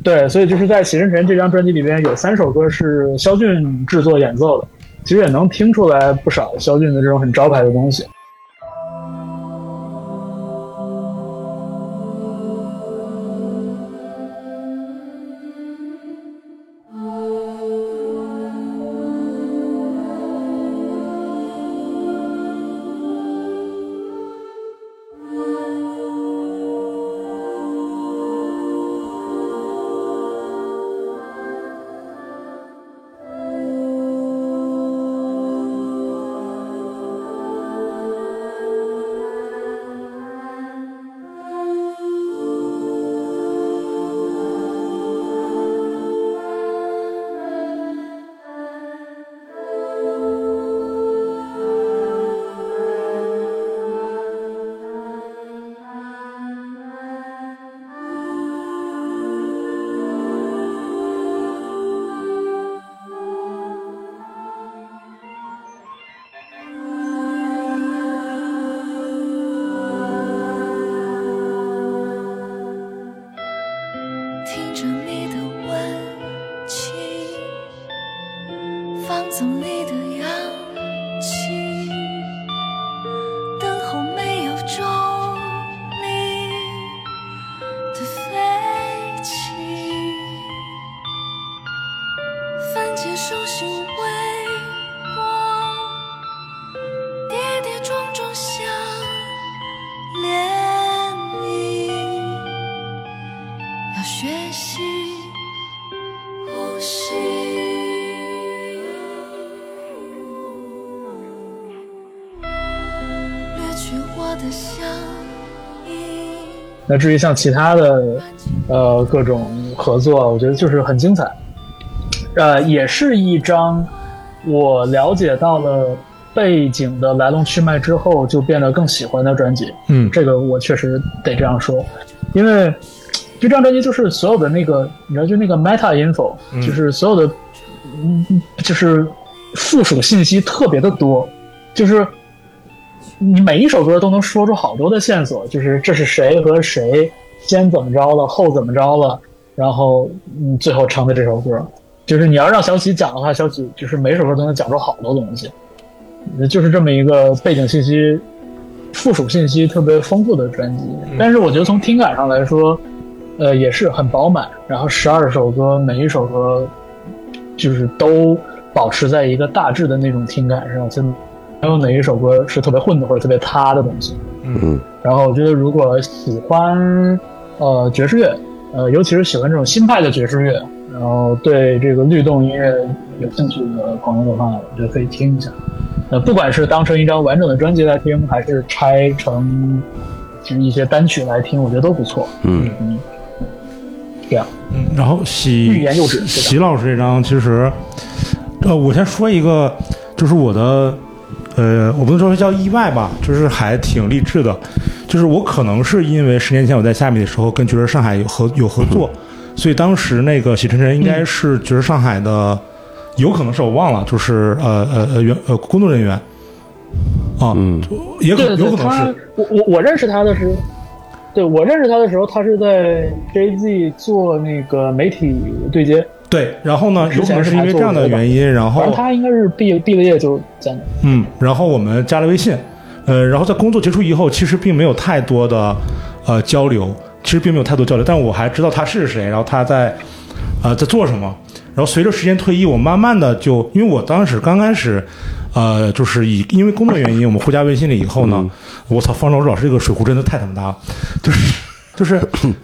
Speaker 6: 对，所以就是在《喜晨晨》这张专辑里边，有三首歌是肖俊制作演奏的，其实也能听出来不少肖俊的这种很招牌的东西。
Speaker 7: 听着你的温情，放纵你的氧气，等候没有重力的飞起，番茄手心微光，跌跌撞撞像涟漪。要学习呼吸。掠去我的乡音，
Speaker 6: 那至于像其他的，呃，各种合作，我觉得就是很精彩。呃，也是一张我了解到了背景的来龙去脉之后，就变得更喜欢的专辑。
Speaker 5: 嗯
Speaker 6: 这个我确实得这样说，因为就这张专辑就是所有的那个，你知道，就那个 meta info，、就是所有的，嗯，就是附属信息特别的多，就是你每一首歌都能说出好多的线索，就是这是谁和谁先怎么着了，后怎么着了，然后嗯，最后成的这首歌，就是你要让小启讲的话，小启就是每首歌都能讲出好多东西，呃就是这么一个背景信息、附属信息特别丰富的专辑。但是我觉得从听感上来说，呃，也是很饱满。然后十二首歌，每一首歌就是都保持在一个大致的那种听感上，就没有哪一首歌是特别混的或者特别塌的东西。
Speaker 4: 嗯
Speaker 6: 然后我觉得，如果喜欢呃爵士乐，呃，尤其是喜欢这种新派的爵士乐，然后对这个律动音乐有兴趣的朋友的话，我觉得可以听一下。呃，不管是当成一张完整的专辑来听，还是拆成就是一些单曲来听，我觉得都不错。
Speaker 4: 嗯
Speaker 6: 嗯，这样，
Speaker 5: 嗯，然后喜
Speaker 6: 欲言又止是的
Speaker 5: 喜老师这张其实，呃，我先说一个，就是我的，呃，我不能说叫意外吧，就是还挺励志的，就是我可能是因为十年前我在下面的时候跟爵士上海有合有合
Speaker 6: 嗯
Speaker 5: 作，所以当时那个喜晨晨应该是爵士上海的，有可能是我忘了，就是呃呃呃员呃工作人员，啊，
Speaker 4: 嗯
Speaker 5: 也可
Speaker 6: 对对
Speaker 5: 有
Speaker 6: 对，
Speaker 5: 可能
Speaker 6: 他
Speaker 5: 是，
Speaker 6: 我我我认识他的时候，对我认识他的时候，他是在 JZ 做那个媒体对接，
Speaker 5: 对，然后呢，有可能是因为这样的原因，然后
Speaker 6: 反正他应该是毕毕了业就在那。
Speaker 5: 嗯，然后我们加了微信，呃，然后在工作结束以后，其实并没有太多的呃交流，其实并没有太多交流，但我还知道他是谁，然后他在呃在做什么。然后随着时间推移，我慢慢的就，因为我当时刚开始，呃，就是以因为工作原因，我们互加微信了以后呢，我操，方舟老师这个水壶真的太他妈大了，就是就是，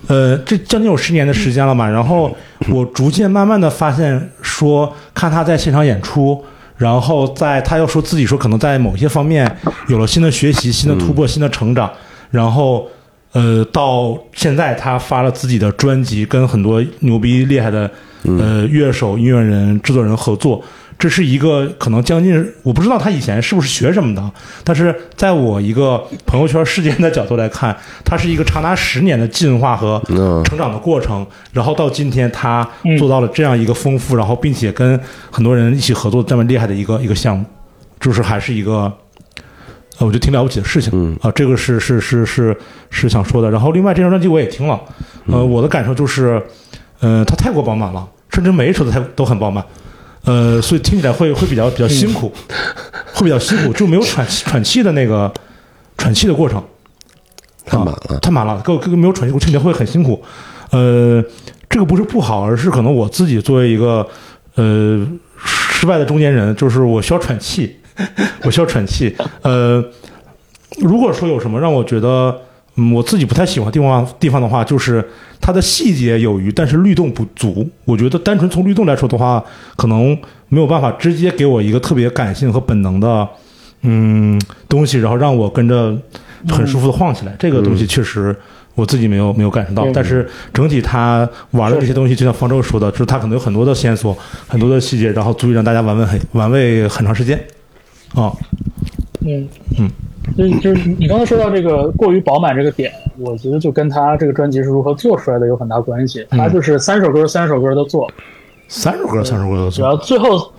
Speaker 5: 呃，这将近有十年的时间了嘛。然后我逐渐慢慢的发现说，看他在现场演出，然后在他又说自己说可能在某些方面有了新的学习、新的突破、新的成长，然后。呃，到现在他发了自己的专辑，跟很多牛逼厉害的呃乐手、音乐人、制作人合作，这是一个可能将近我不知道他以前是不是学什么的，但是在我一个朋友圈事件的角度来看，他是一个长达十年的进化和
Speaker 4: 嗯
Speaker 5: 成长的过程，然后到今天他做到了这样一个丰富，然后并且跟很多人一起合作这么厉害的一个一个项目，就是还是一个呃，我觉得挺了不起的事情。
Speaker 4: 嗯
Speaker 5: 啊，这个是是是是是想说的。然后另外这张专辑我也听了，呃，我的感受就是，呃，它太过饱满了，甚至每一首都太都很饱满，呃，所以听起来会会比较比较辛苦，会比较辛苦，就没有喘气喘气的那个喘气的过程。
Speaker 4: 太满了
Speaker 5: 啊太满了，跟我跟没有喘气，我听起来会很辛苦。呃，这个不是不好，而是可能我自己作为一个呃失败的中间人，就是我需要喘气， 我需要喘气。呃，如果说有什么让我觉得嗯我自己不太喜欢的地方地方的话，就是它的细节有余，但是律动不足。我觉得单纯从律动来说的话，可能没有办法直接给我一个特别感性和本能的嗯东西，然后让我跟着很舒服的晃起来。
Speaker 4: 嗯
Speaker 5: 这个东西确实。我自己没有没有感受到，
Speaker 6: 嗯
Speaker 5: 但是整体他玩的这些东西，就像方舟说的，就是他可能有很多的线索，很多的细节，然后足以让大家玩味很玩味很长时间。啊、
Speaker 6: 嗯，
Speaker 5: 嗯
Speaker 6: 嗯，就是就是你刚才说到这个过于饱满这个点，我觉得就跟他这个专辑是如何做出来的有很大关系。
Speaker 5: 嗯
Speaker 6: 他就是三首歌三首歌的做，
Speaker 5: 三首歌，三首歌都
Speaker 6: 然
Speaker 5: 做。
Speaker 6: 后最后，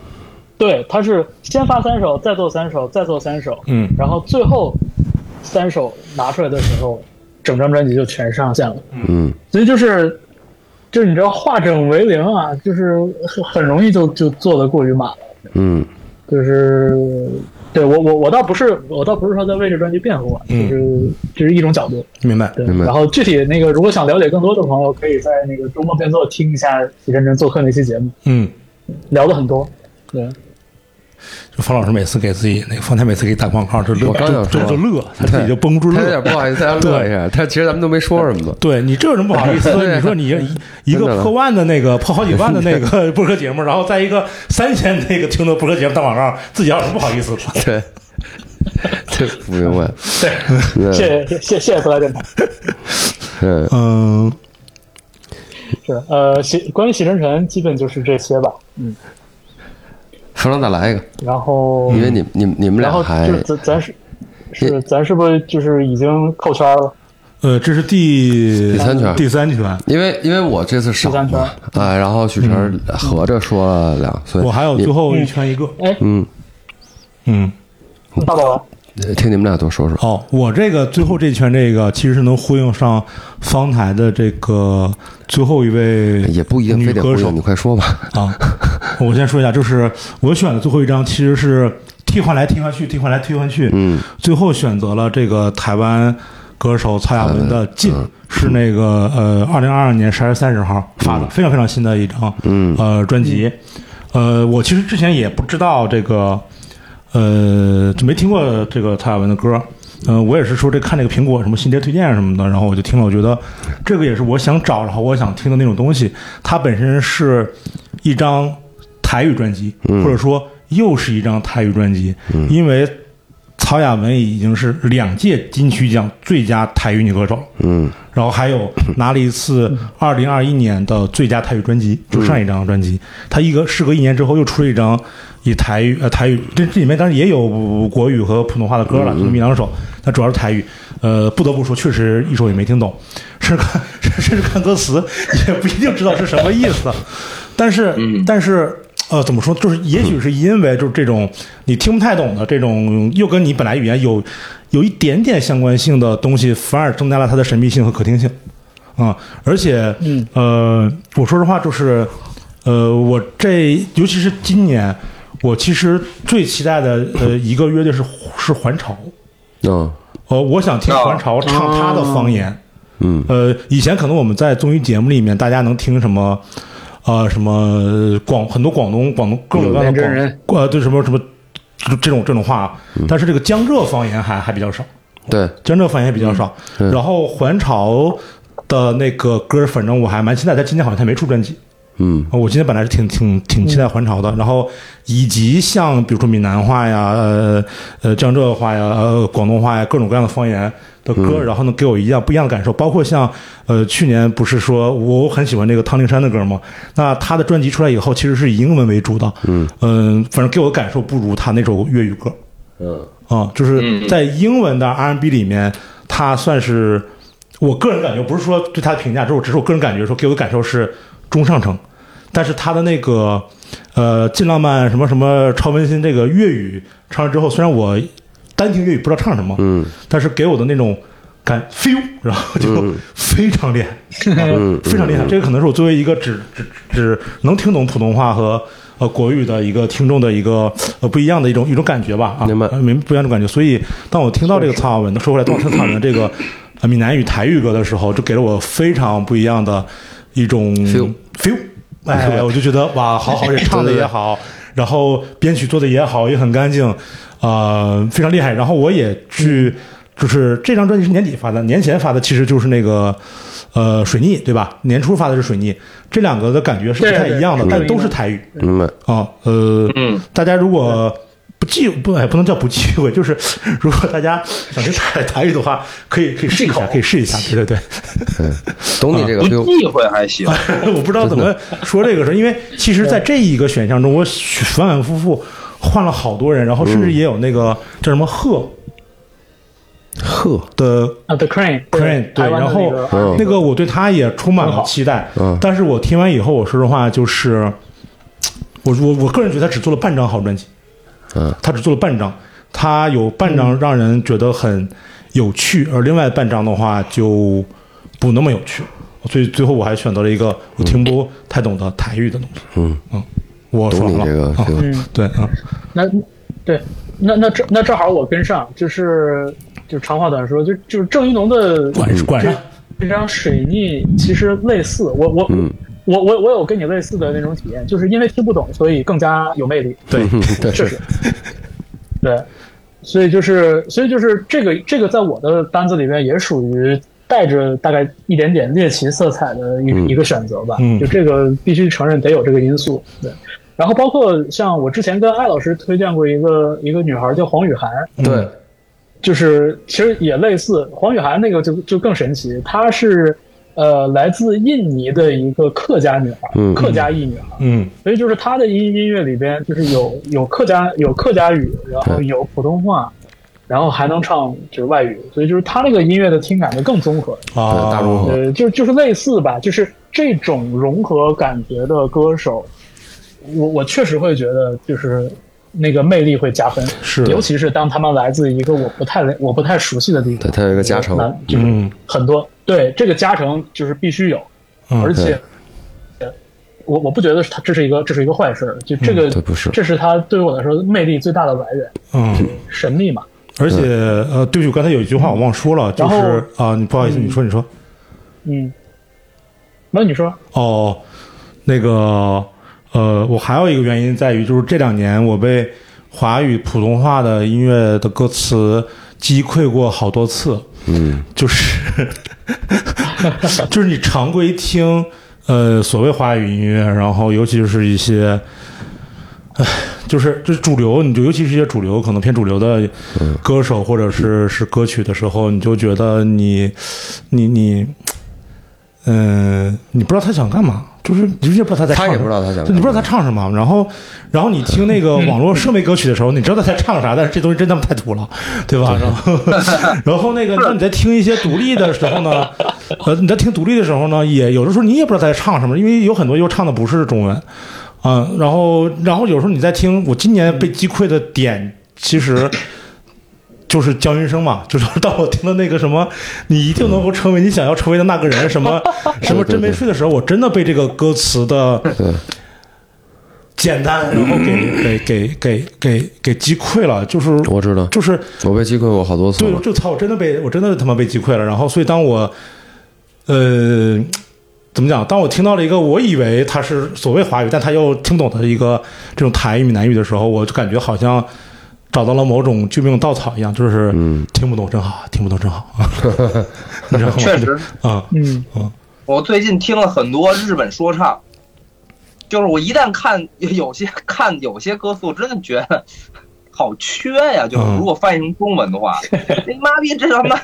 Speaker 6: 对，他是先发三首，再做三首，再做三首，
Speaker 5: 嗯
Speaker 6: 然后最后三首拿出来的时候，整张专辑就全上线了。
Speaker 4: 嗯
Speaker 6: 所以就是，就是你知道化整为零啊，就是很很容易就就做的过于满了。
Speaker 4: 嗯
Speaker 6: 就是对我我我倒不是我倒不是说在为这专辑辩护啊，就是、就是一种角度。
Speaker 5: 明白。
Speaker 6: 对，
Speaker 4: 嗯明白
Speaker 6: 然后具体那个如果想了解更多的朋友，可以在那个周末变奏听一下许真真做客那期节目，
Speaker 5: 嗯，
Speaker 6: 聊的很多。对，
Speaker 5: 就方老师每次给自己那个方太每次给打广告，就乐，
Speaker 4: 我刚想
Speaker 5: 就
Speaker 4: 说
Speaker 5: 就就乐，他自己就绷不住
Speaker 4: 他有点不
Speaker 5: 乐。
Speaker 4: 好意思，他乐一下。他其实咱们都没说什 么，
Speaker 5: 对你这有什么不好 意思？
Speaker 4: 对
Speaker 5: 你说你一一
Speaker 4: 真的
Speaker 5: 个
Speaker 4: 了
Speaker 5: 破万的那个破好几万 的那个播客节目，然后在一个三千那个听的播客节目打广告，自己要有什么不好意思的？
Speaker 4: 对， 这不明白。
Speaker 6: 对，谢谢
Speaker 5: 呃
Speaker 6: 谢谢谢回来电台。
Speaker 4: 嗯
Speaker 5: 嗯，
Speaker 6: 是呃，喜关于喜真晨基本就是这些吧。
Speaker 4: 方舟再来一个，
Speaker 6: 然后
Speaker 4: 因为你你你们俩
Speaker 6: 然后
Speaker 4: 还
Speaker 6: 就是咱咱是
Speaker 4: 也
Speaker 6: 是咱是不是就是已经扣圈了？
Speaker 5: 呃，这是第
Speaker 4: 第三圈
Speaker 5: 第三圈。
Speaker 4: 因为因为我这次少
Speaker 6: 第三圈嗯
Speaker 4: 嘛啊，然后许晨合着说了两，所以
Speaker 5: 我还有
Speaker 4: 你
Speaker 5: 最后一圈一个，
Speaker 6: 哎，
Speaker 4: 嗯
Speaker 5: 嗯，
Speaker 6: 大宝，
Speaker 4: 呃听你们俩多说说。
Speaker 5: 哦，我这个最后这一圈这个其实是能呼应上方台的这个最后一位
Speaker 4: 也不一定
Speaker 5: 女
Speaker 4: 非得忽
Speaker 5: 歌手
Speaker 4: 悠，你快说吧。
Speaker 5: 啊。 我先说一下，就是我选的最后一张其实是替换来替换去，替换来替换去，
Speaker 4: 嗯，
Speaker 5: 最后选择了这个台湾歌手曹雅文嗯的《进》，是那个呃，二零二二年十二月三十号发的，非常非常新的一张，
Speaker 4: 嗯
Speaker 5: 呃，专辑。呃，我其实之前也不知道这个，呃，就没听过这个蔡雅文的歌。呃，我也是说这看这个苹果什么新碟推荐什么的，然后我就听了，我觉得这个也是我想找，然后我想听的那种东西。它本身是一张台语专辑，或者说又是一张台语专辑，因为曹雅文已经是两届金曲奖最佳台语女歌手了。
Speaker 4: 嗯
Speaker 5: 然后还有拿了一次二零二一年的最佳台语专辑，就上一张专辑，他一个事隔一年之后又出了一张以台语呃台语，这这里面当然也有国语和普通话的歌了，就那么一两首，但主要是台语。呃，不得不说，确实一首也没听懂，甚至看 甚至看歌词也不一定知道是什么意思。但是，但是，呃，怎么说？就是也许是因为就是这种你听不太懂的这种，又跟你本来语言有有一点点相关性的东西，反而增加了它的神秘性和可听性。啊、而且，
Speaker 6: 嗯，
Speaker 5: 呃，我说实话，就是，呃，我这尤其是今年，我其实最期待的呃一个乐队是是还潮，
Speaker 4: 嗯
Speaker 5: 呃，我想听还潮唱
Speaker 6: 哦
Speaker 5: 他的方言。
Speaker 4: 嗯
Speaker 5: 呃，以前可能我们在综艺节目里面，大家能听什么，呃，什么呃广很多广东广东各种各样
Speaker 6: 有
Speaker 5: 的
Speaker 6: 认真人
Speaker 5: 广呃，对什么什么这这种这种话，但是这个江浙方言还还比较少，
Speaker 4: 对，
Speaker 5: 江浙方言比较少。
Speaker 4: 嗯
Speaker 5: 然后还潮的那个歌，反正我还蛮期待，他今年好像他没出专辑。
Speaker 4: 嗯
Speaker 5: 我今天本来是挺挺挺期待还潮的，然后以及像比如说闽南话呀、呃呃江浙话呀、呃广东话呀各种各样的方言的
Speaker 4: 嗯
Speaker 5: 歌，然后呢给我一样不一样的感受。包括像呃去年不是说我很喜欢这个汤令山的歌吗？那他的专辑出来以后，其实是以英文为主的，嗯反正给我的感受不如他那首粤语歌。
Speaker 4: 嗯
Speaker 5: 啊，就是在英文的 R&B 里面，它算是我个人感觉，不是说对它的评价，这是我只是我个人感觉说给我的感受是中上乘，但是它的那个呃劲浪漫什么什么超温馨这个粤语唱完之后，虽然我单听粤语不知道唱什么，
Speaker 4: 嗯
Speaker 5: 但是给我的那种感 feel，然后就非常厉害。
Speaker 4: 嗯，
Speaker 5: 非常厉害。这个可能是我作为一个只只只能听懂普通话和呃国语的一个听众的一个呃不一样的一种一种感觉吧啊，
Speaker 4: 明白
Speaker 5: 呃明不一样的感觉。所以当我听到这个曹雅文的说回来，当我听曹雅文这个 呃闽南语台语歌的时候，就给了我非常不一样的一种
Speaker 4: Feel
Speaker 5: feel。哎， 我就觉得哇，好好，这唱的也好，然后编曲做的也好，也很干净，呃，非常厉害。然后我也去，就是这张专辑是年底发的，年前发的其实就是那个呃水逆，对吧？年初发的是水逆，这两个的感觉是不太一样的，
Speaker 6: 对对
Speaker 5: 但都是台语
Speaker 4: 明白。
Speaker 5: 啊。呃，
Speaker 1: 嗯，
Speaker 5: 大家如果不忌不哎不能叫不忌讳， 就是如果大家想听台台语的话，可以可以试一下，可以试一下，对对对。
Speaker 4: 懂你这个
Speaker 5: 啊哎
Speaker 1: 不
Speaker 4: feel，
Speaker 1: 忌讳还行。
Speaker 5: 我不知道怎么说这个事儿，因为其实在这一个选项中，我选反反复复换了好多人，然后甚至也有那个叫什么贺
Speaker 4: 呵，
Speaker 5: 的
Speaker 6: 啊，The Crane
Speaker 5: Crane，对，
Speaker 6: 台湾
Speaker 5: 然
Speaker 6: 的
Speaker 5: 后
Speaker 6: 那个啊
Speaker 4: 嗯
Speaker 5: 那个我对他也充满
Speaker 6: 很
Speaker 5: 了
Speaker 6: 好
Speaker 5: 期待
Speaker 4: 嗯，
Speaker 5: 但是我听完以后，我说实话，就是我我我个人觉得他只做了半张好专辑，
Speaker 4: 嗯
Speaker 5: 他只做了半张，他有半张让人觉得很有趣，而另外半张的话就不那么有趣，所以最后我还选择了一个我听不太懂的台语的东西。
Speaker 4: 嗯
Speaker 5: 嗯，我说
Speaker 4: 懂你
Speaker 5: 完
Speaker 4: 这
Speaker 5: 了
Speaker 4: 个
Speaker 5: 啊，
Speaker 4: feel，
Speaker 6: 嗯，
Speaker 5: 对啊，
Speaker 6: 那对，那那正那正好我跟上，就是就长话短说，就就是郑一农的
Speaker 5: 管
Speaker 4: 嗯
Speaker 5: 管上
Speaker 6: 这这张水逆其实类似，我我、
Speaker 4: 嗯
Speaker 6: 我我我有跟你类似的那种体验，就是因为听不懂，所以更加有魅力，
Speaker 5: 对
Speaker 4: 嗯对，
Speaker 6: 确实， 对，所以就是所以就是这个这个在我的单子里面也属于。带着大概一点点猎奇色彩的一、
Speaker 4: 嗯
Speaker 6: 一个选择吧，
Speaker 5: 嗯
Speaker 6: 就这个必须承认得有这个因素，对。然后包括像我之前跟艾老师推荐过一个一个女孩叫黄雨涵，
Speaker 5: 嗯
Speaker 4: 对，
Speaker 6: 就是其实也类似黄雨涵那个就就更神奇，她是呃来自印尼的一个客家女孩，
Speaker 4: 嗯
Speaker 6: 客家裔女孩，
Speaker 5: 嗯
Speaker 6: 所以就是她的音音乐里边就是有有客家有客家语，然后
Speaker 4: 对
Speaker 6: 有普通话，然后还能唱就是外语，所以就是她那个音乐的听感就更综合，
Speaker 5: 啊，
Speaker 4: 大众
Speaker 6: 呃，就就是类似吧，就是这种融合感觉的歌手，我我确实会觉得就是那个魅力会加分，
Speaker 5: 是
Speaker 6: 尤其是当他们来自一个我不太我不太熟悉的地
Speaker 4: 它
Speaker 6: 方，
Speaker 4: 它有一个加成，
Speaker 6: 那就是
Speaker 5: 嗯
Speaker 6: 很多对这个加成就是必须有，
Speaker 5: 嗯
Speaker 6: 而且呃
Speaker 4: 对
Speaker 6: 我我不觉得是它这是一个这是一个坏事，就这个、
Speaker 4: 嗯它不是
Speaker 6: 这是它对我来说魅力最大的来源，
Speaker 5: 嗯，
Speaker 6: 神秘嘛。
Speaker 5: 而且呃，对不起，我刚才有一句话我忘说了，就
Speaker 6: 然后
Speaker 5: 是啊，你不好意思，你说你说
Speaker 6: 嗯，那你说，
Speaker 5: 哦，那个呃，我还有一个原因在于，就是这两年我被华语普通话的音乐的歌词击溃过好多次，
Speaker 4: 嗯，
Speaker 5: 就是 就是你常规听呃所谓华语音乐，然后尤其是一些。唉，就是就是主流，你就尤其是一些主流可能偏主流的歌手或者是是歌曲的时候，你就觉得你你你，嗯、你不知道他想干嘛，就是你就不知道他在唱
Speaker 4: 他
Speaker 5: 什
Speaker 4: 也不
Speaker 5: 么，
Speaker 4: 知道他想干嘛
Speaker 5: 对你不知道他唱什么。然后然后你听那个网络设备歌曲的时候，你知道他在唱啥，但是这东西真他妈太土了，对吧？然后 然后那个，当你在听一些独立的时候呢，呃，你在听独立的时候呢，也有的时候你也不知道他在唱什么，因为有很多又唱的不是中文。啊、然后然后有时候你在听，我今年被击溃的点其实就是江云生嘛， 就是当我听到那个什么，你一定能够成为你想要成为的那个人，什么什么真没睡的时候，我真的被这个歌词的
Speaker 4: 对，
Speaker 5: 简单，然 后给给给给给给击溃了，就是
Speaker 4: 我知道，
Speaker 5: 就是
Speaker 4: 我被击溃过好多次
Speaker 5: 对，
Speaker 4: 了，
Speaker 5: 这操，我真的被我真的他妈被击溃了。然后，所以当我，呃，怎么讲？当我听到了一个我以为他是所谓华语，但他又听懂的一个这种台语、闽南语的时候，我就感觉好像找到了某种救命稻草一样，就是听不懂真好，听不懂真好， 你知道吗？
Speaker 1: 确实，
Speaker 5: 啊，
Speaker 6: 嗯，
Speaker 1: 我最近听了很多日本说唱，就是我一旦看有些看有些歌词，我真的觉得好缺呀、就是
Speaker 5: 嗯
Speaker 1: 如果翻译成中文的话，你妈逼这他妈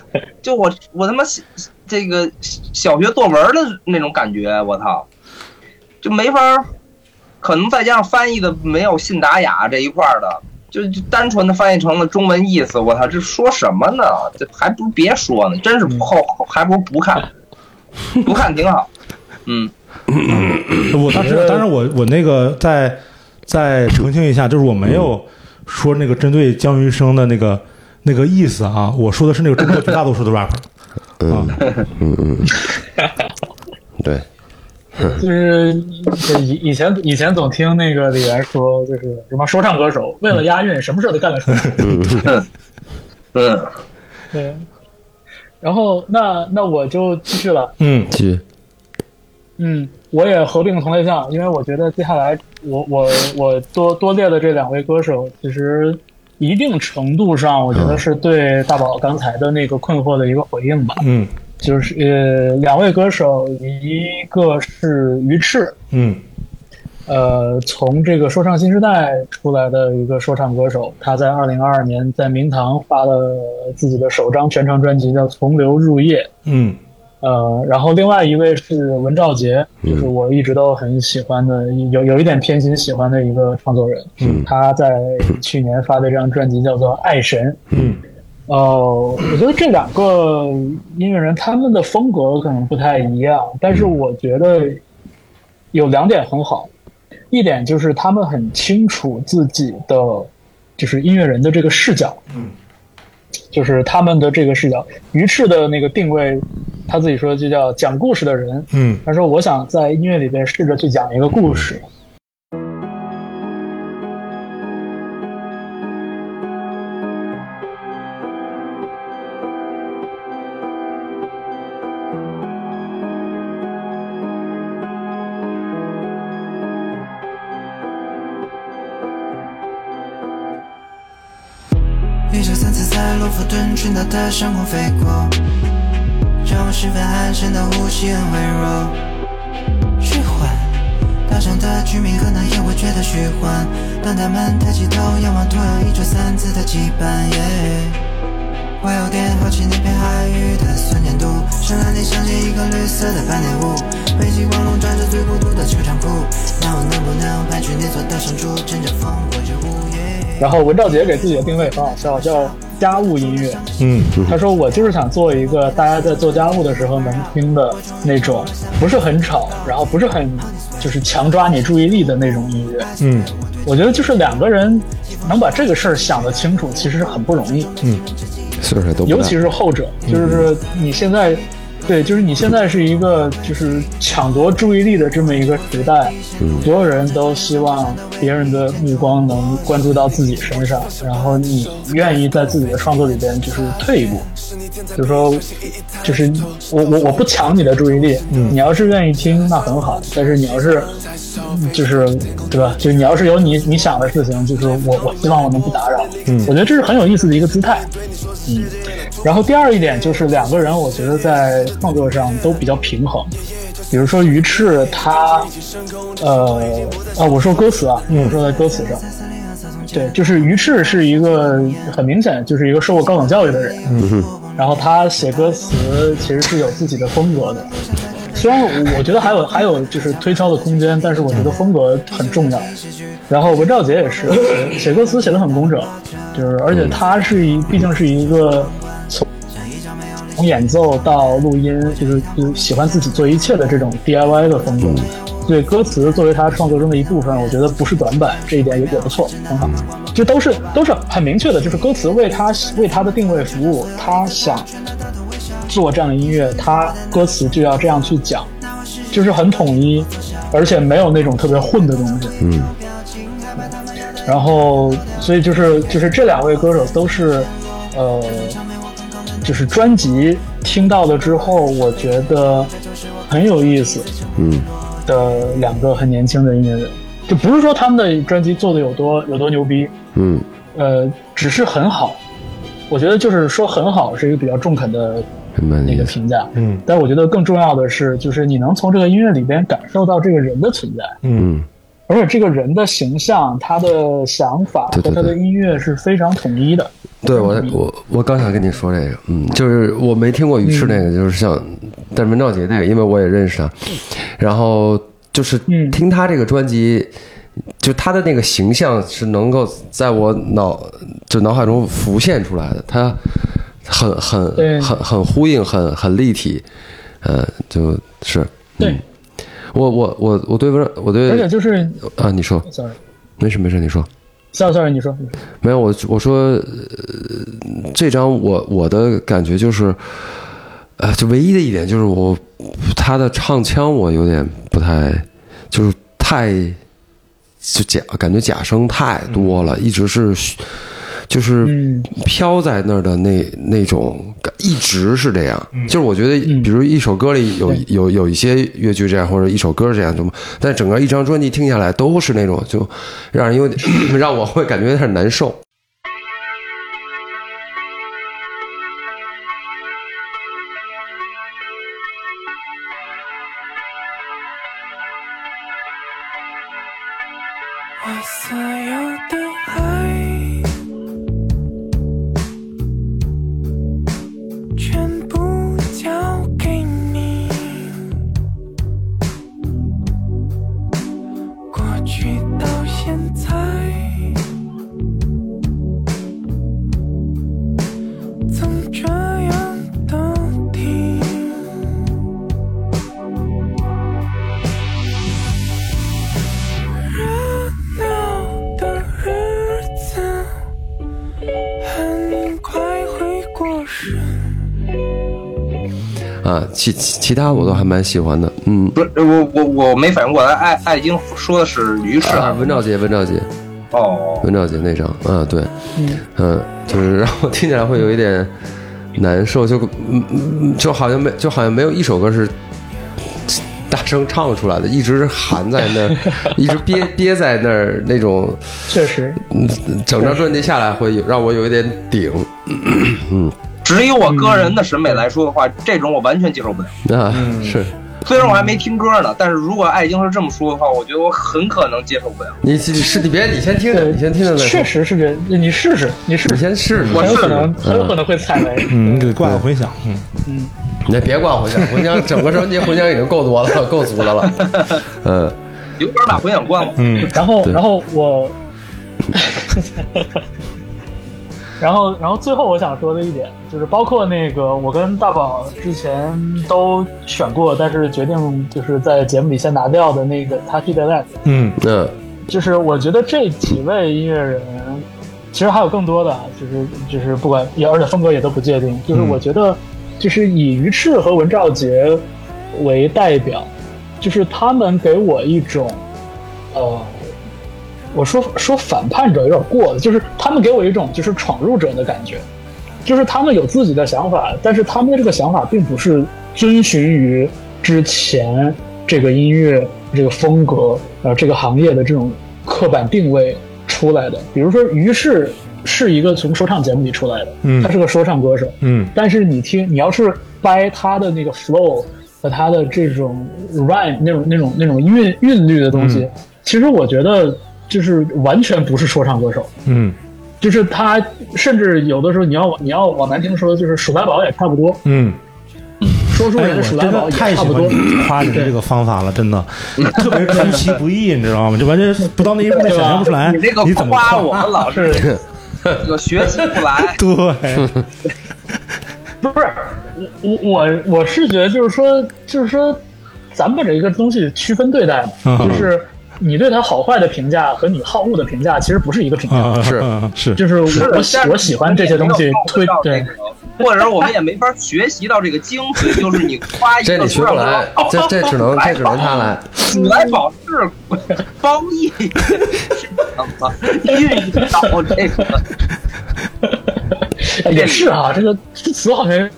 Speaker 1: 就我我他妈小这个小学作文的那种感觉，我操，就没法儿。可能再加上翻译的没有信达雅这一块儿的，就就单纯的翻译成了中文意思，我操，这说什么呢？这还不如别说呢，真是后后还不如不看，不看挺好。嗯，
Speaker 5: 我当时，当然我我那个再再澄清一下，就是我没有说那个针对江云生的那个那个意思啊，我说的是那个中国绝大多数的 rapper 啊，
Speaker 4: 对，
Speaker 6: 就是就以以前以前总听那个李源说，就是什么说唱歌手为了押韵，什么事儿都干得出来。
Speaker 1: 嗯，
Speaker 6: 对。然后那那我就继续了，
Speaker 5: 嗯
Speaker 4: 继续，
Speaker 6: 嗯，我也合并同类项，因为我觉得接下来我我我多多列的这两位歌手，其实一定程度上，我觉得是对大宝刚才的那个困惑的一个回应吧。
Speaker 5: 嗯
Speaker 6: 就是呃，两位歌手，一个是鱼翅，
Speaker 5: 嗯
Speaker 6: 呃，从这个说唱新时代出来的一个说唱歌手，他在二零二二年在明堂发了自己的首张全长专辑，叫《从流入夜》。
Speaker 5: 嗯
Speaker 6: 呃，然后另外一位是文兆杰，就是
Speaker 5: 嗯
Speaker 6: 我一直都很喜欢的，有有一点偏心喜欢的一个创作人。
Speaker 5: 嗯
Speaker 6: 他在去年发的这张专辑叫做《爱神》。
Speaker 5: 嗯
Speaker 6: 哦，我觉得这两个音乐人他们的风格可能不太一样，但
Speaker 5: 嗯
Speaker 6: 是我觉得有两点很好，一点就是他们很清楚自己的就是音乐人的这个视角，嗯，就是他们的这个视角。于翅的那个定位，他自己说就叫讲故事的人，
Speaker 5: 嗯
Speaker 6: 他说我想在音乐里边试着去讲一个故事，
Speaker 2: 一九三次在罗弗顿群岛的上空飞过，让我十分寒碜的呼吸很微弱。虚幻，岛上的居民可能也会觉得虚幻，当他们抬起头仰望同样一九三次的羁绊。耶我有点好奇那片海域的酸碱度，深蓝里像极一个绿色的斑点物，北极光笼罩着最孤独的酋长谷。那我能不能搬去那座岛上住，乘着风过着午夜？
Speaker 6: 然后文兆杰给自己的定位很好笑，叫家务音乐。
Speaker 5: 嗯
Speaker 6: 他说：“我就是想做一个大家在做家务的时候能听的那种，不是很吵，然后不是很就是强抓你注意力的那种音乐。
Speaker 5: 嗯
Speaker 6: 我觉得就是两个人能把这个事儿想得清楚，其实很不容易。
Speaker 4: 岁数都不嗯
Speaker 6: 尤
Speaker 4: 大
Speaker 6: 其，是后者，就是你现在，对，就是你现在是一个就是抢夺注意力的这么一个时代，
Speaker 4: 嗯
Speaker 6: 所有人都希望别人的目光能关注到自己身上，然后你愿意在自己的创作里边就是退一步，比如说，就是我我我不抢你的注意力，
Speaker 4: 嗯
Speaker 6: 你要是愿意听那很好，但是你要是就是对吧？就是你要是有你你想的事情，就是我我希望我能不打扰，嗯，我觉得这是很有意思的一个姿态，嗯。然后第二一点就是两个人，我觉得在创作上都比较平衡。比如说于赤他，呃啊，我说歌词啊，我说在歌词上，对，就是于赤是一个很明显就是一个受过高等教育的人，然后他写歌词其实是有自己的风格的。虽然我我觉得还有还有就是推敲的空间，但是我觉得风格很重要。然后文兆杰也是写写歌词写的很工整，就是而且他是一毕竟是一个从从演奏到录音，就是就是喜欢自己做一切的这种 DIY 的风格。对歌词作为他创作中的一部分，我觉得不是短板，这一点也也不错，很好。这都是都是很明确的，就是歌词为他为他的定位服务，他想做这样的音乐，他歌词就要这样去讲，就是很统一，而且没有那种特别混的东西。嗯。然后，所以就是就是这两位歌手都是，呃，就是专辑听到了之后，我觉得很有意思。
Speaker 4: 嗯
Speaker 6: 的两个很年轻的音乐人，就不是说他们的专辑做的有多有多牛逼，
Speaker 4: 嗯
Speaker 6: 呃，只是很好。我觉得就是说很好是一个比较中肯的
Speaker 4: 明白
Speaker 6: 那
Speaker 4: 你
Speaker 6: 个
Speaker 4: 的意思。
Speaker 6: 评价，
Speaker 5: 嗯
Speaker 6: 但我觉得更重要的是，就是你能从这个音乐里边感受到这个人的存在，
Speaker 4: 嗯，
Speaker 6: 而且这个人的形象、他的想法
Speaker 4: 对
Speaker 6: 和
Speaker 4: 对
Speaker 6: 他的
Speaker 4: 对
Speaker 6: 音乐是非常统一的。
Speaker 4: 对我我我刚想跟你说这个，嗯，就是我没听过于适那
Speaker 6: 嗯
Speaker 4: 个，就是像，但是文兆杰那个，因为我也认识他，然后就是
Speaker 6: 嗯
Speaker 4: 听他这个专辑，就他的那个形象是能够在我脑就脑海中浮现出来的，他很
Speaker 6: 对
Speaker 4: 很很很呼应，很很立体，呃，就是
Speaker 6: 对，
Speaker 4: 我我我我对文我
Speaker 6: 而且
Speaker 4: 嗯对
Speaker 6: 就是
Speaker 4: 啊，你说
Speaker 6: ，sorry，sorry，sorry，
Speaker 4: 没事没事，你说。
Speaker 6: 你说，你说
Speaker 4: 没有，我我说、呃、这张我我的感觉就是，呃，就唯一的一点就是我他的唱腔我有点不太，就是太就假感觉假声太多了，一直是就是
Speaker 6: 嗯
Speaker 4: 飘在那儿的那那种感，一直是这样。就是我觉得，比如一首歌里有有有一些乐句这样，或者一首歌这样，怎么？但整个一张专辑听下来都是那种，就让人有点 让我会感觉有点难受。
Speaker 7: 我所有的爱，全部交给你。过去到现在，总这样的听。热闹的日子很快会过时。
Speaker 4: 啊，其其其他我都还蛮喜欢的，嗯。
Speaker 1: 不是我我我没反应过来，艾艾晶说的是于适
Speaker 4: 啊，
Speaker 1: 啊
Speaker 4: 文兆杰，文兆杰，
Speaker 1: 哦，
Speaker 4: 文兆杰那张，啊，对，嗯，就是让我听起来会有一点难受，就嗯嗯，就好像没，就好像没有一首歌是大声唱出来的，一直是含在那儿， 一直憋憋在那儿，那种
Speaker 6: 确实，
Speaker 4: 嗯整张专辑下来会有让我有一点顶，
Speaker 1: 只以我个人的审美来说的话，这种我完全接受不了。
Speaker 4: 啊，
Speaker 6: 嗯
Speaker 4: 是
Speaker 1: 虽然我还没听歌呢，但是如果艾晶是这么说的话，我觉得我很可能接受不了。
Speaker 4: 你你是你别你先听着，
Speaker 6: 对，
Speaker 4: 你先听着再说
Speaker 6: 确，实是这，你试试，你试
Speaker 4: 你
Speaker 6: 试，
Speaker 4: 先试试，
Speaker 1: 我
Speaker 6: 很有
Speaker 1: 试
Speaker 6: 可能
Speaker 4: 试
Speaker 6: 很有可能会踩雷。
Speaker 5: 嗯，你给挂个回响，嗯，
Speaker 4: 你别管茴香，茴香整个专辑茴香已经够多了，够足的了，嗯。
Speaker 1: 有本事把回响关了。
Speaker 6: 然后，
Speaker 4: 对
Speaker 6: 然后我，然后，然后最后我想说的一点就是，包括那个我跟大宝之前都选过，但是决定就是在节目里先拿掉的那个《他 a p p y d e l i g h t
Speaker 5: 嗯
Speaker 4: 嗯，
Speaker 6: 就是我觉得这几位音乐人，其实还有更多的啊，就是就是不管也而且风格也都不界定，就是我觉得就是以于赤和文兆杰为代表，就是他们给我一种，呃，我说说反叛者有点过了，就是他们给我一种就是闯入者的感觉，就是他们有自己的想法，但是他们的这个想法并不是遵循于之前这个音乐、这个风格、呃这个行业的这种刻板定位出来的。比如说，于是是一个从说唱节目里出来的，
Speaker 5: 嗯
Speaker 6: 他是个说唱歌手，
Speaker 5: 嗯
Speaker 6: 但是你听，你要是掰他的那个 flow 和他的这种 rhyme 那种那种那种韵韵律的东
Speaker 5: 嗯
Speaker 6: 西，其实我觉得就是完全不是说唱歌手。
Speaker 5: 嗯
Speaker 6: 就是他，甚至有的时候你要你要往难听说，就是鼠来宝也差不多，
Speaker 5: 嗯，
Speaker 6: 说书
Speaker 5: 哎，
Speaker 6: 人
Speaker 5: 我
Speaker 6: 鼠
Speaker 5: 真
Speaker 6: 来宝
Speaker 5: 的
Speaker 6: 也
Speaker 5: 太
Speaker 6: 差
Speaker 5: 喜
Speaker 6: 不
Speaker 5: 欢
Speaker 6: 多。
Speaker 5: 你夸你的这个方法了，真的特别出其不意，你知道吗？就完全不到那一步想象不出来
Speaker 1: 你这个，
Speaker 5: 你怎么
Speaker 1: 夸
Speaker 5: 夸，
Speaker 1: 我们老是这个学习不来
Speaker 5: 对，
Speaker 6: 不是，我我我是觉得就是说就是说，咱们把这个东西区分对待嘛，
Speaker 5: 嗯
Speaker 6: 就是你对他好坏的评价和你好恶的评价其实不是一个评价，
Speaker 5: 啊
Speaker 4: 是
Speaker 5: 是
Speaker 6: 就是我我喜
Speaker 1: 但是
Speaker 6: 我喜欢这些东西
Speaker 1: 没有碰
Speaker 6: 推
Speaker 1: 到这
Speaker 6: 对
Speaker 1: 个。或者我们也没法学习到这个精髓，就是你夸一
Speaker 4: 这
Speaker 1: 个
Speaker 4: 你学不来，这这只能这只能他来。
Speaker 1: 鼠来宝是褒 义是什么？运导这个
Speaker 6: 哎也是啊，这个这词好像有
Speaker 4: 没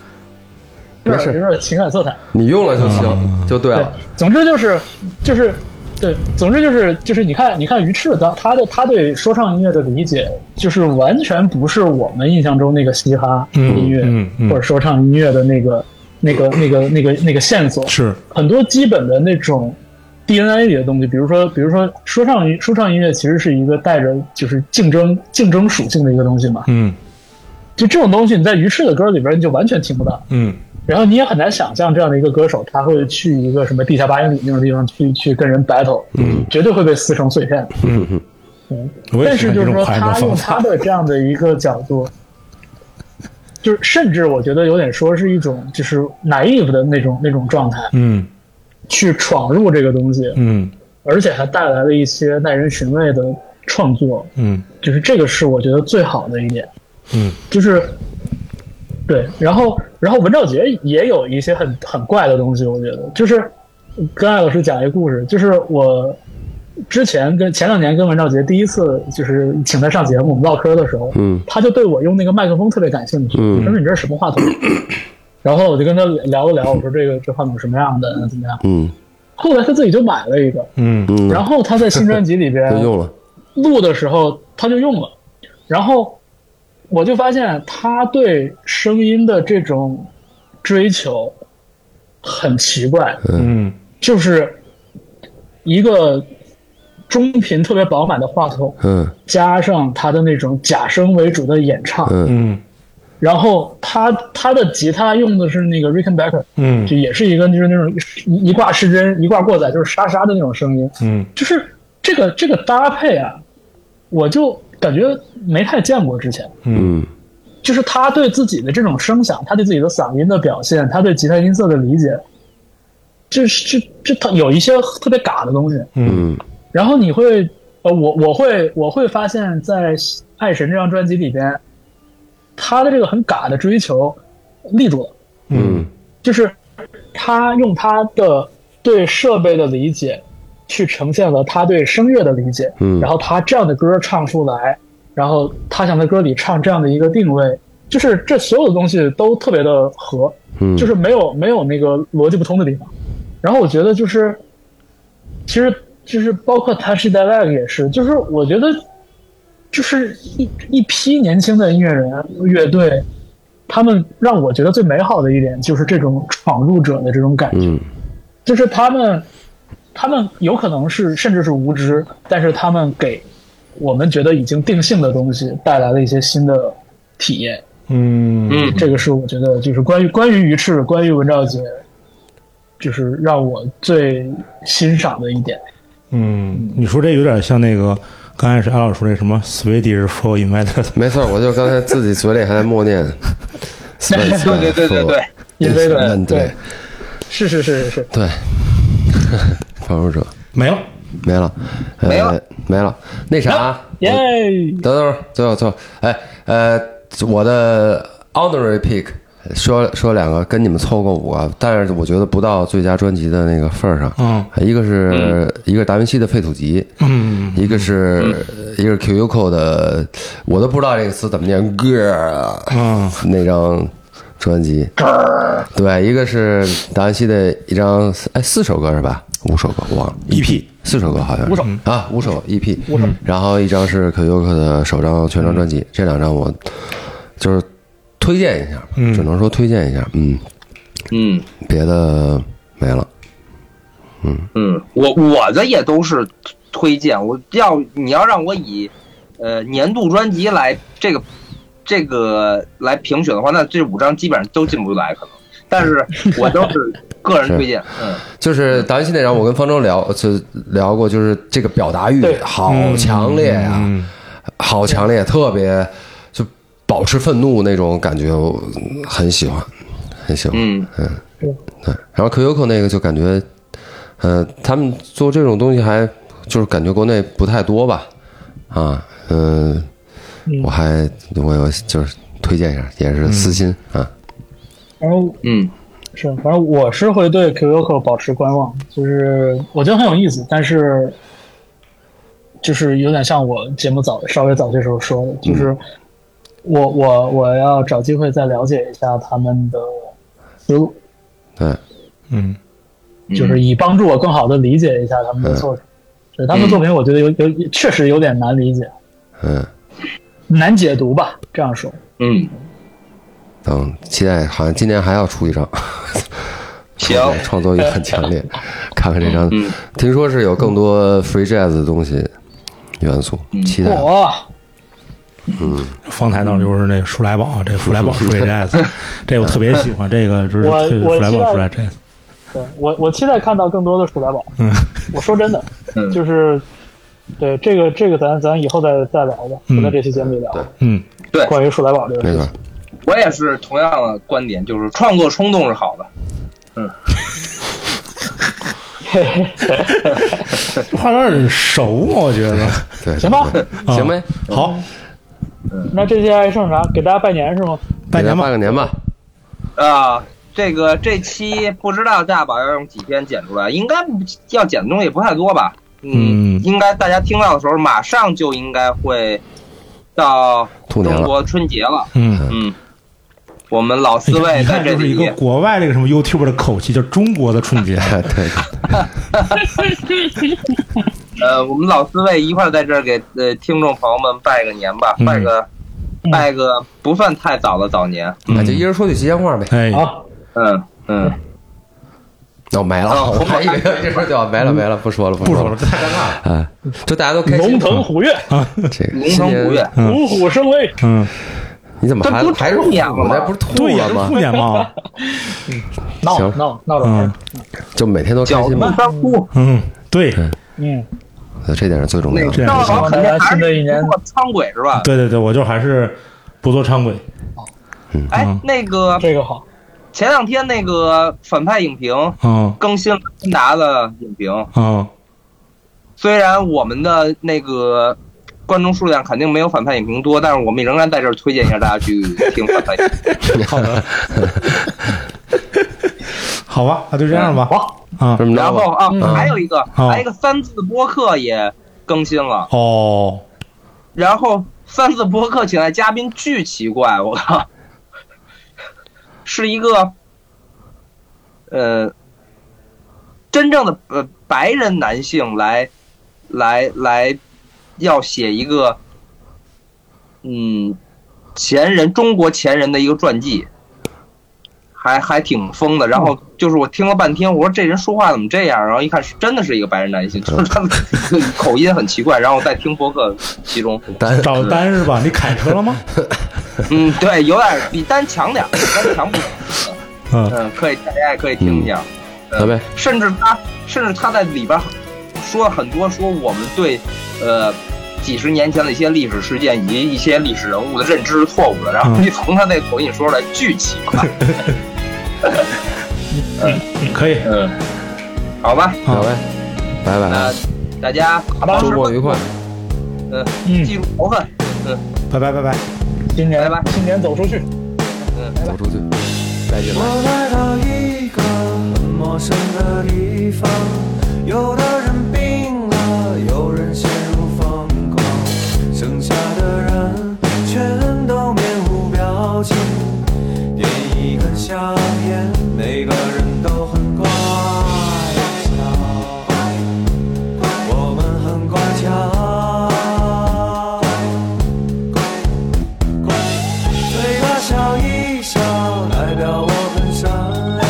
Speaker 6: 点
Speaker 4: 事
Speaker 6: 有点情感色彩。
Speaker 4: 你用了就行，就对
Speaker 6: 对
Speaker 4: 了。，
Speaker 6: 总之就是就是对，总之就是就是你看你看于赤的他的他对说唱音乐的理解，就是完全不是我们印象中那个嘻哈
Speaker 5: 嗯
Speaker 6: 音乐、
Speaker 5: 嗯嗯
Speaker 6: 或者说唱音乐的那个那个那个那个那个线索，
Speaker 5: 是，
Speaker 6: 很多基本的那种 DNA 里的东西，比如说，比如说说唱音说唱音乐其实是一个带着就是竞争竞争属性的一个东西嘛，
Speaker 5: 嗯
Speaker 6: 就这种东西你在于适的歌里边你就完全听不到，
Speaker 5: 嗯
Speaker 6: 然后你也很难想象这样的一个歌手他会去一个什么地下八英里那种地方去去跟人 battle，嗯，绝对会被撕成碎片。
Speaker 5: 嗯嗯，我也
Speaker 6: 但
Speaker 5: 喜
Speaker 6: 是
Speaker 5: 欢
Speaker 6: 就是
Speaker 5: 这种
Speaker 6: 说
Speaker 5: 夸人的
Speaker 6: 他用
Speaker 5: 方法
Speaker 6: 他，的这样的一个角度。就是，甚至我觉得有点说是一种就是 naive 的那种那种状态，
Speaker 5: 嗯
Speaker 6: 去闯入这个东西，
Speaker 5: 嗯
Speaker 6: 而且还带来了一些耐人寻味的创作，
Speaker 5: 嗯
Speaker 6: 就是这个是我觉得最好的一点，
Speaker 5: 嗯，
Speaker 6: 就是对，然后然后文兆杰也有一些很很怪的东西，我觉得就是跟艾老师讲一个故事，就是我之前跟前两年跟文兆杰第一次就是请他上节目我们唠嗑的时候，
Speaker 4: 嗯
Speaker 6: 他就对我用那个麦克风特别感兴趣，
Speaker 4: 嗯
Speaker 6: 他说你这是什 么话筒？然后我就跟他聊了聊，我说这个这话筒什么样的，啊怎么样？
Speaker 4: 嗯
Speaker 6: 后来他自己就买了一个，
Speaker 5: 嗯
Speaker 4: 嗯，
Speaker 6: 然后他在新专辑里边
Speaker 4: 就 用了。
Speaker 6: 录的时候他就用了，然后我就发现他对声音的这种追求很奇怪，
Speaker 5: 嗯
Speaker 6: 就是一个中频特别饱满的话筒，
Speaker 4: 嗯
Speaker 6: 加上他的那种假声为主的演唱，
Speaker 4: 嗯
Speaker 5: 嗯
Speaker 6: 然后他他的吉他用的是那个 Rickenbacker，
Speaker 5: 嗯
Speaker 6: 就也是一个就是那种一一挂失真一挂过载就是沙沙的那种声音，
Speaker 5: 嗯
Speaker 6: 就是这个这个搭配啊，我就感觉没太见过之前。
Speaker 4: 嗯
Speaker 6: 就是他对自己的这种声响，他对自己的嗓音的表现，他对吉他音色的理解，这是这这他有一些特别嘎的东西。
Speaker 4: 嗯
Speaker 6: 然后你会呃，我我会我会发现，在《爱神》这张专辑里边，他的这个很嘎的追求立住了，
Speaker 4: 嗯
Speaker 6: 就是他用他的对设备的理解，去呈现了他对声乐的理解。
Speaker 4: 嗯
Speaker 6: 然后他这样的歌唱出来，然后他想在歌里唱这样的一个定位，就是这所有的东西都特别的合，
Speaker 4: 嗯，
Speaker 6: 就是没有没有那个逻辑不通的地方。然后我觉得就是，其实就是包括他是 d i l 也是，就是我觉得就是一一批年轻的音乐人乐队，他们让我觉得最美好的一点就是这种闯入者的这种感觉。
Speaker 4: 嗯
Speaker 6: 就是他们，他们有可能是甚至是无知，但是他们给我们觉得已经定性的东西带来了一些新的体验。
Speaker 5: 嗯
Speaker 1: 嗯
Speaker 6: 这个是我觉得就是关于关于鱼翅，关于文兆杰，就是让我最欣赏的一点。
Speaker 5: 嗯，你说这有点像那个刚开始艾老师说那什么 Swedish for invited，
Speaker 4: 没错，我就刚才自己嘴里还在默念。
Speaker 1: 对对对对对，
Speaker 6: 也对的，
Speaker 4: 对
Speaker 6: 对，是是是是是，
Speaker 4: 对，防守者
Speaker 5: 没了，
Speaker 4: 没了，呃、
Speaker 1: 没了，
Speaker 4: 没了。那啥，
Speaker 6: 耶、
Speaker 4: 我等等会儿，最后最后，哎呃，我的 honorary pick 说说两个，跟你们凑够五个，但是我觉得不到最佳专辑的那个份儿上。
Speaker 5: 嗯
Speaker 4: 一个是、一个是达芬奇的《废土集》，
Speaker 5: 嗯，
Speaker 4: 一个是、一个是 Q U Q 的，我都不知道这个词怎么念，girl，
Speaker 5: 嗯，
Speaker 4: 那张专辑，对，一个是达芬奇的一张，哎，四首歌是吧？五首歌我忘了，E
Speaker 5: EP
Speaker 4: 四首歌好像是
Speaker 6: 五首
Speaker 4: 啊，五首 EP，五首，然后一张是 Q Q Q 的首张全张专辑，这两张我就是推荐一下吧，只能说推荐一下，嗯，
Speaker 1: 嗯
Speaker 4: 别的没了，
Speaker 1: 嗯，我我的也都是推荐，我要你要让我以呃年度专辑来这个这个来评选的话，那这五张基本上都进不来可能，但是我都是个人推荐，嗯。
Speaker 4: 就是达芬奇那张，我跟方舟聊就聊过，就是这个表达欲
Speaker 6: 对
Speaker 4: 好强烈呀、
Speaker 5: 嗯
Speaker 4: 好强烈，特别就保持愤怒那种感觉，我很喜欢，很喜欢。
Speaker 1: 嗯
Speaker 4: 对，然后 QQ 那个就感觉，呃，他们做这种东西还就是感觉国内不太多吧，啊，嗯、我还我我就是推荐一下，也是私心、
Speaker 5: 嗯
Speaker 4: 啊，
Speaker 6: 然后
Speaker 1: 嗯
Speaker 6: 是，反正我是会对 QQ 保持观望，就是我觉得很有意思，但是就是有点像我节目早稍微早些时候说的，就是我我我要找机会再了解一下他们的思路，
Speaker 4: 对，
Speaker 5: 嗯
Speaker 6: 就是以帮助我更好的理解一下他们的作品。对他们的作品，我觉得有有确实有点难理解，
Speaker 4: 嗯，
Speaker 6: 难解读吧，这样说。
Speaker 1: 嗯，
Speaker 4: 等期待，嗯好像今年还要出一张。
Speaker 1: 行，
Speaker 4: 创作欲很强烈。看看这张
Speaker 1: 嗯，
Speaker 4: 听说是有更多 free jazz 的东西元素，期待。
Speaker 6: 我
Speaker 5: 方台呢就是那个舒莱啊堡，这个舒莱 堡 free jazz，这我特别喜欢，这个就是
Speaker 6: 我
Speaker 5: 特
Speaker 6: 我
Speaker 5: 舒莱
Speaker 6: 知
Speaker 5: 堡
Speaker 6: 道
Speaker 5: free jazz，
Speaker 6: 对我我期待看到更多的鼠来宝。
Speaker 5: 嗯，
Speaker 6: 我说真的，
Speaker 1: 嗯
Speaker 6: 就是对这个这个咱咱以后再再聊吧，
Speaker 5: 嗯
Speaker 6: 不在这期节目里聊。
Speaker 5: 嗯
Speaker 1: 对
Speaker 6: 关于鼠来宝这个
Speaker 4: 没
Speaker 6: 事
Speaker 4: 错
Speaker 6: 情，，
Speaker 1: 我也是同样的观点，就是创作冲动是好的。
Speaker 5: 这话有点熟，我觉得。
Speaker 4: 对，
Speaker 6: 行吧
Speaker 4: 对， 行
Speaker 5: 啊
Speaker 4: 呗，
Speaker 5: 好，
Speaker 6: 那这期还剩啥？给大家拜年是吗？
Speaker 5: 拜年
Speaker 4: 给大家拜
Speaker 5: 吧
Speaker 4: 个，年吧。
Speaker 1: 啊、这个这期不知道大宝要用几天剪出来，应该不要剪的东西也不太多吧？
Speaker 5: 嗯
Speaker 1: 应该大家听到的时候，马上就应该会到
Speaker 4: 兔年
Speaker 1: 中
Speaker 4: 了，
Speaker 1: 国春节了。
Speaker 5: 嗯。
Speaker 1: 嗯，我们老四位
Speaker 5: 哎你
Speaker 1: 在
Speaker 5: 看，
Speaker 1: 这
Speaker 5: 就是一
Speaker 1: 里
Speaker 5: 个，国外这个什么 YouTube 的口气，叫中国的春节。
Speaker 4: 对对，
Speaker 1: 呃，我们老四位一块儿在这儿给呃听众朋友们拜个年吧，
Speaker 5: 嗯
Speaker 1: 拜个拜个不算太早的早年。
Speaker 5: 嗯
Speaker 4: 那就一人说句吉祥话呗。
Speaker 5: 哎，
Speaker 6: 好，
Speaker 1: 嗯嗯，
Speaker 4: 那我没了，
Speaker 1: 哦
Speaker 4: 我还以为一人说就没了没了，不说了不
Speaker 5: 不说
Speaker 4: 说
Speaker 5: 了，
Speaker 4: 了。
Speaker 5: 太尴尬了。
Speaker 4: 啊，祝大家都开心
Speaker 6: 龙。腾虎跃，
Speaker 4: 这个
Speaker 1: 龙
Speaker 4: 新
Speaker 1: 腾
Speaker 4: 年
Speaker 1: 虎跃，。
Speaker 6: 虎虎生威。
Speaker 5: 嗯，
Speaker 4: 你怎么还
Speaker 1: 这不
Speaker 4: 还是
Speaker 1: 兔
Speaker 4: 虎
Speaker 1: 年了吗
Speaker 4: 那不是兔
Speaker 5: 对呀，
Speaker 4: 了
Speaker 5: 这是
Speaker 4: 吗
Speaker 5: 兔？年嘛。
Speaker 6: 闹
Speaker 4: 行
Speaker 6: 闹闹着玩
Speaker 5: 嗯
Speaker 6: 儿。
Speaker 4: 就每天都开
Speaker 1: 饺子
Speaker 4: 心吧，
Speaker 1: 三哭，
Speaker 5: 嗯， 对，
Speaker 6: 嗯，
Speaker 4: 这点是最重要
Speaker 1: 那
Speaker 4: 的。
Speaker 5: 这样
Speaker 1: 赵老
Speaker 5: 就行
Speaker 1: 肯定还是不做苍鬼是吧？
Speaker 5: 对对对，我就还是不做唱鬼。嗯
Speaker 1: 哎，那个
Speaker 6: 这个好。
Speaker 1: 前两天那个反派影评
Speaker 5: 嗯
Speaker 1: 更新了芬达的影评，
Speaker 5: 嗯
Speaker 1: 虽然我们的那个观众数量肯定没有反派影评多，但是我们仍然在这儿推荐一下大家去听反派影评。
Speaker 5: 好吧，那就这样吧。啊
Speaker 4: 这，么
Speaker 1: 然
Speaker 4: 着
Speaker 1: 后
Speaker 4: 吧，
Speaker 1: 啊，还有一个，
Speaker 5: 嗯
Speaker 1: 还有一个三字播客也更新了，
Speaker 5: 哦，
Speaker 1: 然后三字播客请来嘉宾巨奇怪，我靠，是一个呃真正的呃白人男性来来来要写一个嗯前人中国前人的一个传记。还还挺疯的，然后就是我听了半天，我说这人说话怎么这样？然后一看是真的是一个白人男性，就是他的口音很奇怪。然后我再听博客其中，
Speaker 4: 丹
Speaker 5: 找单是吧？你凯车了吗？
Speaker 1: 嗯，对，有点比单强点儿， 比单强不少。
Speaker 5: 嗯，
Speaker 1: 嗯，可以，大家也可以听一下。
Speaker 4: 得呗，
Speaker 1: 甚至他，甚至他在里边说了很多，说我们对呃几十年前的一些历史事件以及一些历史人物的认知是错误的。然后你从他那口音说出来，巨奇怪。
Speaker 5: 可以。
Speaker 1: 嗯，好吧，
Speaker 4: 得呗，拜拜。
Speaker 1: 那大家
Speaker 4: 周末愉快。
Speaker 1: 嗯，
Speaker 6: 嗯
Speaker 1: 记住仇恨，嗯
Speaker 5: 拜拜拜拜。
Speaker 6: 今年
Speaker 1: 拜拜
Speaker 6: 今年走出去。
Speaker 1: 嗯。
Speaker 4: 走出去，再见。
Speaker 2: 我来到一个很陌生的地方，有的人病了，有人陷入疯狂，剩下的人全都面无表情，点一根香烟，每个人都很乖巧，我们很乖巧。嘴巴笑一笑，代表我很善良；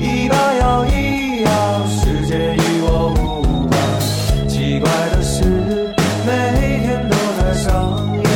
Speaker 2: 尾巴摇一摇，世界与我无关。奇怪的事，每天都在上演，